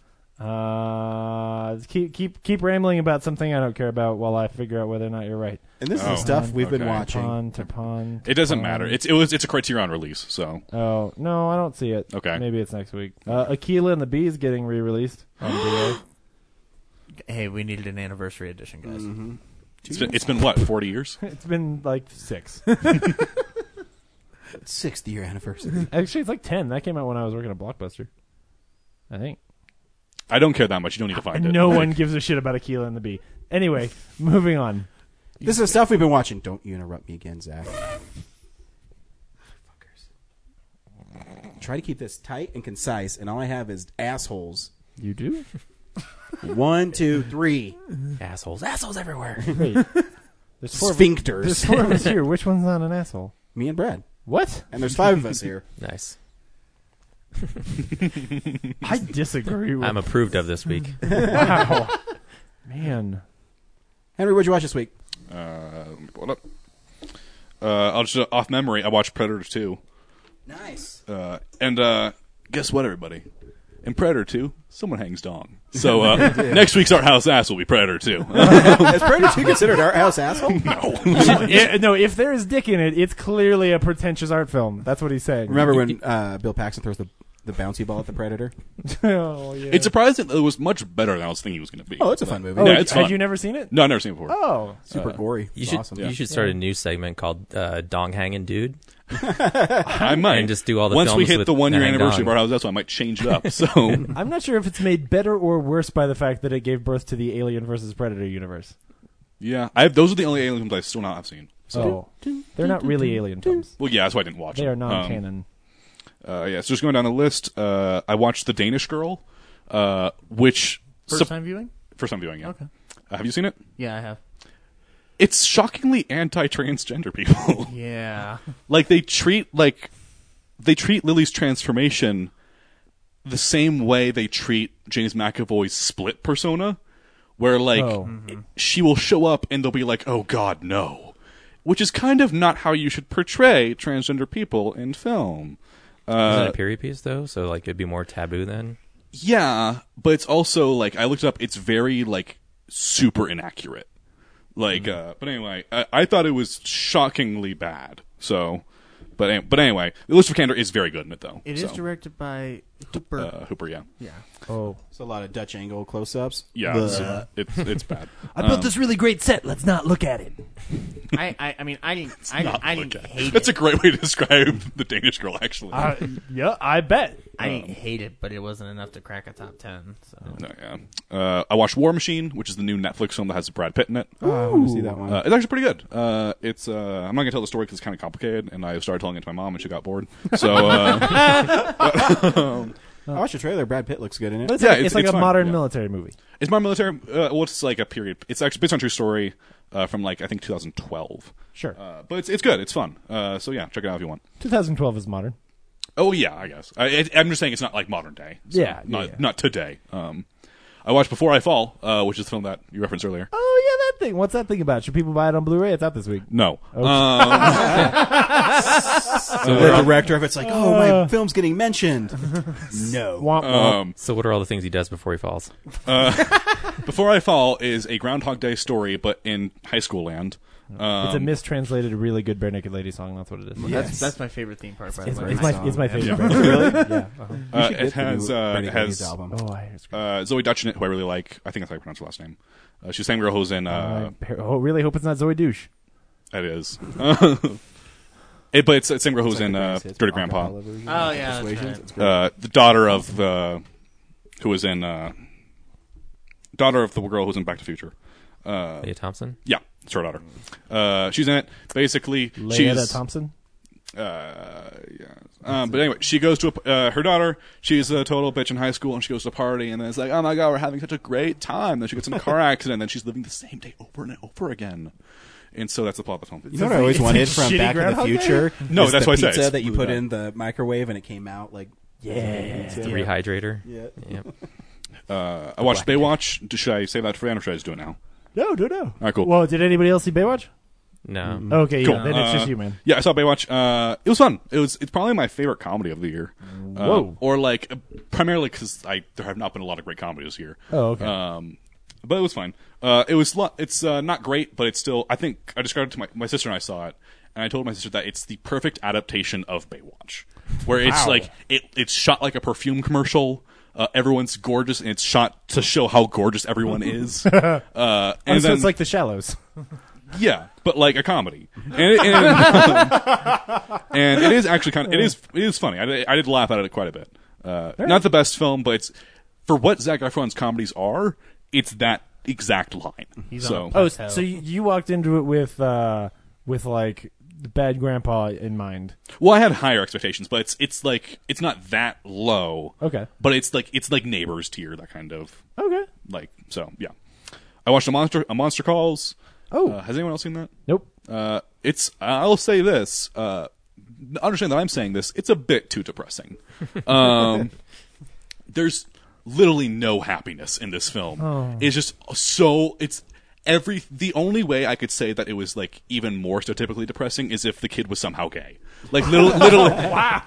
[SPEAKER 5] *laughs* Uh, keep keep keep rambling about something I don't care about while I figure out whether or not you're right.
[SPEAKER 1] And this is the Oh, stuff we've been
[SPEAKER 7] okay. watching.
[SPEAKER 5] Tapon, tapon,
[SPEAKER 7] It doesn't
[SPEAKER 5] tapon.
[SPEAKER 7] matter. It's it was it's a Criterion release, so
[SPEAKER 5] Oh no, I don't see it.
[SPEAKER 7] Okay.
[SPEAKER 5] maybe it's next week. Uh, Aquila and the Bees getting re-released *laughs* on VA.
[SPEAKER 6] hey, we needed an anniversary edition, guys.
[SPEAKER 1] Mm-hmm.
[SPEAKER 7] it's been, it's been what forty years.
[SPEAKER 5] It's been like
[SPEAKER 7] *laughs*
[SPEAKER 5] six.
[SPEAKER 1] Sixth year anniversary.
[SPEAKER 5] Actually, it's like ten. That came out when I was working at Blockbuster. I think.
[SPEAKER 7] I don't care that much. You don't need to find it.
[SPEAKER 5] no one gives a shit about Aquila and the Bee. Anyway, moving on.
[SPEAKER 1] This is stuff we've been watching. Don't you interrupt me again, Zach. Try to keep this tight and concise, and all I have is assholes.
[SPEAKER 5] You do?
[SPEAKER 1] One, two, three.
[SPEAKER 4] Assholes. Assholes everywhere.
[SPEAKER 5] Wait. There's
[SPEAKER 7] *laughs*
[SPEAKER 5] four of-
[SPEAKER 1] Sphincters.
[SPEAKER 5] there's four of us here. Which one's not an asshole?
[SPEAKER 1] Me and Brad.
[SPEAKER 5] What?
[SPEAKER 1] And there's five of us here.
[SPEAKER 4] *laughs* Nice.
[SPEAKER 5] I disagree with
[SPEAKER 4] I'm approved of this week.
[SPEAKER 5] wow. Man.
[SPEAKER 1] Henry, what'd you watch this week?
[SPEAKER 7] Uh, let me pull it up. Uh, I'll just off memory. I watched Predator Two.
[SPEAKER 1] Nice.
[SPEAKER 7] Uh, and uh, guess what, everybody? In Predator Two, someone hangs dong. So uh, next week's our house ass will be Predator Uh, Two.
[SPEAKER 1] Is Predator 2 considered our house asshole? *laughs*
[SPEAKER 7] no.
[SPEAKER 5] Yeah, no, if there is dick in it, it's clearly a pretentious art film. That's what he's saying.
[SPEAKER 1] Remember when uh, Bill Paxton throws the the bouncy ball at the Predator.
[SPEAKER 5] *laughs* Oh, yeah.
[SPEAKER 7] It's surprising that it was much better than I was thinking it was going to be.
[SPEAKER 1] Oh, it's a fun movie.
[SPEAKER 7] Yeah,
[SPEAKER 1] Oh,
[SPEAKER 7] it's
[SPEAKER 1] had
[SPEAKER 7] fun.
[SPEAKER 1] you never seen it?
[SPEAKER 7] No, I've never seen it before.
[SPEAKER 5] Oh.
[SPEAKER 1] Super gory.
[SPEAKER 4] You
[SPEAKER 1] It's
[SPEAKER 4] should
[SPEAKER 1] awesome.
[SPEAKER 4] you
[SPEAKER 1] Yeah.
[SPEAKER 4] should start a new segment called uh, "Dong Hanging Dude."
[SPEAKER 7] I might
[SPEAKER 4] and just do all the
[SPEAKER 7] once we
[SPEAKER 4] films
[SPEAKER 7] hit
[SPEAKER 4] with
[SPEAKER 7] the one year
[SPEAKER 4] Hang
[SPEAKER 7] anniversary of
[SPEAKER 4] Dong.
[SPEAKER 7] our house. That's why I might change it up. So
[SPEAKER 5] I'm not sure if it's made better or worse by the fact that it gave birth to the Alien versus Predator universe.
[SPEAKER 7] yeah, I have, those are the only alien films I still not have seen. So.
[SPEAKER 5] Oh, they're not really alien films.
[SPEAKER 7] Well, yeah, that's why I didn't watch
[SPEAKER 5] They
[SPEAKER 7] it.
[SPEAKER 5] are non-canon.
[SPEAKER 7] Um, uh, yeah, so just going down the list, uh, I watched The Danish Girl, uh, which
[SPEAKER 6] First
[SPEAKER 7] sup-
[SPEAKER 6] time viewing?
[SPEAKER 7] First time viewing, yeah.
[SPEAKER 6] Okay.
[SPEAKER 7] Uh, have you seen it?
[SPEAKER 6] Yeah,
[SPEAKER 1] *laughs*
[SPEAKER 6] I have.
[SPEAKER 7] It's shockingly anti-transgender people.
[SPEAKER 6] Yeah.
[SPEAKER 7] like they treat like they treat Lily's transformation the same way they treat James McAvoy's split persona, where like Mm-hmm.
[SPEAKER 5] Oh.
[SPEAKER 7] she will show up and they'll be like, "Oh God, no," which is kind of not how you should portray transgender people in film.
[SPEAKER 4] Isn't
[SPEAKER 7] Uh,
[SPEAKER 4] it a period piece though? So like it'd be more taboo then.
[SPEAKER 7] yeah, but it's also like I looked it up. It's very like super inaccurate. Like, uh, but anyway, I, I thought it was shockingly bad. So, but an- but anyway, the list of candor is very good in it though.
[SPEAKER 6] It is directed by Hooper.
[SPEAKER 7] Uh, Hooper, yeah.
[SPEAKER 6] Yeah.
[SPEAKER 5] Oh,
[SPEAKER 1] it's a lot of Dutch angle close-ups.
[SPEAKER 7] Yeah,
[SPEAKER 1] Blah.
[SPEAKER 7] so it's it's bad.
[SPEAKER 20] I built
[SPEAKER 7] Um,
[SPEAKER 20] this really great set. Let's not look at it.
[SPEAKER 6] I, I, I mean, I didn't, I didn't,
[SPEAKER 7] not
[SPEAKER 6] I
[SPEAKER 7] look
[SPEAKER 6] didn't
[SPEAKER 7] at.
[SPEAKER 6] hate
[SPEAKER 7] That's
[SPEAKER 6] it.
[SPEAKER 7] a great way to describe the Danish girl, actually.
[SPEAKER 5] Uh, yeah, I bet.
[SPEAKER 6] I didn't hate it, but it wasn't enough to crack a top ten. So
[SPEAKER 7] No, yeah. Uh, I watched War Machine, which is the new Netflix film that has Brad Pitt in it.
[SPEAKER 1] Oh, I wanna see that one.
[SPEAKER 7] Uh, it's actually pretty good. Uh, it's uh, I'm not gonna tell the story because it's kind of complicated, and I started telling it to my mom, and she got bored. So uh, but, um,
[SPEAKER 1] I watched the trailer. Brad Pitt looks good in it.
[SPEAKER 5] But it's like, it's like a
[SPEAKER 7] fine,
[SPEAKER 5] modern
[SPEAKER 7] yeah.
[SPEAKER 5] military movie.
[SPEAKER 7] It's my military. Uh, well, it's like a period. It's actually based on a true story uh, from like I think 2012.
[SPEAKER 5] Sure.
[SPEAKER 7] uh, but it's it's good. It's fun. Uh, so yeah, check it out if you want.
[SPEAKER 5] 2012 is modern.
[SPEAKER 7] Oh yeah, I guess. I, I, I'm just saying it's not like modern day. So
[SPEAKER 5] Yeah,
[SPEAKER 7] not
[SPEAKER 5] yeah, yeah.
[SPEAKER 7] not today. Um, I watched Before I Fall, uh, which is the film that you referenced earlier.
[SPEAKER 5] Oh yeah, that thing. What's that thing about? Should people buy it on Blu-ray? It's out this week.
[SPEAKER 7] No. Uh,
[SPEAKER 5] Okay.
[SPEAKER 1] so the director of it's like, oh, my film's getting mentioned. no.
[SPEAKER 7] Um,
[SPEAKER 4] so what are all the things he does before he falls?
[SPEAKER 7] Uh, Before I Fall is a Groundhog Day story, but in high school land. Um,
[SPEAKER 5] it's a mistranslated, really good bare naked lady song. That's what it is.
[SPEAKER 6] Well, that's- Yes. that's my favorite theme part, by the
[SPEAKER 5] It's,
[SPEAKER 6] way.
[SPEAKER 5] it's
[SPEAKER 6] Great
[SPEAKER 5] my
[SPEAKER 6] song.
[SPEAKER 5] it's my
[SPEAKER 6] Yeah.
[SPEAKER 5] favorite.
[SPEAKER 6] Yeah.
[SPEAKER 5] part.
[SPEAKER 6] Really?
[SPEAKER 5] Yeah. Uh-huh.
[SPEAKER 7] Uh, it has uh, it has
[SPEAKER 5] Oh, I hear
[SPEAKER 7] uh, Zoe Dutch in it, who I really like. I think that's how I pronounce her last name. Uh, she's the same girl who's in. Uh,
[SPEAKER 5] I oh, really hope it's not Zoe Douche.
[SPEAKER 7] it is. *laughs* it, but it's the same girl who's
[SPEAKER 1] It's like
[SPEAKER 7] in
[SPEAKER 1] the
[SPEAKER 7] uh,
[SPEAKER 1] greatest hits
[SPEAKER 7] Dirty
[SPEAKER 1] with Ron
[SPEAKER 7] Grandpa.
[SPEAKER 1] Oliver, you know,
[SPEAKER 6] Oh yeah, that's
[SPEAKER 1] Persuasion.
[SPEAKER 6] right.
[SPEAKER 1] It's great.
[SPEAKER 7] Uh, the daughter of uh, who was in uh, daughter of the girl who was in Back to the Future. Uh,
[SPEAKER 4] Leah Thompson.
[SPEAKER 7] Yeah, it's her daughter. Uh, she's in it. Basically,
[SPEAKER 5] Leia
[SPEAKER 7] she's
[SPEAKER 5] Thompson.
[SPEAKER 7] uh, yeah. Um, but anyway, she goes to a, uh, her daughter. She's a total bitch in high school, and she goes to a party, and then it's like, oh my god, we're having such a great time. Then she gets in a car accident, and then she's living the same day over and over again. And so that's the plot of the film.
[SPEAKER 1] You know what I always wanted from Back to the Future?
[SPEAKER 7] No,
[SPEAKER 1] Is
[SPEAKER 7] that's
[SPEAKER 1] the
[SPEAKER 7] why I said
[SPEAKER 1] pizza
[SPEAKER 7] it's
[SPEAKER 1] that you
[SPEAKER 7] really
[SPEAKER 1] put
[SPEAKER 7] bad.
[SPEAKER 1] in the microwave and it came out like
[SPEAKER 5] Yeah.
[SPEAKER 1] pizza.
[SPEAKER 4] The rehydrator.
[SPEAKER 1] Yeah.
[SPEAKER 4] Yep.
[SPEAKER 7] Uh, I watched Baywatch. Should I say that for Anna, or should I just do it now?
[SPEAKER 5] No, no, no. All
[SPEAKER 7] right, cool.
[SPEAKER 5] Well, did anybody else see Baywatch?
[SPEAKER 4] No.
[SPEAKER 5] Okay, yeah,
[SPEAKER 7] Cool.
[SPEAKER 5] then it's just
[SPEAKER 7] Uh,
[SPEAKER 5] you, man.
[SPEAKER 7] Yeah, I saw Baywatch. Uh, it was fun. It was. It's probably my favorite comedy of the year. Uh,
[SPEAKER 5] Whoa.
[SPEAKER 7] or like primarily because I there have not been a lot of great comedies this year.
[SPEAKER 5] Oh, okay.
[SPEAKER 7] Um, but it was fine. Uh, it was. Lo- it's uh, not great, but it's still. I think I described it to my my sister and I saw it, and I told my sister that it's the perfect adaptation of Baywatch, where it's
[SPEAKER 5] Wow.
[SPEAKER 7] like it it's shot like a perfume commercial. Uh, everyone's gorgeous, and it's shot to show how
[SPEAKER 5] *laughs*
[SPEAKER 7] gorgeous everyone is. Uh, and
[SPEAKER 5] Oh, so
[SPEAKER 7] then,
[SPEAKER 5] it's like The Shallows.
[SPEAKER 7] yeah, but like a comedy, and it, and, *laughs* and it is actually kind of it is it is funny. I, did- I did laugh at it quite a bit. Uh, Not the best film, but it's for what Zach Efron's comedies are. It's that exact line.
[SPEAKER 6] He's
[SPEAKER 7] so
[SPEAKER 6] on
[SPEAKER 5] Oh,
[SPEAKER 6] So-
[SPEAKER 5] so you, you walked into it with uh, with like the bad grandpa in mind.
[SPEAKER 7] well, I had higher expectations, but it's it's like it's not that low.
[SPEAKER 5] Okay.
[SPEAKER 7] but it's like it's like neighbors tier that kind of
[SPEAKER 5] Okay.
[SPEAKER 7] like so yeah. I watched a monster a monster calls.
[SPEAKER 5] Oh.
[SPEAKER 7] Uh, has anyone else seen that?
[SPEAKER 5] Nope.
[SPEAKER 7] Uh, it's. I'll say this. Uh, understand that I'm saying this. It's a bit
[SPEAKER 5] *laughs*
[SPEAKER 7] too depressing. Um, there's literally no happiness in this film.
[SPEAKER 5] Oh.
[SPEAKER 7] It's just so. It's every. The only way I could say that it was like even more stereotypically depressing is if the kid was somehow gay.
[SPEAKER 5] *laughs*
[SPEAKER 7] Like little, literally,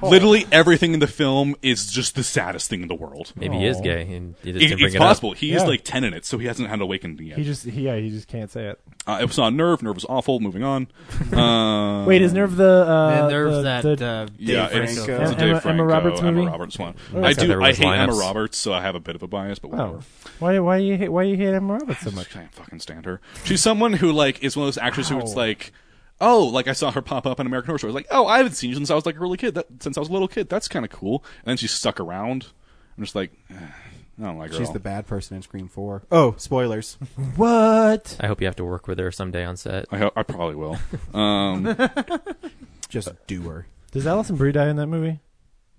[SPEAKER 7] literally everything in the film is just the saddest thing in the world.
[SPEAKER 4] Maybe he is gay and he just
[SPEAKER 7] It-
[SPEAKER 4] didn't bring
[SPEAKER 7] it's
[SPEAKER 4] it up.
[SPEAKER 7] possible. He is
[SPEAKER 5] Yeah.
[SPEAKER 7] like ten in it, so he hasn't had awakened yet.
[SPEAKER 5] He just he, yeah he just can't say it.
[SPEAKER 7] Uh, it was on Nerve. Nerve was awful.
[SPEAKER 5] *laughs*
[SPEAKER 7] Moving on. Uh,
[SPEAKER 5] Wait, is Nerve the uh,
[SPEAKER 6] The Nerve's
[SPEAKER 5] the-
[SPEAKER 6] that,
[SPEAKER 5] the-
[SPEAKER 6] uh,
[SPEAKER 7] yeah, it's, it's a
[SPEAKER 5] Emma,
[SPEAKER 7] Dave
[SPEAKER 5] Emma
[SPEAKER 7] Franco,
[SPEAKER 5] Roberts
[SPEAKER 7] Emma
[SPEAKER 5] movie?
[SPEAKER 7] Roberts one.
[SPEAKER 5] Oh,
[SPEAKER 7] I
[SPEAKER 5] okay.
[SPEAKER 7] do. I hate Emma
[SPEAKER 4] lineups.
[SPEAKER 7] Roberts, so I have a bit of a bias, but whatever.
[SPEAKER 5] Oh. Why why you hate why you hate Emma Roberts so much?
[SPEAKER 7] I can't fucking stand her. She's someone who like is one of those actors who it's
[SPEAKER 5] Ow.
[SPEAKER 7] like, oh, like I saw her pop up in American Horror Story. I was like, oh, I haven't seen you since I was like a really kid. That since I was a little kid. That's kind of cool. And then she's stuck around. I'm just like, eh, I don't like her. at
[SPEAKER 1] She's
[SPEAKER 7] all.
[SPEAKER 1] the bad person in Scream Four. Oh, spoilers.
[SPEAKER 5] What?
[SPEAKER 4] I hope you have to work with her someday on set.
[SPEAKER 7] I, ho- I probably will. Um,
[SPEAKER 1] Just do her.
[SPEAKER 5] Does Alison Brie die in that movie?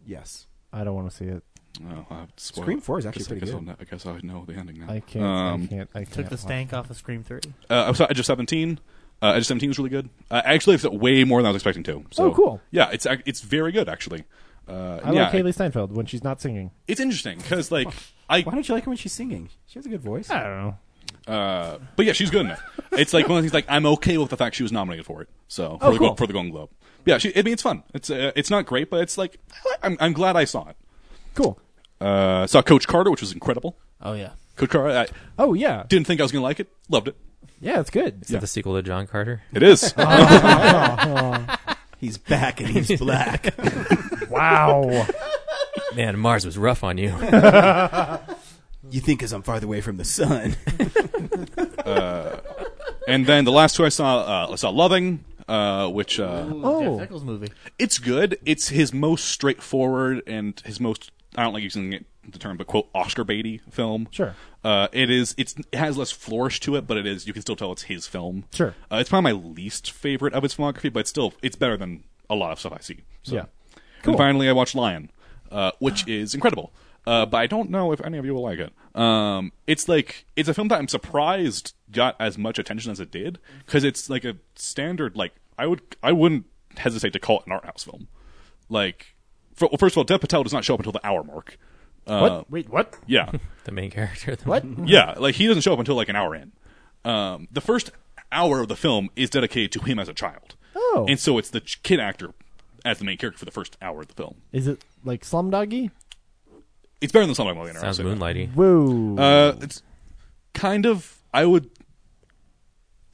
[SPEAKER 1] Yes.
[SPEAKER 5] I don't want to see it.
[SPEAKER 7] Oh, I spoil
[SPEAKER 1] Scream
[SPEAKER 7] it.
[SPEAKER 1] 4 is actually
[SPEAKER 7] Guess-
[SPEAKER 1] pretty
[SPEAKER 7] I guess
[SPEAKER 1] good.
[SPEAKER 7] I'll know- I guess I know the ending now.
[SPEAKER 5] I can't.
[SPEAKER 7] Um,
[SPEAKER 5] I can't. I can't.
[SPEAKER 6] Took the
[SPEAKER 5] watch
[SPEAKER 6] stank off of Scream Three.
[SPEAKER 7] Uh, I'm sorry, Edge of Seventeen. Uh, Edge of Seventeen was really good. Uh, actually, it's way more than I was expecting to. So,
[SPEAKER 5] Oh, cool.
[SPEAKER 7] Yeah, it's ac- it's very good actually. Uh,
[SPEAKER 5] it. I
[SPEAKER 7] yeah,
[SPEAKER 5] like Haley Steinfeld when she's not singing.
[SPEAKER 7] it's interesting because like I
[SPEAKER 1] Why don't you like her when she's singing? She has a good voice.
[SPEAKER 5] I don't know.
[SPEAKER 7] Uh, but yeah, she's good in it. It's like one of the things. Like I'm okay with the fact she was nominated for it. So for,
[SPEAKER 5] Oh,
[SPEAKER 7] the,
[SPEAKER 5] cool.
[SPEAKER 7] for the Golden Globe. Yeah, she, I mean it's fun. It's uh, it's not great, but it's like I'm, I'm glad I saw it.
[SPEAKER 5] Cool.
[SPEAKER 7] Uh, saw Coach Carter, which was incredible.
[SPEAKER 6] Oh yeah,
[SPEAKER 7] Coach Carter. I
[SPEAKER 5] Oh yeah,
[SPEAKER 7] didn't think I was gonna like it. Loved it.
[SPEAKER 5] yeah, it's good.
[SPEAKER 4] Is that the sequel to John Carter?
[SPEAKER 5] *laughs*
[SPEAKER 7] It is.
[SPEAKER 1] he's back and *laughs* he's black.
[SPEAKER 5] wow.
[SPEAKER 4] Man, Mars was rough on
[SPEAKER 7] *laughs*
[SPEAKER 4] you.
[SPEAKER 1] you think because I'm farther away from the sun.
[SPEAKER 7] uh, and then the last two I saw, uh, I saw Loving, uh, which uh,
[SPEAKER 5] Oh.
[SPEAKER 6] Jeff Nichols movie.
[SPEAKER 7] it's good. It's his most straightforward and his most I don't like using it, the term, but quote Oscar baity film.
[SPEAKER 5] Sure.
[SPEAKER 7] Uh, it is. It's, it has less flourish to it, but it is. You can still tell it's his film.
[SPEAKER 5] Sure.
[SPEAKER 7] Uh, it's probably my least favorite of his filmography, but it's still, it's better than a lot of stuff I see. So.
[SPEAKER 5] Yeah.
[SPEAKER 7] And finally, I watched Lion, uh, which *gasps* is incredible. Uh, but I don't know if any of you will like it. Um, it's like it's a film that I'm surprised got as much attention as it did because it's like a standard. Like I would, I wouldn't hesitate to call it an art house film. Like, for, well, first of all, Dev Patel does not show up until the hour mark. *laughs* Uh,
[SPEAKER 5] Wait, what?
[SPEAKER 7] Yeah,
[SPEAKER 4] the main character. The
[SPEAKER 5] What?
[SPEAKER 7] yeah. Like he doesn't show up until like an hour in. Um, the first hour of the film is dedicated to him as a child.
[SPEAKER 5] Oh.
[SPEAKER 7] and so it's the ch- kid actor as the main character for the first hour of the film.
[SPEAKER 5] Is it like Slumdoggy?
[SPEAKER 7] It's better than Slumdog Millionaire.
[SPEAKER 4] Sounds
[SPEAKER 7] I'll say that.
[SPEAKER 4] moonlighty.
[SPEAKER 5] Whoa.
[SPEAKER 7] Uh, it's kind of. I would.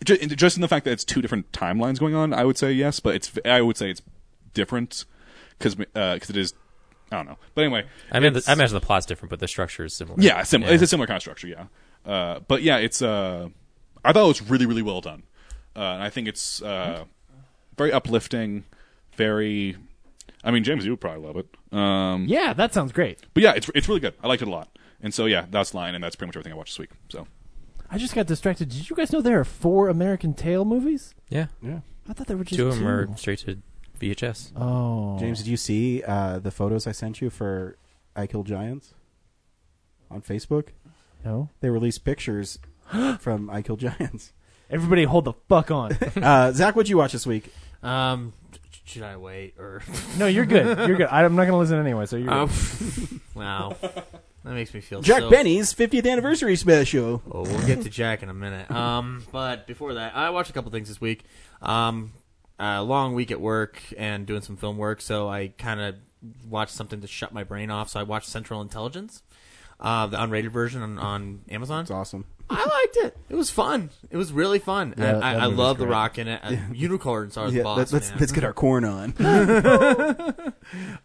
[SPEAKER 7] ju- Just in the fact that it's two different timelines going on, I would say yes, but it's. I would say it's different because because it is. I don't know, but anyway,
[SPEAKER 4] I mean, the,
[SPEAKER 7] it's-
[SPEAKER 4] I imagine the plot's different, but the structure is similar.
[SPEAKER 7] yeah, sim- it's a similar kind of structure. Yeah, uh, but yeah, it's. Uh, I thought it was really, really well done, uh, and I think it's uh, very uplifting. Very, I mean, James, you would probably love it. Um,
[SPEAKER 5] yeah, that sounds great.
[SPEAKER 7] but yeah, it's it's really good. I liked it a lot, and so yeah, that's line, and that's pretty much everything I watched this week. So
[SPEAKER 5] I just got distracted. Did you guys know there are four American Tail movies?
[SPEAKER 4] Yeah.
[SPEAKER 1] yeah.
[SPEAKER 5] I thought there were just
[SPEAKER 4] Two of them are straight to VHS.
[SPEAKER 5] Oh,
[SPEAKER 1] James, did you see uh, the photos I sent you for I Kill Giants on Facebook?
[SPEAKER 5] No.
[SPEAKER 1] They released
[SPEAKER 6] *gasps*
[SPEAKER 1] pictures from I Kill Giants.
[SPEAKER 5] Everybody, hold the fuck on.
[SPEAKER 1] Uh, Zach, what'd you watch this week?
[SPEAKER 6] Um, sh- should I wait or
[SPEAKER 5] *laughs* no, you're good. You're good. I'm not going to listen anyway. So you're.
[SPEAKER 7] Uh,
[SPEAKER 6] Um,
[SPEAKER 5] good.
[SPEAKER 6] *laughs* wow, that makes me feel
[SPEAKER 1] Jack
[SPEAKER 6] so-
[SPEAKER 1] Benny's 50th anniversary special.
[SPEAKER 6] Oh, we'll get to Jack in a minute. Um, but before that, I watched a couple things this week. Um, a long week at work and doing some film work, so I kind of watched something to shut my brain off. So I watched Central Intelligence, uh, the unrated version on, on Amazon.
[SPEAKER 1] It's awesome.
[SPEAKER 6] I liked it. It was fun. It was really fun.
[SPEAKER 5] Yeah,
[SPEAKER 6] and I,
[SPEAKER 5] that
[SPEAKER 6] I
[SPEAKER 5] movie's
[SPEAKER 6] love The
[SPEAKER 5] great.
[SPEAKER 6] Rock in it. Uh, Unicorns are the
[SPEAKER 1] Yeah,
[SPEAKER 6] boss.
[SPEAKER 1] let, us
[SPEAKER 6] man.
[SPEAKER 1] let's get our corn
[SPEAKER 6] *laughs*
[SPEAKER 1] on.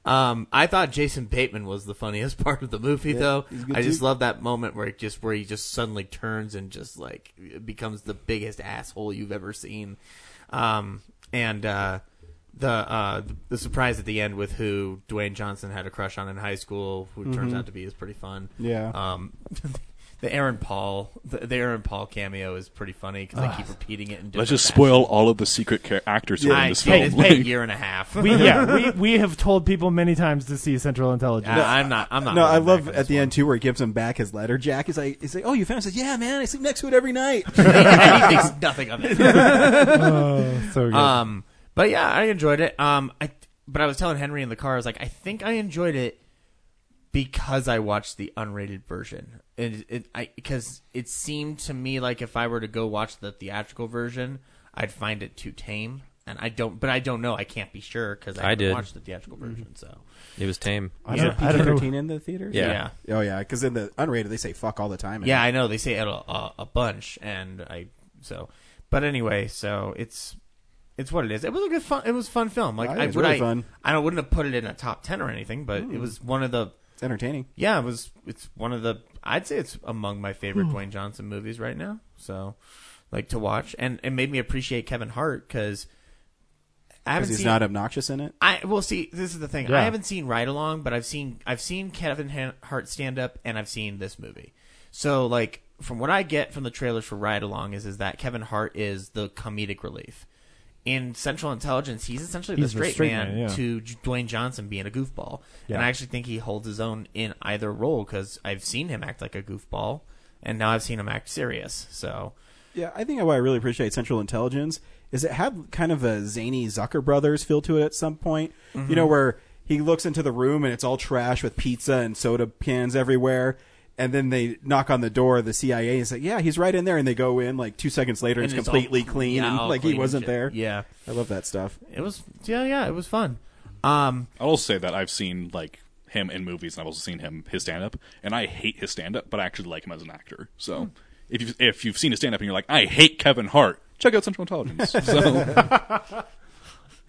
[SPEAKER 6] Um, I thought Jason Bateman was the funniest *laughs* part of the movie, though.
[SPEAKER 1] he's good
[SPEAKER 6] I just
[SPEAKER 1] too.
[SPEAKER 6] love that moment where it just where he just suddenly turns and just like becomes the biggest asshole you've ever seen. Um, and uh, the uh, the surprise at the end with who Dwayne Johnson had a crush on in high school, who turns
[SPEAKER 1] Mhm.
[SPEAKER 6] out to be is pretty fun.
[SPEAKER 1] Yeah.
[SPEAKER 6] Um, *laughs* the Aaron Paul the, the Aaron Paul cameo is pretty funny because I keep repeating it.
[SPEAKER 7] Let's
[SPEAKER 6] In different
[SPEAKER 7] just
[SPEAKER 6] fashions.
[SPEAKER 7] spoil all of the secret char- actors who are
[SPEAKER 6] I
[SPEAKER 7] in this
[SPEAKER 6] did.
[SPEAKER 7] film.
[SPEAKER 6] It's
[SPEAKER 7] *laughs*
[SPEAKER 6] been a year and a half.
[SPEAKER 5] *laughs* we yeah we we have told people many times to see Central Intelligence.
[SPEAKER 6] Yeah, I'm not. I'm not.
[SPEAKER 1] No, I
[SPEAKER 6] holding back
[SPEAKER 1] love
[SPEAKER 6] on
[SPEAKER 1] at
[SPEAKER 6] this
[SPEAKER 1] the
[SPEAKER 6] one.
[SPEAKER 1] end too, where he gives him back his letter. Jack is like, he's like, "Oh, you found?" it?" He says, "Yeah, man, I sleep next to it every night."
[SPEAKER 6] and he thinks *laughs* nothing of it.
[SPEAKER 5] Oh, so good.
[SPEAKER 6] um, but yeah, I enjoyed it. Um, I but I was telling Henry in the car, I was like, I think I enjoyed it because I watched the unrated version, and it I because it seemed to me like if I were to go watch the theatrical version, I'd find it too tame. And I don't, but I don't know. I can't be sure because I,
[SPEAKER 4] I
[SPEAKER 6] haven't
[SPEAKER 4] did.
[SPEAKER 6] watched the theatrical version. So
[SPEAKER 4] It was tame.
[SPEAKER 5] I
[SPEAKER 1] Is
[SPEAKER 5] don't,
[SPEAKER 1] it
[SPEAKER 5] I don't
[SPEAKER 1] PG-13
[SPEAKER 5] know.
[SPEAKER 1] in the theaters?
[SPEAKER 4] Yeah.
[SPEAKER 6] yeah.
[SPEAKER 1] Oh yeah, because in the unrated they say "fuck" all the time.
[SPEAKER 6] Yeah, I know they say it a, a, a bunch, and I so. But anyway, so it's it's what it is. It was a good fun. It was a fun film. Like
[SPEAKER 1] I think
[SPEAKER 6] I
[SPEAKER 1] it's
[SPEAKER 6] would
[SPEAKER 1] really
[SPEAKER 6] I,
[SPEAKER 1] fun.
[SPEAKER 6] I don't- wouldn't have put it in a top ten or anything, but it
[SPEAKER 1] Mm.
[SPEAKER 6] was one of the.
[SPEAKER 1] It's entertaining.
[SPEAKER 6] Yeah, it was. It's one of the. I'd say it's among my favorite Dwayne Johnson movies right now. So, like to watch, and it made me appreciate Kevin Hart because. I haven't
[SPEAKER 1] Because he's
[SPEAKER 6] seen,
[SPEAKER 1] not obnoxious in it?
[SPEAKER 6] I well see. This is the thing.
[SPEAKER 1] Yeah.
[SPEAKER 6] I haven't seen Ride Along, but I've seen I've seen Kevin Han- Hart stand up, and I've seen this movie. So like from what I get from the trailers for Ride Along is is that Kevin Hart is the comedic relief. In Central Intelligence, he's essentially
[SPEAKER 5] He's
[SPEAKER 6] the straight, man,
[SPEAKER 5] yeah.
[SPEAKER 6] to J- Dwayne Johnson being a goofball,
[SPEAKER 5] Yeah.
[SPEAKER 6] and I actually think he holds his own in either role because I've seen him act like a goofball, and now I've seen him act serious. So
[SPEAKER 1] Yeah, I think what I really appreciate Central Intelligence is it had kind of a zany Zucker Brothers feel to it at some point.
[SPEAKER 6] Mhm.
[SPEAKER 1] You know, where he looks into the room and it's all trash with pizza and soda cans everywhere. And then they knock on the door of the CIA and say, "Yeah, he's right in there." And they go in like two seconds later, and
[SPEAKER 6] And
[SPEAKER 1] it's
[SPEAKER 6] it's all
[SPEAKER 1] completely
[SPEAKER 6] cl-
[SPEAKER 1] clean
[SPEAKER 6] yeah,
[SPEAKER 1] and
[SPEAKER 6] all
[SPEAKER 1] like
[SPEAKER 6] clean
[SPEAKER 1] he
[SPEAKER 6] and
[SPEAKER 1] wasn't
[SPEAKER 6] shit.
[SPEAKER 1] there.
[SPEAKER 6] Yeah,
[SPEAKER 1] I love that stuff.
[SPEAKER 6] It was yeah, yeah, it was fun. Um,
[SPEAKER 7] I will say that I've seen like him in movies, and I've also seen him his stand up, and I hate his stand up, but I actually like him as an actor. So
[SPEAKER 6] Hmm.
[SPEAKER 7] if you if you've seen his stand up and you're like, I hate Kevin Hart, check out Central
[SPEAKER 6] *laughs*
[SPEAKER 7] Intelligence. so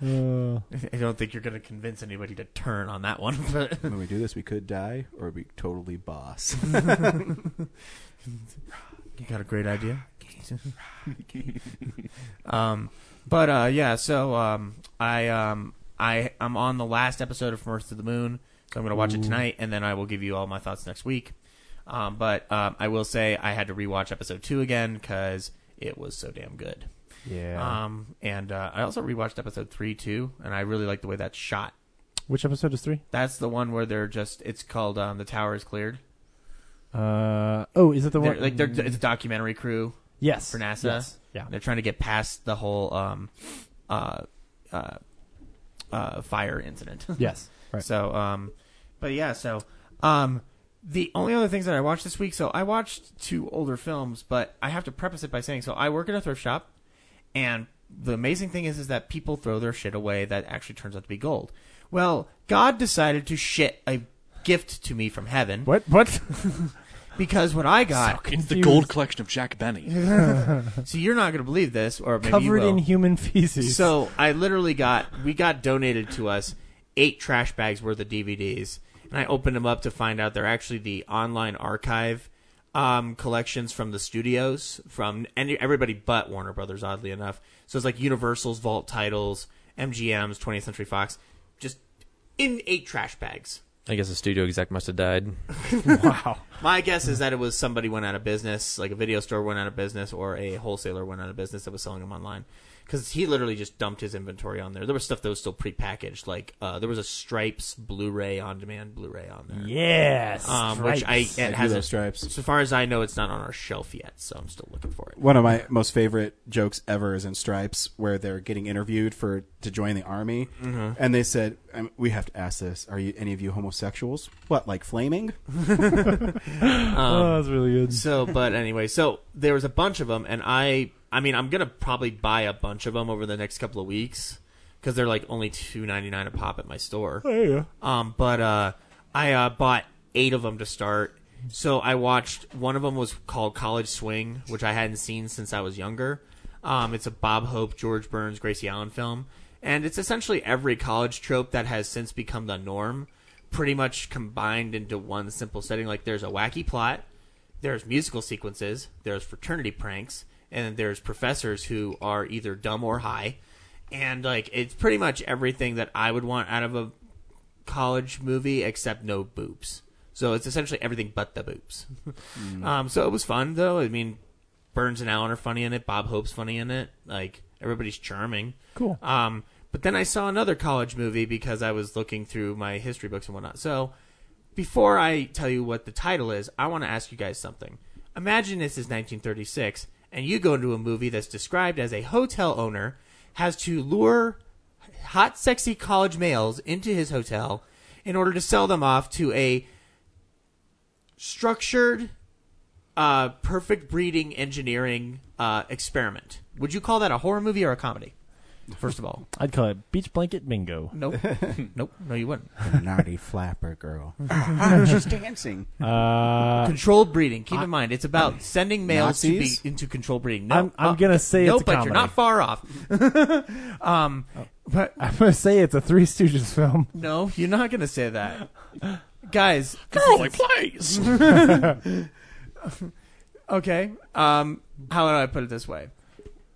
[SPEAKER 6] I don't think you're going to convince anybody to turn on that one. *laughs* But
[SPEAKER 1] when we do this, we could die or be totally boss.
[SPEAKER 6] you got a
[SPEAKER 5] *laughs*
[SPEAKER 6] great idea. um, but uh, yeah, so um, I um, I I'm on the last episode of From Earth to the Moon, so I'm going to watch it
[SPEAKER 5] Ooh.
[SPEAKER 6] tonight, and then I will give you all my thoughts next week. Um, but um, I will say I had to rewatch episode two again because it was so damn good.
[SPEAKER 5] Yeah.
[SPEAKER 6] Um, and uh, I also rewatched episode three too, and I really like the way that's shot.
[SPEAKER 5] Which episode is three?
[SPEAKER 6] That's the one where they're just. It's called um, "The Tower Is Cleared."
[SPEAKER 5] Uh, oh, is it the
[SPEAKER 6] They're-
[SPEAKER 5] one?
[SPEAKER 6] like they're it's a documentary crew?
[SPEAKER 5] Yes.
[SPEAKER 6] for NASA.
[SPEAKER 5] Yes. Yeah.
[SPEAKER 6] they're trying to get past the whole um, uh, uh, uh, fire
[SPEAKER 5] *laughs*
[SPEAKER 6] incident. *laughs*
[SPEAKER 5] Yes, right.
[SPEAKER 6] So, um, but yeah, so um, the only other things that I watched this week. So I watched two older films, but I have to preface it by saying, so I work at a thrift shop, and the amazing thing is, is that people throw their shit away that actually turns out to be gold. Well, God decided to shit a gift to me from heaven.
[SPEAKER 5] What? What?
[SPEAKER 6] because what I got
[SPEAKER 7] it's the gold collection of Jack Benny.
[SPEAKER 6] so you're not going to believe this, or *laughs* maybe you
[SPEAKER 5] Covered
[SPEAKER 6] will.
[SPEAKER 5] in human feces.
[SPEAKER 6] So I literally got we got donated to us eight trash bags worth of DVDs, and I opened them up to find out they're actually the online archive um, collections from the studios from any, everybody but Warner Brothers, oddly enough. So it's like Universal's vault titles, MGM's, 20th Century Fox, just in eight trash bags.
[SPEAKER 4] I guess the studio exec must have died.
[SPEAKER 6] My guess is that it was somebody went out of business, like a video store went out of business, or a wholesaler went out of business that was selling them online. Because he literally just dumped his inventory on there. There was stuff that was still prepackaged, like uh, there was a Stripes Blu-ray on-demand Blu-ray on there.
[SPEAKER 5] Yes,
[SPEAKER 6] um, which I
[SPEAKER 5] Stripes. I
[SPEAKER 6] it
[SPEAKER 5] do
[SPEAKER 6] has
[SPEAKER 1] love Stripes.
[SPEAKER 6] So far as I know, it's not on our shelf yet, so I'm still looking for it.
[SPEAKER 1] One of my most favorite jokes ever is in Stripes, where they're getting interviewed for to join the army,
[SPEAKER 6] Mhm.
[SPEAKER 1] and they said, um, "We have to ask this: Are you any of you homosexuals? What, like flaming?"
[SPEAKER 6] Um,
[SPEAKER 5] Oh, that's really good.
[SPEAKER 6] So, but anyway, so there was a bunch of them, and I, I mean, I'm gonna probably buy a bunch of them over the next couple of weeks because they're like only two ninety nine a pop at my store.
[SPEAKER 5] Oh, yeah.
[SPEAKER 6] Um, but uh, I uh, bought eight of them to start. So I watched one of them was called College Swing, which I hadn't seen since I was younger. Um, it's a Bob Hope, George Burns, Gracie Allen film, and it's essentially every college trope that has since become the norm, pretty much combined into one simple setting. Like there's a wacky plot, there's musical sequences, there's fraternity pranks, and there's professors who are either dumb or high. And like it's pretty much everything that I would want out of a college movie except no boobs. So it's essentially everything but the boobs. Um, so it was fun though. I mean, Burns and Allen are funny in it. Bob Hope's funny in it. Like everybody's charming.
[SPEAKER 5] Cool.
[SPEAKER 6] Um, but then I saw another college movie because I was looking through my history books and whatnot. So before I tell you what the title is, I want to ask you guys something. Imagine this is 1936, and you go into a movie that's described as a hotel owner has to lure hot, sexy college males into his hotel in order to sell them off to a structured, uh, perfect breeding engineering uh, experiment. Would you call that a horror movie or a comedy? First of all,
[SPEAKER 5] I'd call it beach blanket bingo.
[SPEAKER 6] *laughs* Nope. nope. No, you wouldn't.
[SPEAKER 1] Naughty flapper girl.
[SPEAKER 6] She's
[SPEAKER 1] dancing.
[SPEAKER 5] Uh, *laughs*
[SPEAKER 6] controlled breeding. Keep in mind, it's about sending males to be
[SPEAKER 5] Nazis?
[SPEAKER 6] into controlled breeding. No,
[SPEAKER 5] I'm- I'm
[SPEAKER 6] uh,
[SPEAKER 5] gonna say
[SPEAKER 6] no,
[SPEAKER 5] it's a
[SPEAKER 6] but
[SPEAKER 5] comedy.
[SPEAKER 6] you're not far off. um, but
[SPEAKER 5] I'm gonna say it's a Three Stooges film. *laughs*
[SPEAKER 6] no, you're not gonna say that, guys.
[SPEAKER 7] Oh,
[SPEAKER 5] Guys!
[SPEAKER 6] *laughs*
[SPEAKER 7] *laughs*
[SPEAKER 6] please. okay. Um, how do I put it this way?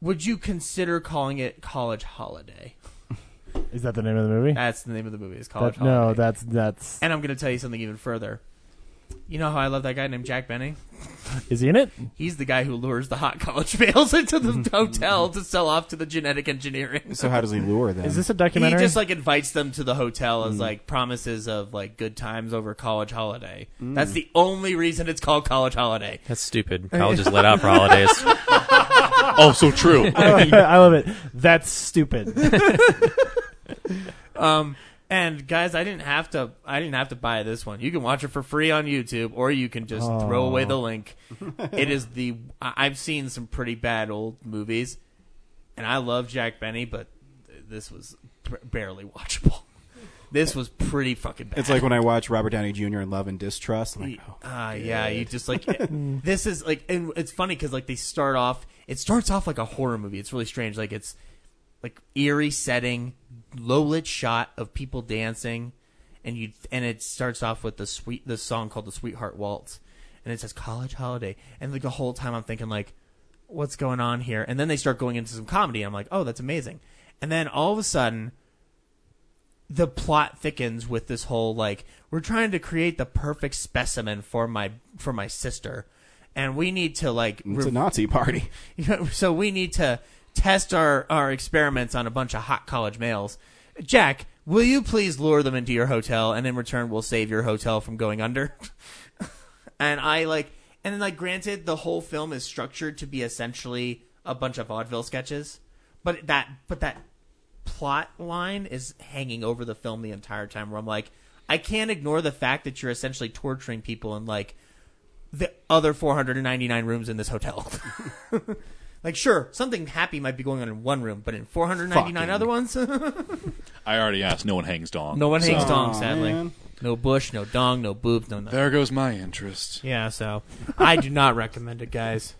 [SPEAKER 6] Would you consider calling it College Holiday?
[SPEAKER 5] Is that the name of the movie?
[SPEAKER 6] That's the name of the movie. Is College
[SPEAKER 5] That- no,
[SPEAKER 6] Holiday.
[SPEAKER 5] that's that's.
[SPEAKER 6] And I'm gonna tell you something even further. You know how I love that guy named Jack Benny?
[SPEAKER 5] Is he in it?
[SPEAKER 6] He's the guy who lures the hot *laughs* college males
[SPEAKER 5] *laughs*
[SPEAKER 6] into the hotel to sell off to the genetic engineering.
[SPEAKER 1] So how does he lure them? *laughs* Is this a
[SPEAKER 6] He
[SPEAKER 1] documentary?
[SPEAKER 6] just like invites them to the hotel as
[SPEAKER 1] Mm.
[SPEAKER 6] like promises of like good times over college holiday.
[SPEAKER 4] Mm.
[SPEAKER 6] That's the only reason it's called college holiday.
[SPEAKER 4] That's
[SPEAKER 5] *laughs*
[SPEAKER 4] stupid. Colleges let out for holidays. Oh, so
[SPEAKER 6] *laughs*
[SPEAKER 4] true.
[SPEAKER 5] I love, *laughs* I love it. That's stupid.
[SPEAKER 6] um, and guys, I didn't have to. I didn't have to buy this one. You can watch it for free on YouTube, or you can just throw away the
[SPEAKER 5] Aw.
[SPEAKER 6] link. it is the. I- I've seen some pretty bad old movies, and I love Jack Benny, but th- this was b- barely watchable. This was pretty fucking
[SPEAKER 1] *laughs*
[SPEAKER 6] bad.
[SPEAKER 1] It's like when I watch Robert Downey Jr. in Love and Distrust. I'm like, oh,
[SPEAKER 6] Ah, yeah, you just
[SPEAKER 1] *laughs*
[SPEAKER 6] like this is like, and it's funny because like they start off. It starts off like a horror movie. It's really strange. Like it's like eerie setting, low lit shot of people dancing, and you and it starts off with the sweet the song called the Sweetheart Waltz, and it says college holiday, and like the whole time I'm thinking like, what's going on here? And then they start going into some comedy. And I'm like, oh, that's amazing. And then all of a sudden the plot thickens with this whole like we're trying to create the perfect specimen for my for my sister and we need to like
[SPEAKER 1] It's a Nazi party.
[SPEAKER 6] *laughs* Yeah, so we need to test our our experiments on a bunch of hot college males jack will you please lure them into your hotel and in return we'll save your hotel from going under *laughs* and i like and then like granted the whole film is structured to be essentially a bunch of vaudeville sketches but that but that plot line is hanging over the film the entire time where I'm like, I can't ignore the fact that you're essentially torturing people in like the other 499 rooms in this hotel. *laughs* like, sure, something happy might be going on in one room, but in 499
[SPEAKER 7] Fucking-
[SPEAKER 6] other ones, *laughs*
[SPEAKER 7] I already asked. No one hangs dong.
[SPEAKER 6] no one hangs
[SPEAKER 7] so-
[SPEAKER 6] dong, sadly. No bush, no dong, no boob, no nothing.
[SPEAKER 7] There goes my interest.
[SPEAKER 6] Yeah, so I do not recommend it, guys.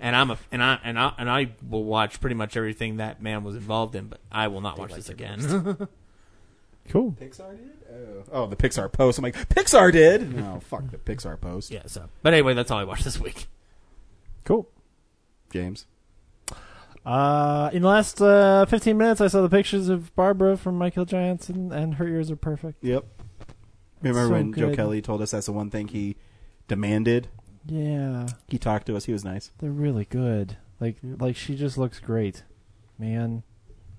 [SPEAKER 6] And I'm a and I and I and I will watch pretty much everything that man was involved in, but I will not watch this *laughs* again.
[SPEAKER 5] cool.
[SPEAKER 1] Pixar did? Oh. oh, the Pixar post. I'm like, Pixar did? No, fuck the Pixar post.
[SPEAKER 6] Yeah, so. But anyway, that's all I watched this week.
[SPEAKER 5] Cool.
[SPEAKER 1] James.
[SPEAKER 5] Uh, in the last uh, 15 minutes, I saw the pictures of Barbara from My Kill Giants, and, and her ears are perfect.
[SPEAKER 1] Yep. Remember
[SPEAKER 5] So
[SPEAKER 1] when Joe
[SPEAKER 5] good.
[SPEAKER 1] Kelly told us that's the one thing he demanded?
[SPEAKER 5] Yeah,
[SPEAKER 1] He talked to us. He was nice.
[SPEAKER 5] they're really good. Like, like she just looks great, man.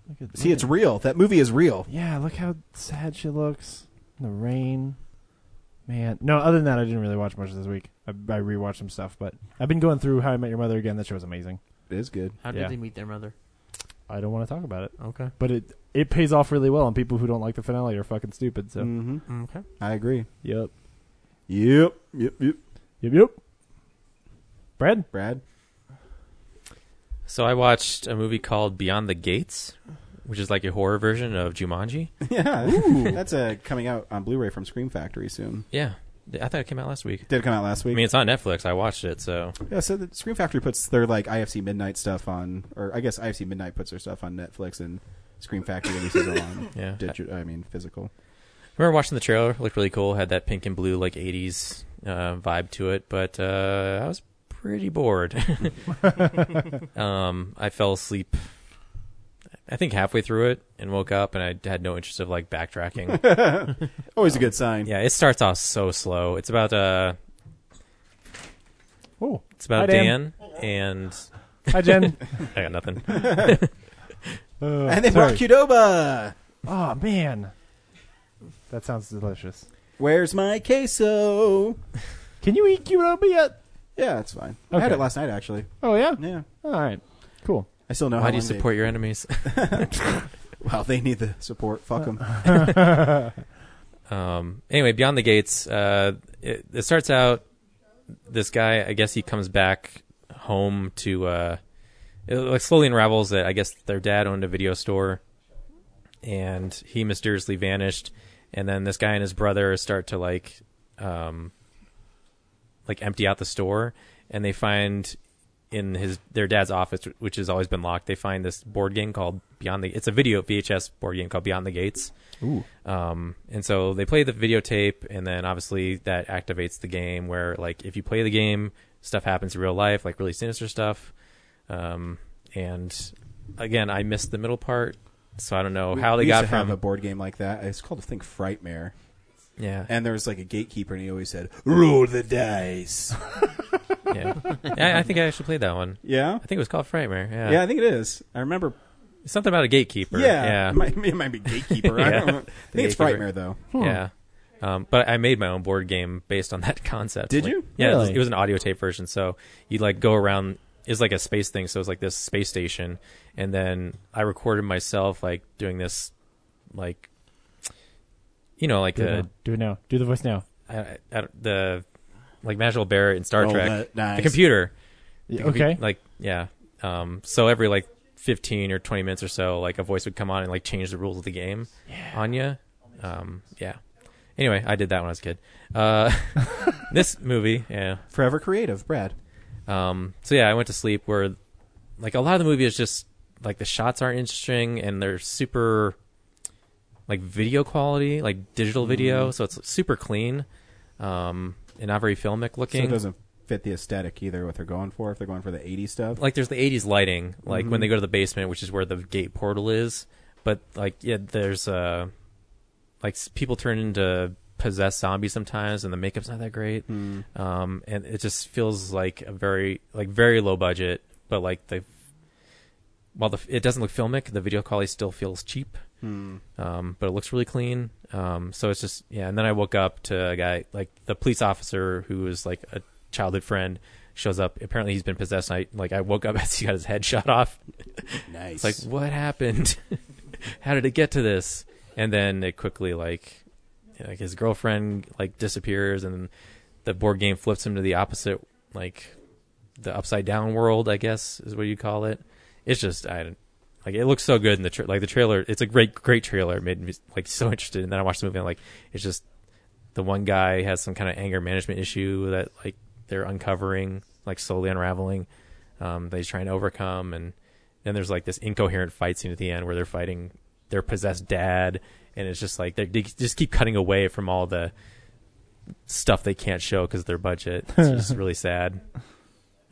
[SPEAKER 5] Look at,
[SPEAKER 1] See,
[SPEAKER 5] look
[SPEAKER 1] it's
[SPEAKER 5] at-
[SPEAKER 1] real. That movie is real.
[SPEAKER 5] Yeah, look how sad she looks. in The rain, man. No, other than that, I didn't really watch much this week. I, I rewatched some stuff, but I've been going through How I Met Your Mother again. That show is amazing.
[SPEAKER 1] It is good.
[SPEAKER 6] How did
[SPEAKER 5] Yeah.
[SPEAKER 6] they meet their mother?
[SPEAKER 5] I don't want to talk about it.
[SPEAKER 6] Okay.
[SPEAKER 5] But it it pays off really well, and people who don't like the finale are fucking stupid. So
[SPEAKER 1] Mm-hmm.
[SPEAKER 6] mm, Okay.
[SPEAKER 1] I agree.
[SPEAKER 5] Yep.
[SPEAKER 1] Yep. Yep. Yep.
[SPEAKER 5] Yep. Yep. Brad.
[SPEAKER 1] Brad.
[SPEAKER 4] So I watched a movie called Beyond the Gates, which is like a horror version of
[SPEAKER 5] *laughs*
[SPEAKER 4] Jumanji.
[SPEAKER 1] *laughs* Yeah. *laughs* That's uh, coming out on Blu-ray from Scream Factory soon.
[SPEAKER 4] Yeah. I thought it came out last week.
[SPEAKER 1] Did it come out last
[SPEAKER 4] I
[SPEAKER 1] week?
[SPEAKER 4] mean, it's on Netflix. I watched it, so
[SPEAKER 1] Yeah, so the Scream Factory puts their like IFC Midnight stuff on, or I guess IFC Midnight puts their stuff on Netflix and Scream Factory releases it *laughs* on
[SPEAKER 4] Yeah.
[SPEAKER 1] digi- I mean physical.
[SPEAKER 4] I remember watching the trailer. It looked really cool. Had that pink and blue like '80s uh, vibe to it, but uh, I was pretty bored. *laughs* um, I fell asleep. I think halfway through it and woke up, and I had no interest of like
[SPEAKER 5] *laughs*
[SPEAKER 4] backtracking.
[SPEAKER 1] Always a good sign.
[SPEAKER 4] Yeah, it starts off so slow. It's about uh,
[SPEAKER 5] Oh,
[SPEAKER 4] it's about
[SPEAKER 5] Hi,
[SPEAKER 4] Dan.
[SPEAKER 5] Dan.
[SPEAKER 4] and *laughs*
[SPEAKER 5] Hi, Jen.
[SPEAKER 4] I got nothing.
[SPEAKER 5] Uh,
[SPEAKER 1] and they
[SPEAKER 5] sorry.
[SPEAKER 1] brought Qdoba.
[SPEAKER 5] Oh man, that sounds delicious.
[SPEAKER 1] Where's my queso?
[SPEAKER 5] Can you eat Qdoba yet?
[SPEAKER 1] Yeah, it's fine. I had
[SPEAKER 5] Okay.
[SPEAKER 1] it last night actually.
[SPEAKER 5] Oh yeah.
[SPEAKER 1] Yeah.
[SPEAKER 5] All right. Cool.
[SPEAKER 1] I still know
[SPEAKER 4] Why
[SPEAKER 1] how
[SPEAKER 4] do you
[SPEAKER 1] long they-
[SPEAKER 4] support your enemies?
[SPEAKER 1] *laughs*
[SPEAKER 4] *laughs*
[SPEAKER 1] Well, they need the support. Fuck them.
[SPEAKER 4] um, anyway, Beyond the Gates, uh, it, it starts out this guy, I guess he comes back home to uh, it like slowly unravels that I guess their dad owned a video store, and he mysteriously vanished, and then this guy and his brother start to like, um, like empty out the store, and they find in his their dad's office, which has always been locked, they find this board game called Beyond the. It's a video VHS board game called Beyond the Gates.
[SPEAKER 1] Ooh.
[SPEAKER 4] Um, and so they play the videotape, and then obviously that activates the game where like if you play the game, stuff happens in real life, like really sinister stuff. Um, and again, I missed the middle part, so I don't know
[SPEAKER 1] We-
[SPEAKER 4] how they
[SPEAKER 1] we used
[SPEAKER 4] got
[SPEAKER 1] to
[SPEAKER 4] from
[SPEAKER 1] have a board game like that. It's called I think Frightmare.
[SPEAKER 4] Yeah.
[SPEAKER 1] And there was like a gatekeeper, and he always said, "Roll
[SPEAKER 4] *laughs*
[SPEAKER 1] the dice."
[SPEAKER 4] yeah, *laughs* I, I think I actually played that one.
[SPEAKER 1] Yeah?
[SPEAKER 4] I think it was called Frightmare. Yeah,
[SPEAKER 1] Yeah, I think it is. I remember
[SPEAKER 4] something about a gatekeeper.
[SPEAKER 1] Yeah,
[SPEAKER 4] yeah.
[SPEAKER 1] it might- it might be
[SPEAKER 4] *laughs*
[SPEAKER 1] gatekeeper. I don't know. I think
[SPEAKER 4] The
[SPEAKER 1] it's
[SPEAKER 4] gatekeeper.
[SPEAKER 1] Frightmare, though.
[SPEAKER 4] Hmm. Yeah, um, but I made my own board game based on *laughs* that concept.
[SPEAKER 1] Did
[SPEAKER 4] Like-
[SPEAKER 1] you?
[SPEAKER 4] Yeah, it, was,
[SPEAKER 1] Really?
[SPEAKER 4] it was an audio tape version. So you'd like go around. It's like a space thing. So it's like this space station, and then I recorded myself like doing this, like, you know, like
[SPEAKER 5] Do it
[SPEAKER 4] a
[SPEAKER 5] now. Do it now. Do the voice now.
[SPEAKER 4] I, I, I don't- the like Magical Barrett in Star
[SPEAKER 1] Oh,
[SPEAKER 5] Roll
[SPEAKER 4] Trek,
[SPEAKER 5] that dice.
[SPEAKER 4] the computer.
[SPEAKER 5] Yeah,
[SPEAKER 4] The compu-
[SPEAKER 5] okay.
[SPEAKER 4] Like yeah. Um. So every like fifteen or twenty minutes or so, like a voice would come on and like change the rules of the game on you. Um. Yeah. Anyway, I did that when I was a kid. Uh, *laughs* this movie, yeah,
[SPEAKER 1] forever creative, Brad.
[SPEAKER 4] Um. So yeah, I went to sleep where, like, a lot of the movie is just like the shots aren't interesting and they're super like video quality, like digital video,
[SPEAKER 1] Mhm.
[SPEAKER 4] so it's super clean, um, and not very filmic
[SPEAKER 1] So
[SPEAKER 4] looking.
[SPEAKER 1] it doesn't fit the aesthetic either. What they're going for, if they're going for the '80s stuff,
[SPEAKER 4] like there's the '80s lighting, like
[SPEAKER 1] Mhm.
[SPEAKER 4] when they go to the basement, which is where the gate portal is, but like yeah, there's uh, like s- people turn into possessed zombies sometimes, and the makeup's not that great, um, and it just feels like a very like very low budget, but like the while the it doesn't look filmic, the video quality still feels cheap.
[SPEAKER 1] Hmm.
[SPEAKER 4] Um, but it looks really clean. Um, so it's just yeah. And then I woke up to a guy like the police officer who was like a childhood friend shows up. Apparently he's been possessed. And I like I woke up *laughs* as he got his head shot off.
[SPEAKER 1] Nice.
[SPEAKER 4] it's like what happened? *laughs* How did it get to this? And then it quickly like like his girlfriend like disappears and the board game flips him to the opposite like the upside down world i guess is what you call it it's just i don't like it looks so good in the tra- like the trailer it's a great great trailer it made me like so *laughs* interested and then i watched the movie and like it's just the one guy has some kind of anger management issue that like they're uncovering like slowly unraveling um that he's trying to overcome and then there's like this incoherent fight scene at the end where they're fighting their possessed dad and it's just like they they just keep cutting away from all the stuff they can't show because of their budget it's just really sad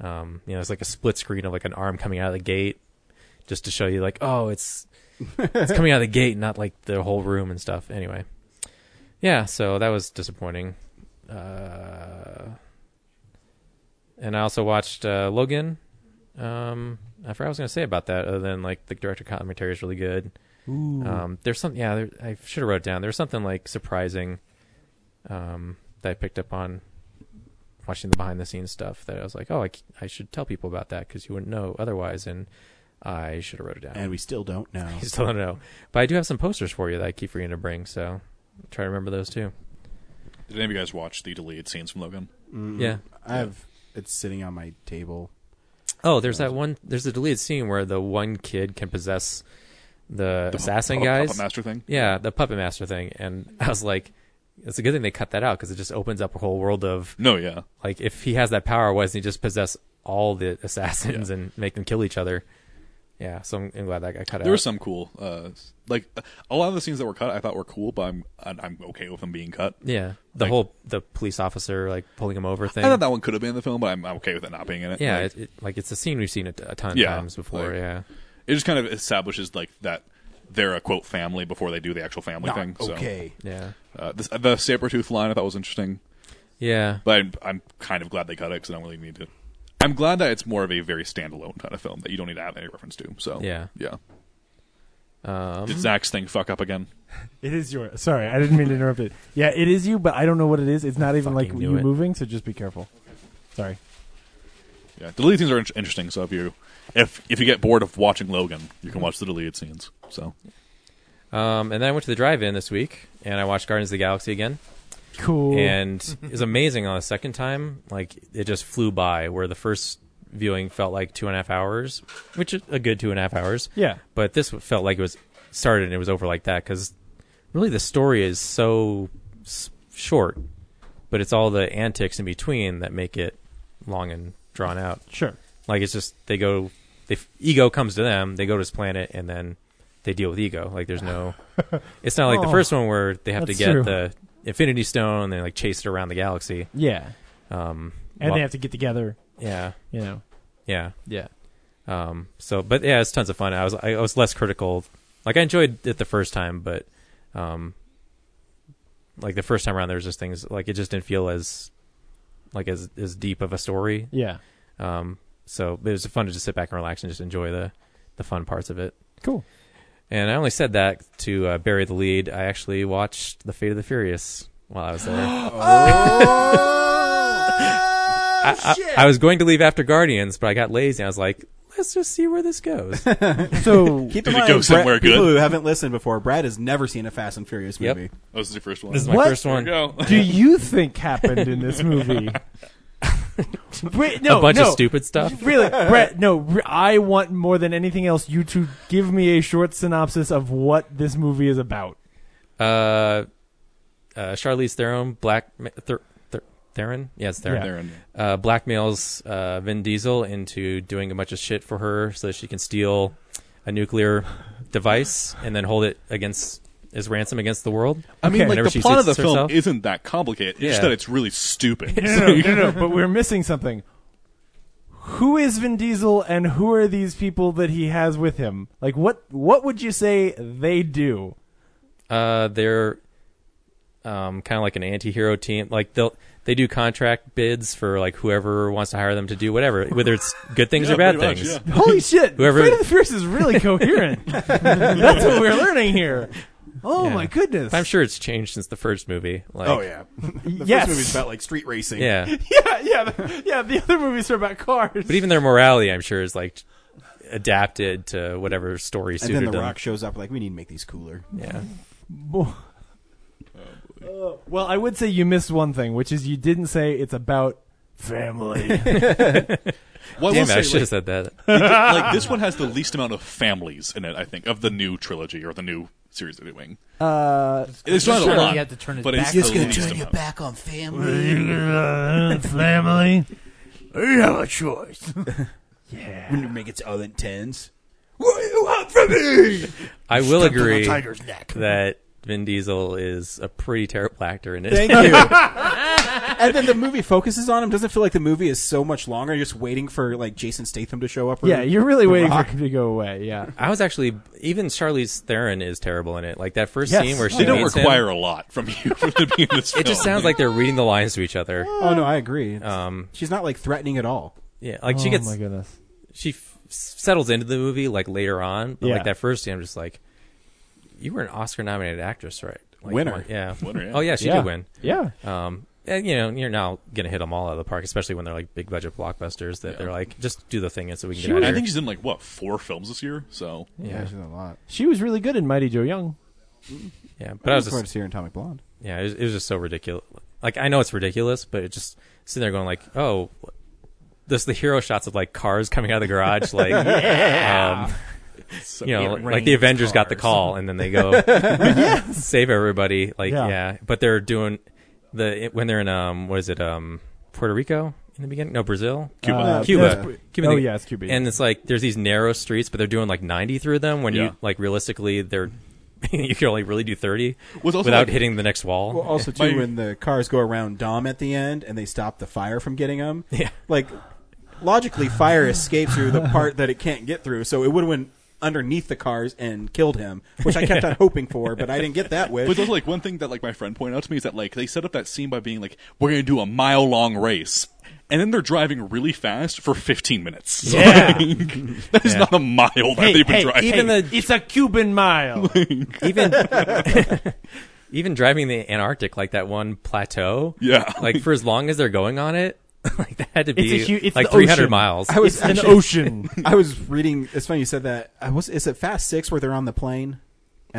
[SPEAKER 4] um you know it's like a split screen of like an arm coming out of the gate just to show you like oh it's it's coming out of the gate not like the whole room and stuff anyway yeah so that was disappointing uh and I also watched uh, Logan. Um, I forgot what I was going to say about that, other than like the director commentary is really good.
[SPEAKER 5] Ooh.
[SPEAKER 4] Um, there's something, yeah, there, I should have wrote it down. There's something like surprising um, that I picked up on watching the behind the scenes stuff that I was like, oh, I, c- I should tell people about that because you wouldn't know otherwise. And I should have wrote it down.
[SPEAKER 1] and we still don't know.
[SPEAKER 4] *laughs* I still don't know. But I do have some posters for you that I keep forgetting to bring, so try to remember those too.
[SPEAKER 7] Did any of you guys watch the deleted scenes from Logan?
[SPEAKER 1] Mm-mm.
[SPEAKER 4] Yeah.
[SPEAKER 1] I have it's sitting on my table.
[SPEAKER 4] Oh, there's that one. There's a deleted scene where the one kid can possess the,
[SPEAKER 7] pu-
[SPEAKER 4] assassin
[SPEAKER 7] pu-
[SPEAKER 4] guys.
[SPEAKER 7] puppet master thing?
[SPEAKER 4] Yeah, the puppet master thing. And *laughs* I was like, it's a good thing they cut that out because it just opens up a whole world of.
[SPEAKER 7] No, yeah.
[SPEAKER 4] Like if he has that power, why doesn't he just possess all the *laughs* assassins and make them kill each other? Yeah, so I'm, I'm glad that got cut out.
[SPEAKER 7] There were some cool, uh, like a lot of the scenes that were cut. I thought were cool, but I'm I'm- I'm okay with them being cut.
[SPEAKER 4] Yeah, the
[SPEAKER 7] Like,
[SPEAKER 4] whole the police officer like pulling him over thing.
[SPEAKER 7] I thought that one could have been in the film, but I'm, I'm okay with it not being in it.
[SPEAKER 4] yeah,
[SPEAKER 7] Like,
[SPEAKER 4] it, it, like it's a scene we've seen a, a ton of
[SPEAKER 7] Yeah,
[SPEAKER 4] times before.
[SPEAKER 7] like-
[SPEAKER 4] yeah,
[SPEAKER 7] it just kind of establishes like that they're a quote family before they do the actual family
[SPEAKER 1] Not
[SPEAKER 7] thing. So.
[SPEAKER 1] okay.
[SPEAKER 4] Yeah.
[SPEAKER 7] Uh, this, the saber tooth line I thought was interesting.
[SPEAKER 4] Yeah.
[SPEAKER 7] but I'm, I'm kind of glad they cut it because I don't really need to. I'm glad that it's more of a very standalone kind of film that you don't need to have any reference to. So
[SPEAKER 4] Yeah.
[SPEAKER 7] yeah.
[SPEAKER 4] Um,
[SPEAKER 7] Did Zach's thing fuck up again?
[SPEAKER 5] It is your. Sorry, I didn't mean to interrupt
[SPEAKER 4] *laughs*
[SPEAKER 5] it. Yeah, it is you, but I don't know what it is. It's not even like
[SPEAKER 4] Fucking knew
[SPEAKER 5] you
[SPEAKER 4] it.
[SPEAKER 5] moving, so just be careful. Sorry.
[SPEAKER 7] Yeah, deleted scenes are in- interesting. So if you if if you get bored of watching Logan, you can watch the deleted scenes. So
[SPEAKER 4] Um, and then I went to the drive-in this week, and I watched Guardians of the Galaxy again.
[SPEAKER 5] Cool.
[SPEAKER 7] *laughs*
[SPEAKER 4] And it was amazing on the second time. Like it just flew by. Where the first viewing felt like two and a half hours, which is a good two and a half hours.
[SPEAKER 5] Yeah.
[SPEAKER 4] But this felt like it was started and it was over like that because really the story is so s- short, but it's all the antics in between that make it long and drawn out.
[SPEAKER 5] Sure.
[SPEAKER 4] Like it's just they go, they, ego comes to them, they go to his planet, and then they deal with ego. Like there's
[SPEAKER 5] *laughs*
[SPEAKER 4] no, it's not like the
[SPEAKER 5] Oh,
[SPEAKER 4] first one where they have to
[SPEAKER 5] that's
[SPEAKER 4] get
[SPEAKER 5] true.
[SPEAKER 4] the Infinity Stone and they like chase it around the galaxy.
[SPEAKER 5] Yeah.
[SPEAKER 4] Um,
[SPEAKER 5] And
[SPEAKER 4] while-
[SPEAKER 5] they have to get together.
[SPEAKER 4] yeah.
[SPEAKER 5] You know.
[SPEAKER 4] Yeah.
[SPEAKER 5] Yeah.
[SPEAKER 4] Um. So, but yeah, it's tons of fun. I was I was less critical. Like I enjoyed it the first time, but um, like the first time around, there was just things like it just didn't feel as like as as deep of a story.
[SPEAKER 5] Yeah.
[SPEAKER 4] Um. So it was fun to just sit back and relax and just enjoy the the fun parts of it. *laughs*
[SPEAKER 5] Cool.
[SPEAKER 4] And I only said that to uh, bury the lead. I actually watched The Fate of the Furious while I was there. *gasps*
[SPEAKER 5] Oh,
[SPEAKER 4] I, I- I was going to leave after Guardians, but I got lazy. and I was like, let's just see where this goes. *laughs*
[SPEAKER 1] so keep in
[SPEAKER 4] Did it
[SPEAKER 1] mind,
[SPEAKER 4] go somewhere
[SPEAKER 1] Brad, people
[SPEAKER 4] good?
[SPEAKER 1] who haven't listened before, Brad has never seen a Fast and Furious
[SPEAKER 4] Yep.
[SPEAKER 1] movie.
[SPEAKER 7] That was oh, the first one.
[SPEAKER 4] This is my
[SPEAKER 5] what
[SPEAKER 4] first one.
[SPEAKER 5] *laughs* do you think happened in this
[SPEAKER 4] *laughs*
[SPEAKER 5] movie? Wait, no,
[SPEAKER 4] A bunch of
[SPEAKER 5] no.
[SPEAKER 4] stupid stuff?
[SPEAKER 5] *laughs* Really, Brett? No, re- I want more than anything else you to give me a short synopsis of what this movie is about.
[SPEAKER 4] Uh, uh, Charlize Theron, Black Ther, Ther, Theron, yes, Theron,
[SPEAKER 5] Yeah.
[SPEAKER 7] Theron.
[SPEAKER 4] Uh, blackmails uh, Vin Diesel into doing a bunch of shit for her so that she can steal a nuclear device and then hold it against as ransom against the world.
[SPEAKER 5] Um,
[SPEAKER 7] I mean,
[SPEAKER 4] Whenever
[SPEAKER 7] like the
[SPEAKER 4] she
[SPEAKER 7] plot of the
[SPEAKER 4] suits
[SPEAKER 7] film
[SPEAKER 4] herself.
[SPEAKER 7] isn't that complicated. It's
[SPEAKER 4] Yeah.
[SPEAKER 7] just that it's really
[SPEAKER 5] *laughs*
[SPEAKER 7] stupid.
[SPEAKER 5] *laughs* No, no, no, no, no, but we're missing something. Who is Vin Diesel, and who are these people that he has with him? Like, what what would you say they do?
[SPEAKER 4] Uh, they're um, kind of like an anti-hero team. Like they'll they do contract bids for like whoever wants to hire them to do whatever, whether it's good things
[SPEAKER 5] Yeah,
[SPEAKER 4] or bad
[SPEAKER 5] pretty much,
[SPEAKER 4] things. *laughs*
[SPEAKER 5] yeah. Holy shit,
[SPEAKER 4] Whoever
[SPEAKER 5] Fate of the Furious is
[SPEAKER 4] *laughs*
[SPEAKER 5] really coherent. That's what we're learning here. Oh
[SPEAKER 4] Yeah.
[SPEAKER 5] my goodness!
[SPEAKER 4] I'm sure it's changed since the first movie. Like,
[SPEAKER 1] oh yeah, the
[SPEAKER 5] Yes.
[SPEAKER 1] first movie's about like street racing.
[SPEAKER 4] Yeah.
[SPEAKER 5] *laughs* yeah, yeah, the, yeah. The other movies are about cars.
[SPEAKER 4] But even their morality, I'm sure, is like adapted to whatever story
[SPEAKER 1] and
[SPEAKER 4] suited
[SPEAKER 1] then The
[SPEAKER 4] them.
[SPEAKER 1] Rock shows up like we need to make these cooler.
[SPEAKER 4] Yeah.
[SPEAKER 5] *laughs* Bo- Uh, well, I would say you missed one thing, which is you didn't say it's about family.
[SPEAKER 7] Well, will
[SPEAKER 4] Damn it, I
[SPEAKER 7] say,
[SPEAKER 4] should have said
[SPEAKER 7] like-
[SPEAKER 4] that.
[SPEAKER 7] it- *laughs* like this one has the least amount of families in it, I think, of the new trilogy or the new series they're doing.
[SPEAKER 5] Uh,
[SPEAKER 7] It's not a
[SPEAKER 5] Sure.
[SPEAKER 7] lot,
[SPEAKER 5] You have to turn it
[SPEAKER 7] but
[SPEAKER 5] back
[SPEAKER 7] it's
[SPEAKER 5] It's
[SPEAKER 7] the
[SPEAKER 5] gonna
[SPEAKER 7] least
[SPEAKER 5] turn your
[SPEAKER 7] amount.
[SPEAKER 5] back on
[SPEAKER 20] family. *laughs* family. You have a choice.
[SPEAKER 1] yeah. When you make it to all intense.
[SPEAKER 20] What do you want from me?
[SPEAKER 4] I will
[SPEAKER 20] Stepped on a
[SPEAKER 4] agree
[SPEAKER 20] tiger's neck.
[SPEAKER 4] that Vin Diesel is a pretty terrible actor in it.
[SPEAKER 1] Thank you. and then the movie focuses on him. Doesn't feel like the movie is so much longer. You're just waiting for like Jason Statham to show up. Or
[SPEAKER 5] yeah, you're really
[SPEAKER 1] The
[SPEAKER 5] waiting
[SPEAKER 1] Rock.
[SPEAKER 5] for him to go away. Yeah.
[SPEAKER 4] I was actually even Charlize Theron is terrible in it. Like that first
[SPEAKER 5] Yes.
[SPEAKER 4] scene where she
[SPEAKER 7] They don't
[SPEAKER 4] meets him,
[SPEAKER 7] require a lot from *laughs* you for to be in this.
[SPEAKER 4] It just
[SPEAKER 7] film.
[SPEAKER 4] sounds like they're reading the lines to each other.
[SPEAKER 1] Oh no, I agree.
[SPEAKER 4] Um,
[SPEAKER 1] She's not like threatening at all.
[SPEAKER 4] yeah, like she
[SPEAKER 5] Oh,
[SPEAKER 4] gets
[SPEAKER 5] my goodness.
[SPEAKER 4] she f- settles into the movie like later on, but
[SPEAKER 5] Yeah.
[SPEAKER 4] like that first scene, I'm just like, you were an Oscar nominated actress, right? Like,
[SPEAKER 1] Winner.
[SPEAKER 4] what- yeah.
[SPEAKER 1] Winner, yeah.
[SPEAKER 4] Oh yeah, she
[SPEAKER 1] Yeah.
[SPEAKER 4] did win.
[SPEAKER 1] Yeah.
[SPEAKER 4] Um, and you know, you're now gonna hit them all out of the park, especially when they're like big budget blockbusters that they're like, just do the thing, so we can
[SPEAKER 7] She
[SPEAKER 4] get out of
[SPEAKER 7] was- I
[SPEAKER 4] here.
[SPEAKER 7] think she's in like what four films this year. So
[SPEAKER 4] Yeah.
[SPEAKER 1] she's in a lot.
[SPEAKER 5] She was really good in Mighty Joe Young.
[SPEAKER 4] Yeah,
[SPEAKER 1] I
[SPEAKER 4] but I was
[SPEAKER 1] look forward
[SPEAKER 4] just
[SPEAKER 1] to seeing Atomic Blonde.
[SPEAKER 4] Yeah, it was, it was just so ridiculous. Like I know it's ridiculous, but it just sitting there going like, oh, this the hero shots of like cars coming out of the garage, like
[SPEAKER 5] Yeah.
[SPEAKER 4] um,
[SPEAKER 5] So
[SPEAKER 4] you know,
[SPEAKER 5] it
[SPEAKER 4] like the
[SPEAKER 5] rains
[SPEAKER 4] Avengers got the
[SPEAKER 5] cars.
[SPEAKER 4] call and then they go save everybody. Like
[SPEAKER 5] Yeah.
[SPEAKER 4] yeah. but they're doing the when they're in um what is it um Puerto Rico. In the beginning, no Brazil,
[SPEAKER 5] Cuba. Uh,
[SPEAKER 4] Cuba,
[SPEAKER 5] that's-
[SPEAKER 4] Cuba.
[SPEAKER 5] oh,
[SPEAKER 4] They-
[SPEAKER 5] yeah, it's Cuba, yeah.
[SPEAKER 4] And it's like there's these narrow streets, but they're doing like 90 through them. When
[SPEAKER 7] Yeah.
[SPEAKER 4] you like realistically, they're *laughs* you can only really do 30
[SPEAKER 7] Was also,
[SPEAKER 4] without
[SPEAKER 7] like-
[SPEAKER 4] hitting the next wall.
[SPEAKER 1] Well, *laughs* also
[SPEAKER 7] My-
[SPEAKER 1] too, when the cars go around Dom at the end and they stop the fire from getting him.
[SPEAKER 4] Yeah.
[SPEAKER 1] Like logically, fire escaped through the part that it can't get through, so it would have went underneath the cars and killed him, which I kept on hoping for, but I didn't get that
[SPEAKER 7] But
[SPEAKER 1] wish.
[SPEAKER 7] it's also like one thing that like my friend pointed out to me is that like they set up that scene by being like, we're gonna do a mile long race. And then they're driving really fast for 15 minutes. *laughs*
[SPEAKER 5] Yeah.
[SPEAKER 7] Like, that is
[SPEAKER 4] Yeah.
[SPEAKER 7] not a mile that they've been driving.
[SPEAKER 5] it's a Cuban mile.
[SPEAKER 4] even *laughs* even driving the Antarctic, like that one plateau.
[SPEAKER 7] Yeah.
[SPEAKER 4] Like for as long as they're going on it, *laughs* like that had to be
[SPEAKER 5] It's a hu- it's
[SPEAKER 4] like
[SPEAKER 5] the
[SPEAKER 4] three hundred
[SPEAKER 5] ocean.
[SPEAKER 4] miles.
[SPEAKER 5] *laughs* I was It's an actually- *laughs* ocean.
[SPEAKER 1] I was reading. It's funny you said that. I was. Is it Fast Six where they're on the plane?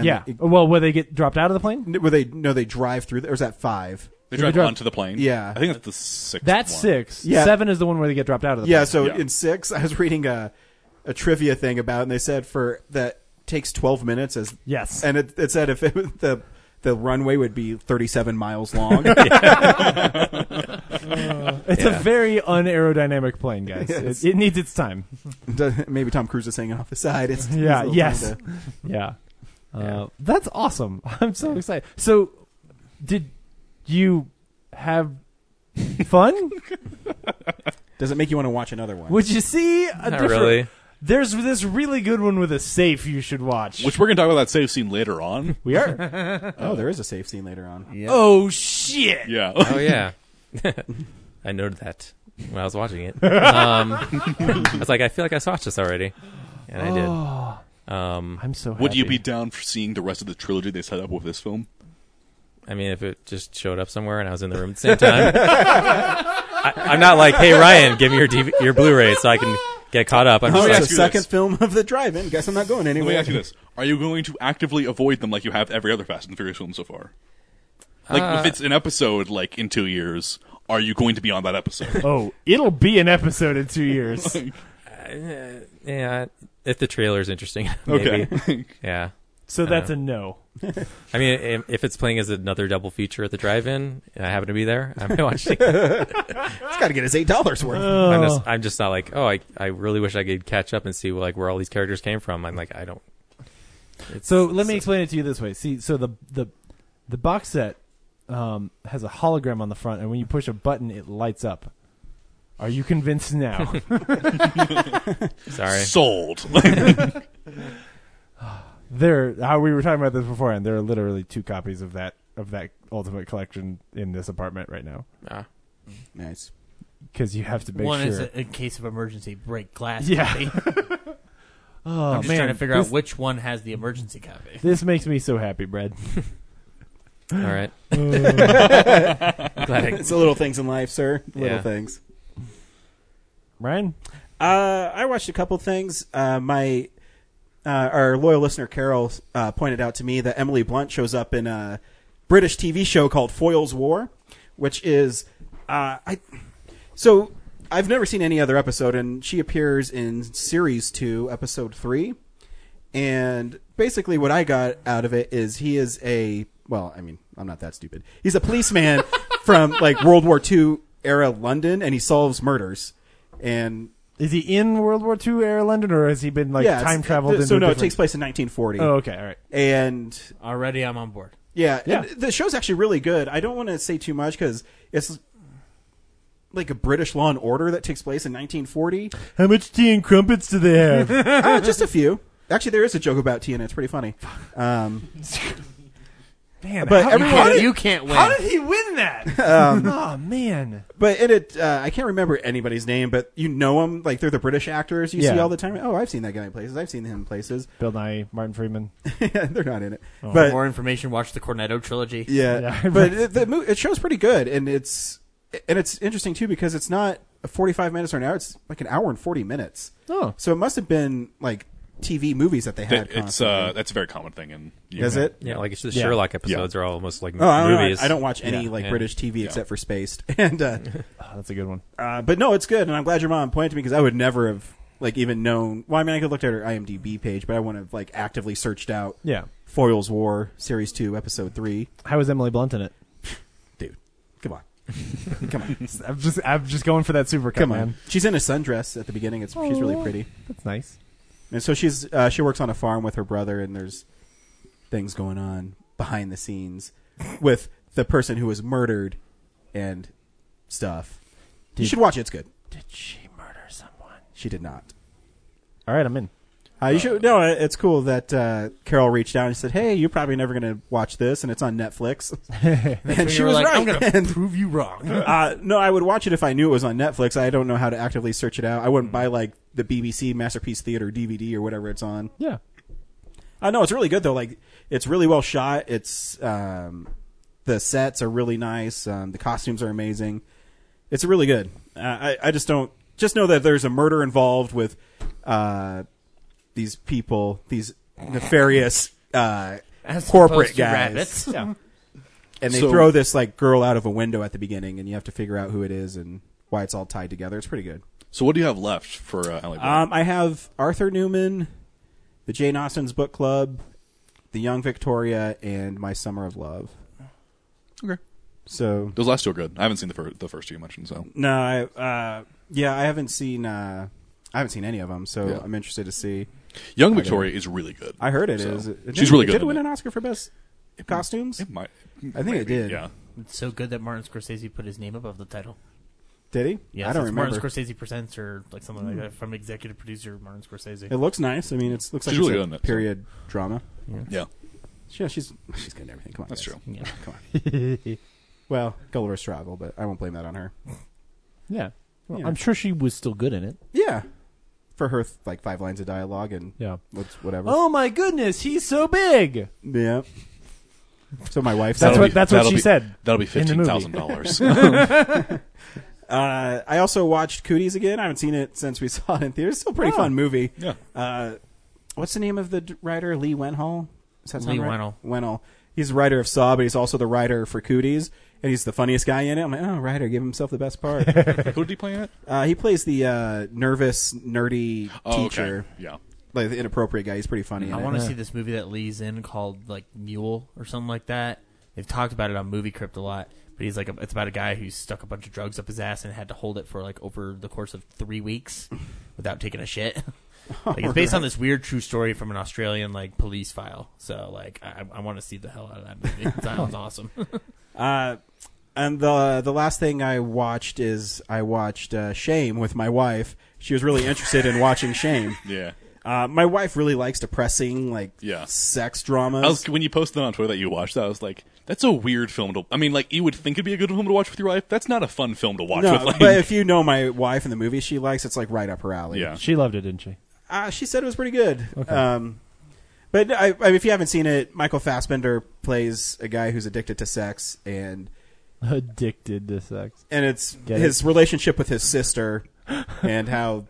[SPEAKER 5] yeah. well, where they get dropped out of the plane?
[SPEAKER 1] Where they no, they drive through. Or is that five?
[SPEAKER 7] They
[SPEAKER 5] If
[SPEAKER 7] drive
[SPEAKER 5] drop-
[SPEAKER 7] onto the plane.
[SPEAKER 1] Yeah.
[SPEAKER 7] I think that's the sixth.
[SPEAKER 5] That's
[SPEAKER 7] one.
[SPEAKER 5] six.
[SPEAKER 1] Yeah.
[SPEAKER 5] Seven is the one where they get dropped out of the
[SPEAKER 1] yeah
[SPEAKER 5] plane.
[SPEAKER 1] so in six i was reading a, a trivia thing about it, and they said for that takes 12 minutes as
[SPEAKER 5] Yes.
[SPEAKER 1] and it, it said if it, *laughs* was the the runway would be 37 miles long
[SPEAKER 5] Uh, *laughs* it's a very unaerodynamic plane, guys.
[SPEAKER 1] Yes.
[SPEAKER 5] It, it needs its time.
[SPEAKER 1] *laughs* maybe tom cruise is hanging off the side it's it's a
[SPEAKER 5] yeah.
[SPEAKER 1] little
[SPEAKER 5] Yes.
[SPEAKER 1] kinda-
[SPEAKER 5] yeah. Uh, that's awesome. *laughs* I'm so excited. So, did you have fun?
[SPEAKER 1] does it make you want to watch another one
[SPEAKER 5] Would you see a
[SPEAKER 1] Not
[SPEAKER 5] different?
[SPEAKER 1] really.
[SPEAKER 5] There's this really good one with a safe you should watch.
[SPEAKER 7] Which we're going to talk about that save scene later on.
[SPEAKER 5] We are.
[SPEAKER 1] oh there is a safe scene later on
[SPEAKER 5] Oh shit!
[SPEAKER 7] Yeah.
[SPEAKER 4] Oh yeah. *laughs* I noted that when I was watching it. Um, I was like, I feel like I watched this already, and I
[SPEAKER 7] Oh.
[SPEAKER 4] did. Um,
[SPEAKER 5] I'm so.
[SPEAKER 7] Would you be down for seeing the rest of the trilogy they set up with this film?
[SPEAKER 4] I mean, if it just showed up somewhere and I was in the room at the same time, *laughs* I, I'm not like, hey Ryan, give me your DV- your Blu-ray so I can get caught up. I'm
[SPEAKER 1] Oh,
[SPEAKER 4] just
[SPEAKER 1] it's
[SPEAKER 4] like,
[SPEAKER 1] the second film of the drive-in. Guess I'm not going
[SPEAKER 7] Let
[SPEAKER 1] anywhere.
[SPEAKER 7] me
[SPEAKER 1] *laughs*
[SPEAKER 7] ask you this: Are you going to actively avoid them like you have every other Fast and Furious film so far? Like,
[SPEAKER 5] Uh,
[SPEAKER 7] if it's an episode like in two years, are you going to be on
[SPEAKER 1] *laughs*
[SPEAKER 7] that episode?
[SPEAKER 5] Oh, it'll be an episode in two years.
[SPEAKER 4] yeah, if the trailer's interesting, *laughs* maybe.
[SPEAKER 5] Okay.
[SPEAKER 4] yeah.
[SPEAKER 5] So
[SPEAKER 4] I don't
[SPEAKER 5] that's a no.
[SPEAKER 4] I mean, if- if it's playing as another double feature at the drive-in, and I happen to be there, I'm watching. it.
[SPEAKER 1] it's got to get us eight dollars worth.
[SPEAKER 4] I'm just, I'm just not like, oh, I, I really wish I could catch up and see like where all these characters came from. I'm like, I don't. It's,
[SPEAKER 5] so let me explain it to you this way. See, so the the the box set um, has a hologram on the front, and when you push a button, it lights up. Are you convinced now? *laughs*
[SPEAKER 4] Sorry.
[SPEAKER 7] Sold.
[SPEAKER 5] there, how we were talking about this before, and there are literally two copies of that of that ultimate collection in this apartment right now.
[SPEAKER 4] Ah,
[SPEAKER 1] nice.
[SPEAKER 5] Because you have to make
[SPEAKER 6] One
[SPEAKER 5] sure.
[SPEAKER 6] is a, in case of emergency, break glass.
[SPEAKER 5] Yeah.
[SPEAKER 6] *laughs* Copy.
[SPEAKER 5] Oh,
[SPEAKER 6] I'm just
[SPEAKER 5] man,
[SPEAKER 6] trying to figure
[SPEAKER 5] this-
[SPEAKER 6] out which one has the emergency copy.
[SPEAKER 5] this makes me so happy, Brad.
[SPEAKER 4] All right. *laughs*
[SPEAKER 5] Glad
[SPEAKER 1] it's the little things in life, sir. Little
[SPEAKER 5] Yeah.
[SPEAKER 1] things.
[SPEAKER 5] Ryan,
[SPEAKER 1] uh, I watched a couple things. Uh, my uh, our loyal listener Carol uh, pointed out to me that Emily Blunt shows up in a British TV show called Foyle's War, which is uh, I. So I've never seen any other episode, and she appears in series two, episode three. And basically, what I got out of it is he is a well, I mean, I'm not that stupid. He's a policeman *laughs* from like World War II era London, and he solves murders. And
[SPEAKER 5] is he in World War II era London, or has he been like
[SPEAKER 1] Yeah, it's- uh,
[SPEAKER 5] time traveled?
[SPEAKER 1] So
[SPEAKER 5] into
[SPEAKER 1] no,
[SPEAKER 5] a
[SPEAKER 1] it takes
[SPEAKER 5] different-
[SPEAKER 1] place in 1940.
[SPEAKER 5] Oh, okay, all right.
[SPEAKER 1] And
[SPEAKER 6] already, I'm on board.
[SPEAKER 1] yeah,
[SPEAKER 5] Yeah.
[SPEAKER 1] and the show's actually really good. I don't want to say too much because it's like a British Law and Order that takes place
[SPEAKER 5] *laughs*
[SPEAKER 1] in 1940.
[SPEAKER 5] How much tea and crumpets do they have?
[SPEAKER 1] Uh, just a few. Actually, there is a joke about Tina. It's pretty funny. Um,
[SPEAKER 5] *laughs* Man,
[SPEAKER 1] but
[SPEAKER 5] how-
[SPEAKER 1] everyone,
[SPEAKER 5] how did- How
[SPEAKER 1] win.
[SPEAKER 5] did he win *laughs* that?
[SPEAKER 1] Um,
[SPEAKER 5] oh man,
[SPEAKER 1] But in it, uh, I can't remember anybody's name, but you know them. Like they're the British actors you see
[SPEAKER 5] Yeah.
[SPEAKER 1] all the time. Oh, I've seen that guy in places. I've seen him in places. *laughs*
[SPEAKER 5] Bill Nye, Martin Freeman.
[SPEAKER 1] Yeah, they're not in it.
[SPEAKER 5] Oh.
[SPEAKER 1] But
[SPEAKER 6] For more information, watch the Cornetto trilogy.
[SPEAKER 5] *laughs*
[SPEAKER 1] Yeah, but it, the mo- it shows pretty good, and it's and it's interesting too because it's not forty five minutes or an hour; it's like an hour and forty minutes.
[SPEAKER 5] Oh,
[SPEAKER 1] so it must have been like TV movies that they had.
[SPEAKER 7] That- *laughs* it's uh, that's a very common thing in.
[SPEAKER 1] Is it?
[SPEAKER 4] Yeah, like it's the Sherlock episodes are almost like
[SPEAKER 1] Oh, I don't know.
[SPEAKER 4] movies.
[SPEAKER 1] I don't watch any
[SPEAKER 4] Yeah.
[SPEAKER 1] like
[SPEAKER 4] Yeah.
[SPEAKER 1] British TV
[SPEAKER 4] Yeah.
[SPEAKER 1] except for Spaced, *laughs* and
[SPEAKER 4] *laughs*
[SPEAKER 1] uh,
[SPEAKER 5] Ah, that's a good one.
[SPEAKER 1] Uh, but no, it's good, and I'm glad your mom pointed to me because I would never have like even known. Well, I mean, I could look at her IMDb page, but I wouldn't have like actively searched out.
[SPEAKER 5] Yeah.
[SPEAKER 1] Foyle's War, Series Two, Episode Three.
[SPEAKER 5] How is Emily Blunt in it?
[SPEAKER 1] Dude, come on, come on.
[SPEAKER 5] I'm just I'm just going for that super cut,
[SPEAKER 1] Come on,
[SPEAKER 5] man.
[SPEAKER 1] she's in a sundress at the beginning. It's she's really
[SPEAKER 5] Aw.
[SPEAKER 1] pretty.
[SPEAKER 5] That's nice.
[SPEAKER 1] And so she's uh, she works on a farm with her brother, and there's things going on behind the scenes with the person who was murdered and stuff. you
[SPEAKER 5] Did-
[SPEAKER 1] should watch it. It's good.
[SPEAKER 5] Did she murder someone?
[SPEAKER 1] She did not.
[SPEAKER 5] All right, I'm in.
[SPEAKER 1] Uh, you should no. it- It's cool that uh, Carol reached out and said, "Hey, you're probably never going to watch this, and it's on
[SPEAKER 6] *laughs*
[SPEAKER 1] Netflix." *laughs*
[SPEAKER 6] when
[SPEAKER 1] and she
[SPEAKER 6] you were
[SPEAKER 1] was
[SPEAKER 6] like,
[SPEAKER 1] right.
[SPEAKER 6] "I'm gonna
[SPEAKER 1] and,
[SPEAKER 6] prove you
[SPEAKER 1] *laughs*
[SPEAKER 6] wrong.
[SPEAKER 1] Uh, no, I would watch it if I knew it was on Netflix. I don't know how to actively search it out. I wouldn't buy like the BBC Masterpiece Theater DVD or whatever it's on.
[SPEAKER 5] Yeah.
[SPEAKER 1] I know it's really good though. Like it's really well shot. It's um, the sets are really nice. Um, the costumes are amazing. It's really good. Uh, I I just don't just know that there's a murder involved with uh, these people, these nefarious uh,
[SPEAKER 6] As
[SPEAKER 1] corporate
[SPEAKER 6] opposed to
[SPEAKER 1] guys.
[SPEAKER 6] rabbits. *laughs* Yeah.
[SPEAKER 1] and they
[SPEAKER 7] So-
[SPEAKER 1] throw this like girl out of a window at the beginning, and you have to figure out who it is and why it's all tied together. It's pretty good.
[SPEAKER 7] So what do you have left for uh, LA?
[SPEAKER 1] Um, I have Arthur Newman, the Jane Austen's Book Club, The Young Victoria, and My Summer of Love.
[SPEAKER 7] Okay.
[SPEAKER 1] So
[SPEAKER 7] Those last two are good. I haven't seen the first the first two you mentioned. So
[SPEAKER 1] No, I uh, yeah, I haven't seen uh, I haven't seen any of them, so I'm interested to see.
[SPEAKER 7] Young
[SPEAKER 1] how they-
[SPEAKER 7] Victoria is really good.
[SPEAKER 1] I heard it is.
[SPEAKER 7] So,
[SPEAKER 1] It- it
[SPEAKER 7] she's
[SPEAKER 1] did-
[SPEAKER 7] really
[SPEAKER 1] it
[SPEAKER 7] good
[SPEAKER 1] Did
[SPEAKER 7] in
[SPEAKER 1] win
[SPEAKER 7] it.
[SPEAKER 1] an Oscar for best costumes? It
[SPEAKER 7] might.
[SPEAKER 1] I think it did.
[SPEAKER 6] It's so good that Martin Scorsese put his name above the title.
[SPEAKER 1] Did he?
[SPEAKER 6] Yeah,
[SPEAKER 1] I don't
[SPEAKER 6] it's
[SPEAKER 1] remember.
[SPEAKER 6] Martin Scorsese presents or like something
[SPEAKER 1] Hmm.
[SPEAKER 6] like that from executive producer Martin Scorsese.
[SPEAKER 1] It looks nice. I mean, it's looks like
[SPEAKER 7] She's
[SPEAKER 1] it's
[SPEAKER 7] really
[SPEAKER 1] a
[SPEAKER 7] good in it, so.
[SPEAKER 1] period drama.
[SPEAKER 7] Yeah. Yeah.
[SPEAKER 1] Yeah, she's she's good at everything. Come on,
[SPEAKER 7] That's
[SPEAKER 1] guys.
[SPEAKER 7] true. Yeah.
[SPEAKER 1] Come *laughs* on. well, Gulliver's Travel, but I won't blame that on her.
[SPEAKER 5] Yeah. Well,
[SPEAKER 1] Yeah.
[SPEAKER 5] I'm sure she was still good in it.
[SPEAKER 1] Yeah, for her th- like five lines of dialogue and
[SPEAKER 5] Yeah.
[SPEAKER 1] what's whatever.
[SPEAKER 5] Oh my goodness, he's so big.
[SPEAKER 1] Yeah. So my wife.
[SPEAKER 5] That's
[SPEAKER 1] said-
[SPEAKER 5] what- that's what That'll she be- said that'll be in the movie.
[SPEAKER 1] *laughs*
[SPEAKER 7] Oh,
[SPEAKER 5] $15,000.
[SPEAKER 1] uh, I also watched Cooties again. I haven't seen it since we *laughs* saw it in theaters. Still a pretty
[SPEAKER 6] Oh.
[SPEAKER 1] fun movie.
[SPEAKER 6] Yeah.
[SPEAKER 1] Uh, what's the name of the d- writer? Lee Wenhall. Is that sound
[SPEAKER 6] Lee
[SPEAKER 1] right?
[SPEAKER 6] Wennell.
[SPEAKER 1] Wennell. He's the writer of Saw, but he's also the writer for Cooties, and he's the funniest guy in it. I'm like, oh, writer, give himself the best *laughs* part.
[SPEAKER 7] Who did he play in it?
[SPEAKER 1] Uh, he plays the uh, nervous, nerdy
[SPEAKER 7] Oh, okay. Mm,
[SPEAKER 1] teacher.
[SPEAKER 7] Yeah.
[SPEAKER 1] like the inappropriate guy. He's pretty funny.
[SPEAKER 6] I want to see this movie that Lee's in called like Mule or something like that. They've talked about it on Movie Crypt a lot, but he's like, a, it's about a guy who stuck a bunch of drugs up his ass and had to hold it for like over the course of
[SPEAKER 1] *laughs*
[SPEAKER 6] three weeks without taking a shit. like it's based on
[SPEAKER 1] Alright.
[SPEAKER 6] this weird true story from an Australian like police file. So like, I, I want to see the hell out of that movie.
[SPEAKER 1] *laughs*
[SPEAKER 6] It sounds awesome.
[SPEAKER 1] Uh, and the the last thing I watched is I watched uh, Shame with my wife. She was really interested in watching Shame.
[SPEAKER 7] *laughs* Yeah.
[SPEAKER 1] Uh, my wife really likes depressing, like
[SPEAKER 7] Yeah.
[SPEAKER 1] sex dramas.
[SPEAKER 7] I was, when you posted on Twitter that you watched that, I was like, "That's a weird film to." I mean, like you would think it'd be a good film to watch with your wife. That's not a fun film to watch
[SPEAKER 1] no,
[SPEAKER 7] with. Like,
[SPEAKER 1] but if you know my wife and the movies she likes, it's like right up her alley.
[SPEAKER 7] *laughs* Yeah.
[SPEAKER 5] She loved it, didn't she?
[SPEAKER 1] Uh, she said it was pretty good.
[SPEAKER 5] Okay.
[SPEAKER 1] Um, but I, I mean, if you haven't seen it, Michael Fassbender plays a guy who's addicted to sex, and
[SPEAKER 5] *laughs* Addicted to sex.
[SPEAKER 1] and it's
[SPEAKER 5] Get
[SPEAKER 1] his
[SPEAKER 5] it?
[SPEAKER 1] relationship with his sister and how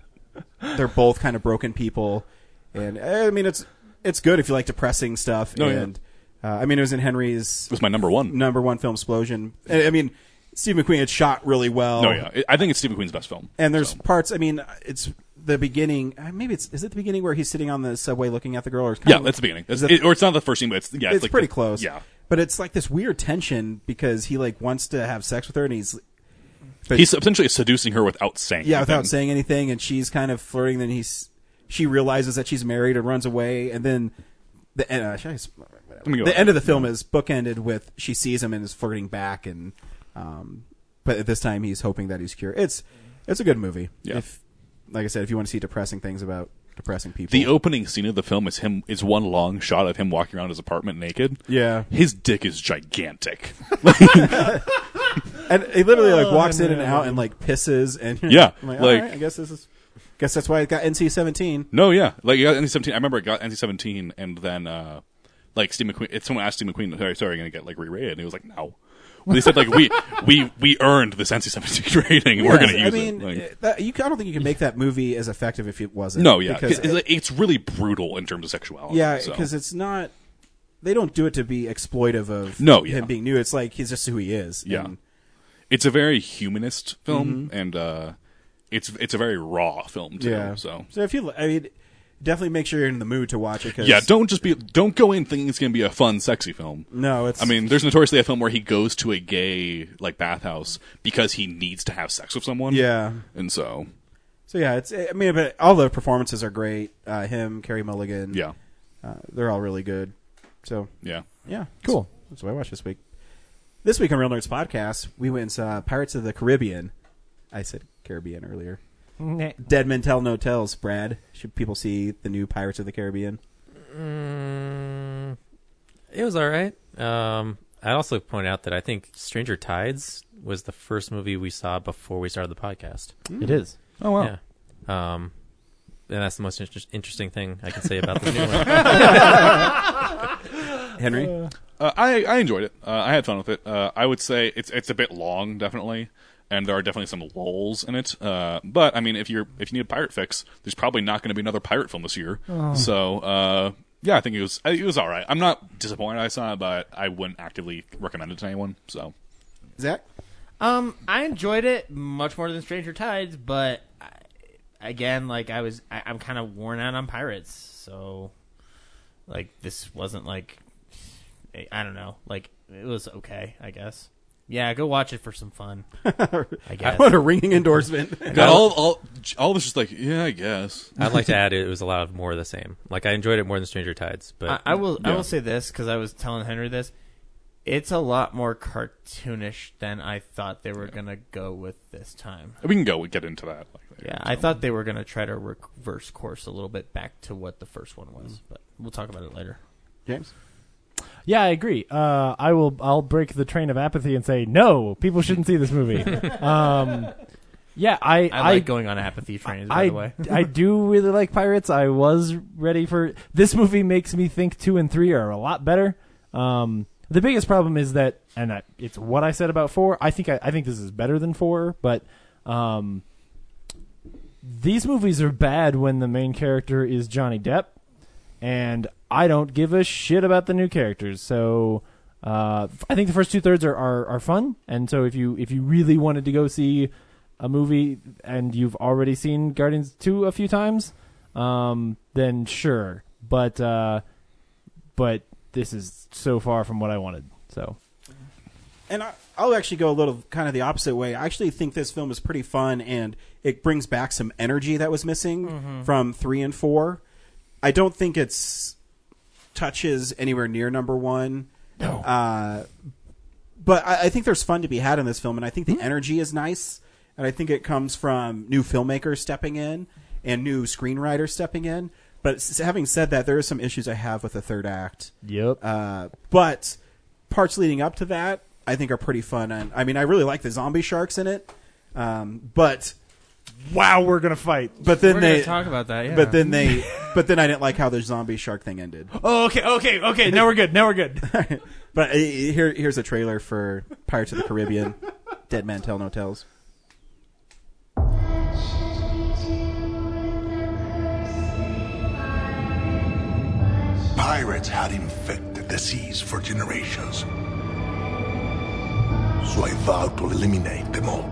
[SPEAKER 1] they're both kind of broken people and eh, i mean it's it's good if you like depressing stuff
[SPEAKER 7] No, yeah.
[SPEAKER 1] and uh, i mean it was in henry's it
[SPEAKER 7] was my number one
[SPEAKER 1] number one film explosion i mean steve mcqueen had shot really well
[SPEAKER 7] no, Oh, yeah, I- I think it's Steve McQueen's best film.
[SPEAKER 1] and there's parts i mean it's the beginning uh, maybe it's is it the beginning where he's sitting on the subway looking at the girl or it's kind
[SPEAKER 7] Yeah,
[SPEAKER 1] of-
[SPEAKER 7] that's the beginning. That's,
[SPEAKER 1] is that-
[SPEAKER 7] it, or it's not the first scene, but it's yeah, it's,
[SPEAKER 1] it's
[SPEAKER 7] like
[SPEAKER 1] pretty
[SPEAKER 7] the-
[SPEAKER 1] close.
[SPEAKER 7] Yeah,
[SPEAKER 1] but it's like this weird tension because he like wants to have sex with her and he's but-
[SPEAKER 7] he's essentially seducing her without saying.
[SPEAKER 1] yeah,
[SPEAKER 7] anything.
[SPEAKER 1] without saying anything, and she's kind of flirting. Then he's she realizes that she's married and runs away, and then the end. Uh, should I, sp-
[SPEAKER 7] Let me go
[SPEAKER 1] the
[SPEAKER 7] ahead.
[SPEAKER 1] end of the film is bookended with she sees him and is flirting back, and um, but at this time he's hoping that he's cured. It's it's a good movie.
[SPEAKER 7] Yeah.
[SPEAKER 1] If like I said, if you want to see depressing things about depressing people,
[SPEAKER 7] The opening scene of the film is him is one long shot of him walking around his apartment naked.
[SPEAKER 1] Yeah.
[SPEAKER 7] His dick is gigantic.
[SPEAKER 1] and he literally like
[SPEAKER 7] Oh,
[SPEAKER 1] walks in
[SPEAKER 7] man.
[SPEAKER 1] and out and like pisses and *laughs*
[SPEAKER 7] Yeah,
[SPEAKER 1] I'm like,
[SPEAKER 7] like-
[SPEAKER 1] "All right, I guess this is guess that's why it got NC seventeen.
[SPEAKER 7] No, yeah, like it got NC seventeen. I remember it got NC seventeen, and then uh, like Steve McQueen. If someone asked Steve McQueen, "Sorry, sorry, going to get like re-rated," and he was like, "No." They said like
[SPEAKER 1] *laughs*
[SPEAKER 7] we we we earned this NC seventeen *laughs* rating. and We're
[SPEAKER 1] Yeah,
[SPEAKER 7] going to use
[SPEAKER 1] I mean, eh,
[SPEAKER 7] it. Like,
[SPEAKER 1] that, you, I don't think you can make that movie as effective if it wasn't.
[SPEAKER 7] no, yeah,
[SPEAKER 1] because eh,
[SPEAKER 7] because it's, it's really brutal in terms of sexuality.
[SPEAKER 1] yeah,
[SPEAKER 7] so.
[SPEAKER 1] because it's not. They don't do it to be exploitive of
[SPEAKER 7] No, yeah.
[SPEAKER 1] him being new. It's like he's just who he is.
[SPEAKER 7] Yeah.
[SPEAKER 1] and-
[SPEAKER 7] it's a very humanist film, and uh, it's it's a very raw film too.
[SPEAKER 1] Mm-hmm. yeah.
[SPEAKER 7] So
[SPEAKER 1] if you, I mean, definitely make sure you're in the mood to watch it. Cause,
[SPEAKER 7] yeah, don't just be don't go in thinking it's going to be a fun, sexy film.
[SPEAKER 1] No, it's-
[SPEAKER 7] I mean, there's notoriously a film where he goes to a gay like bathhouse because he needs to have sex with someone.
[SPEAKER 1] Yeah.
[SPEAKER 7] and so
[SPEAKER 1] So yeah, it's. I mean, but all the performances are great. Uh, him, Carrie Mulligan.
[SPEAKER 7] Yeah.
[SPEAKER 1] uh, they're all really good. So
[SPEAKER 7] Yeah.
[SPEAKER 1] yeah, cool. That's what I watched this week. This week on Real Nerds Podcast, we went and saw Pirates of the Caribbean. I said Caribbean earlier.
[SPEAKER 5] Nah.
[SPEAKER 1] Dead Men Tell No Tales. Brad, should people see the new Pirates of the Caribbean?
[SPEAKER 4] Mm, it was all right. Um, I also point out that I think Stranger Tides was the first movie we saw before we started the podcast.
[SPEAKER 5] It is.
[SPEAKER 4] Oh Yeah.
[SPEAKER 5] wow.
[SPEAKER 4] Um, and that's the most inter- interesting thing I can say about the new one.
[SPEAKER 1] Henry?
[SPEAKER 7] Uh, I I enjoyed it. Uh, I had fun with it. Uh, I would say it's it's a bit long, definitely, and there are definitely some lulls in it. Uh, but I mean, if you're if you need a pirate fix, there's probably not going to be another pirate film this year.
[SPEAKER 5] Oh.
[SPEAKER 7] So uh, Yeah, I think it was it was all right. I'm not disappointed I saw it, but I wouldn't actively recommend it to anyone. So
[SPEAKER 1] Zach,
[SPEAKER 6] um, I enjoyed it much more than Stranger Tides, but I, again, like I was, I, I'm kind of worn out on pirates, so like this wasn't like I- I don't know, like it was okay, I guess. Yeah, go watch it for some fun. I guess.
[SPEAKER 1] What a ringing endorsement.
[SPEAKER 7] God, all, all, all of us just like, yeah, I guess.
[SPEAKER 4] I'd like to add it was a lot more of the same. Like I enjoyed it more than Stranger Tides, but
[SPEAKER 6] I, I will. I
[SPEAKER 4] Yeah.
[SPEAKER 6] will say this because I was telling Henry this. It's a lot more cartoonish than I thought they were gonna go with this time.
[SPEAKER 7] We can go. We get into that. Like,
[SPEAKER 6] Yeah, I thought they were gonna try to reverse course a little bit back to what the first one
[SPEAKER 21] Mm.
[SPEAKER 6] was, but we'll talk about it later.
[SPEAKER 1] James,
[SPEAKER 5] *laughs* Yeah, I agree. Uh, I will. I'll break the train of apathy and say no. People shouldn't see this *laughs* movie. um, yeah, I.
[SPEAKER 6] I like going on apathy trains, by
[SPEAKER 5] I,
[SPEAKER 6] the way.
[SPEAKER 5] I do really like pirates. I was ready for this movie. Makes me think two and three are a lot better. Um, the biggest problem is that, and I, it's what I said about four. I think I, I think this is better than four, but um, these movies are bad when the main character is Johnny Depp, and I don't give a shit about the new characters. So uh, f- I think the first two thirds are, are are fun, and so if you if you really wanted to go see a movie and you've already seen Guardians two a few times, um, then sure. But uh, but this is so far from what I wanted. So
[SPEAKER 1] and I, I'll actually go a little kind of the opposite way. I actually think this film is pretty fun, and it brings back some energy that was missing
[SPEAKER 22] Mhm.
[SPEAKER 1] from three and four. I don't think it's touches anywhere near number one. No, uh, but I, I think there's fun to be had in this film, and I think the energy is nice, and I think it comes from new filmmakers stepping in and new screenwriters stepping in. But s- having said that, there are some issues I have with the third act.
[SPEAKER 5] Yep.
[SPEAKER 1] Uh, but parts leading up to that, I think, are pretty fun. And I mean, I really like the zombie sharks in it. Um, but
[SPEAKER 5] wow, we're gonna fight.
[SPEAKER 1] But then
[SPEAKER 6] We're gonna
[SPEAKER 1] they
[SPEAKER 6] talk about that, yeah.
[SPEAKER 1] But then they. *laughs* but then I didn't like how the zombie shark thing ended.
[SPEAKER 5] Oh, okay, okay, okay. Now we're good. Now we're good.
[SPEAKER 1] But uh, here, here's a trailer for Pirates of the Caribbean: Dead Man Tell No Tales.
[SPEAKER 9] Pirates had infected the seas for generations. So I vowed to eliminate them all.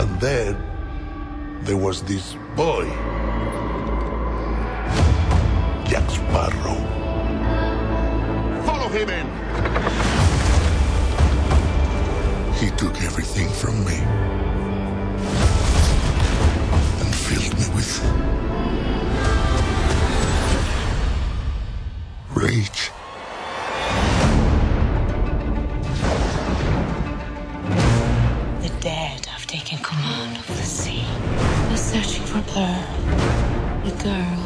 [SPEAKER 9] And then there was this boy, Jack Sparrow. Follow him in! He took everything from me and filled me with rage.
[SPEAKER 11] The dead have taken command of the sea. We're searching for Pearl, a girl,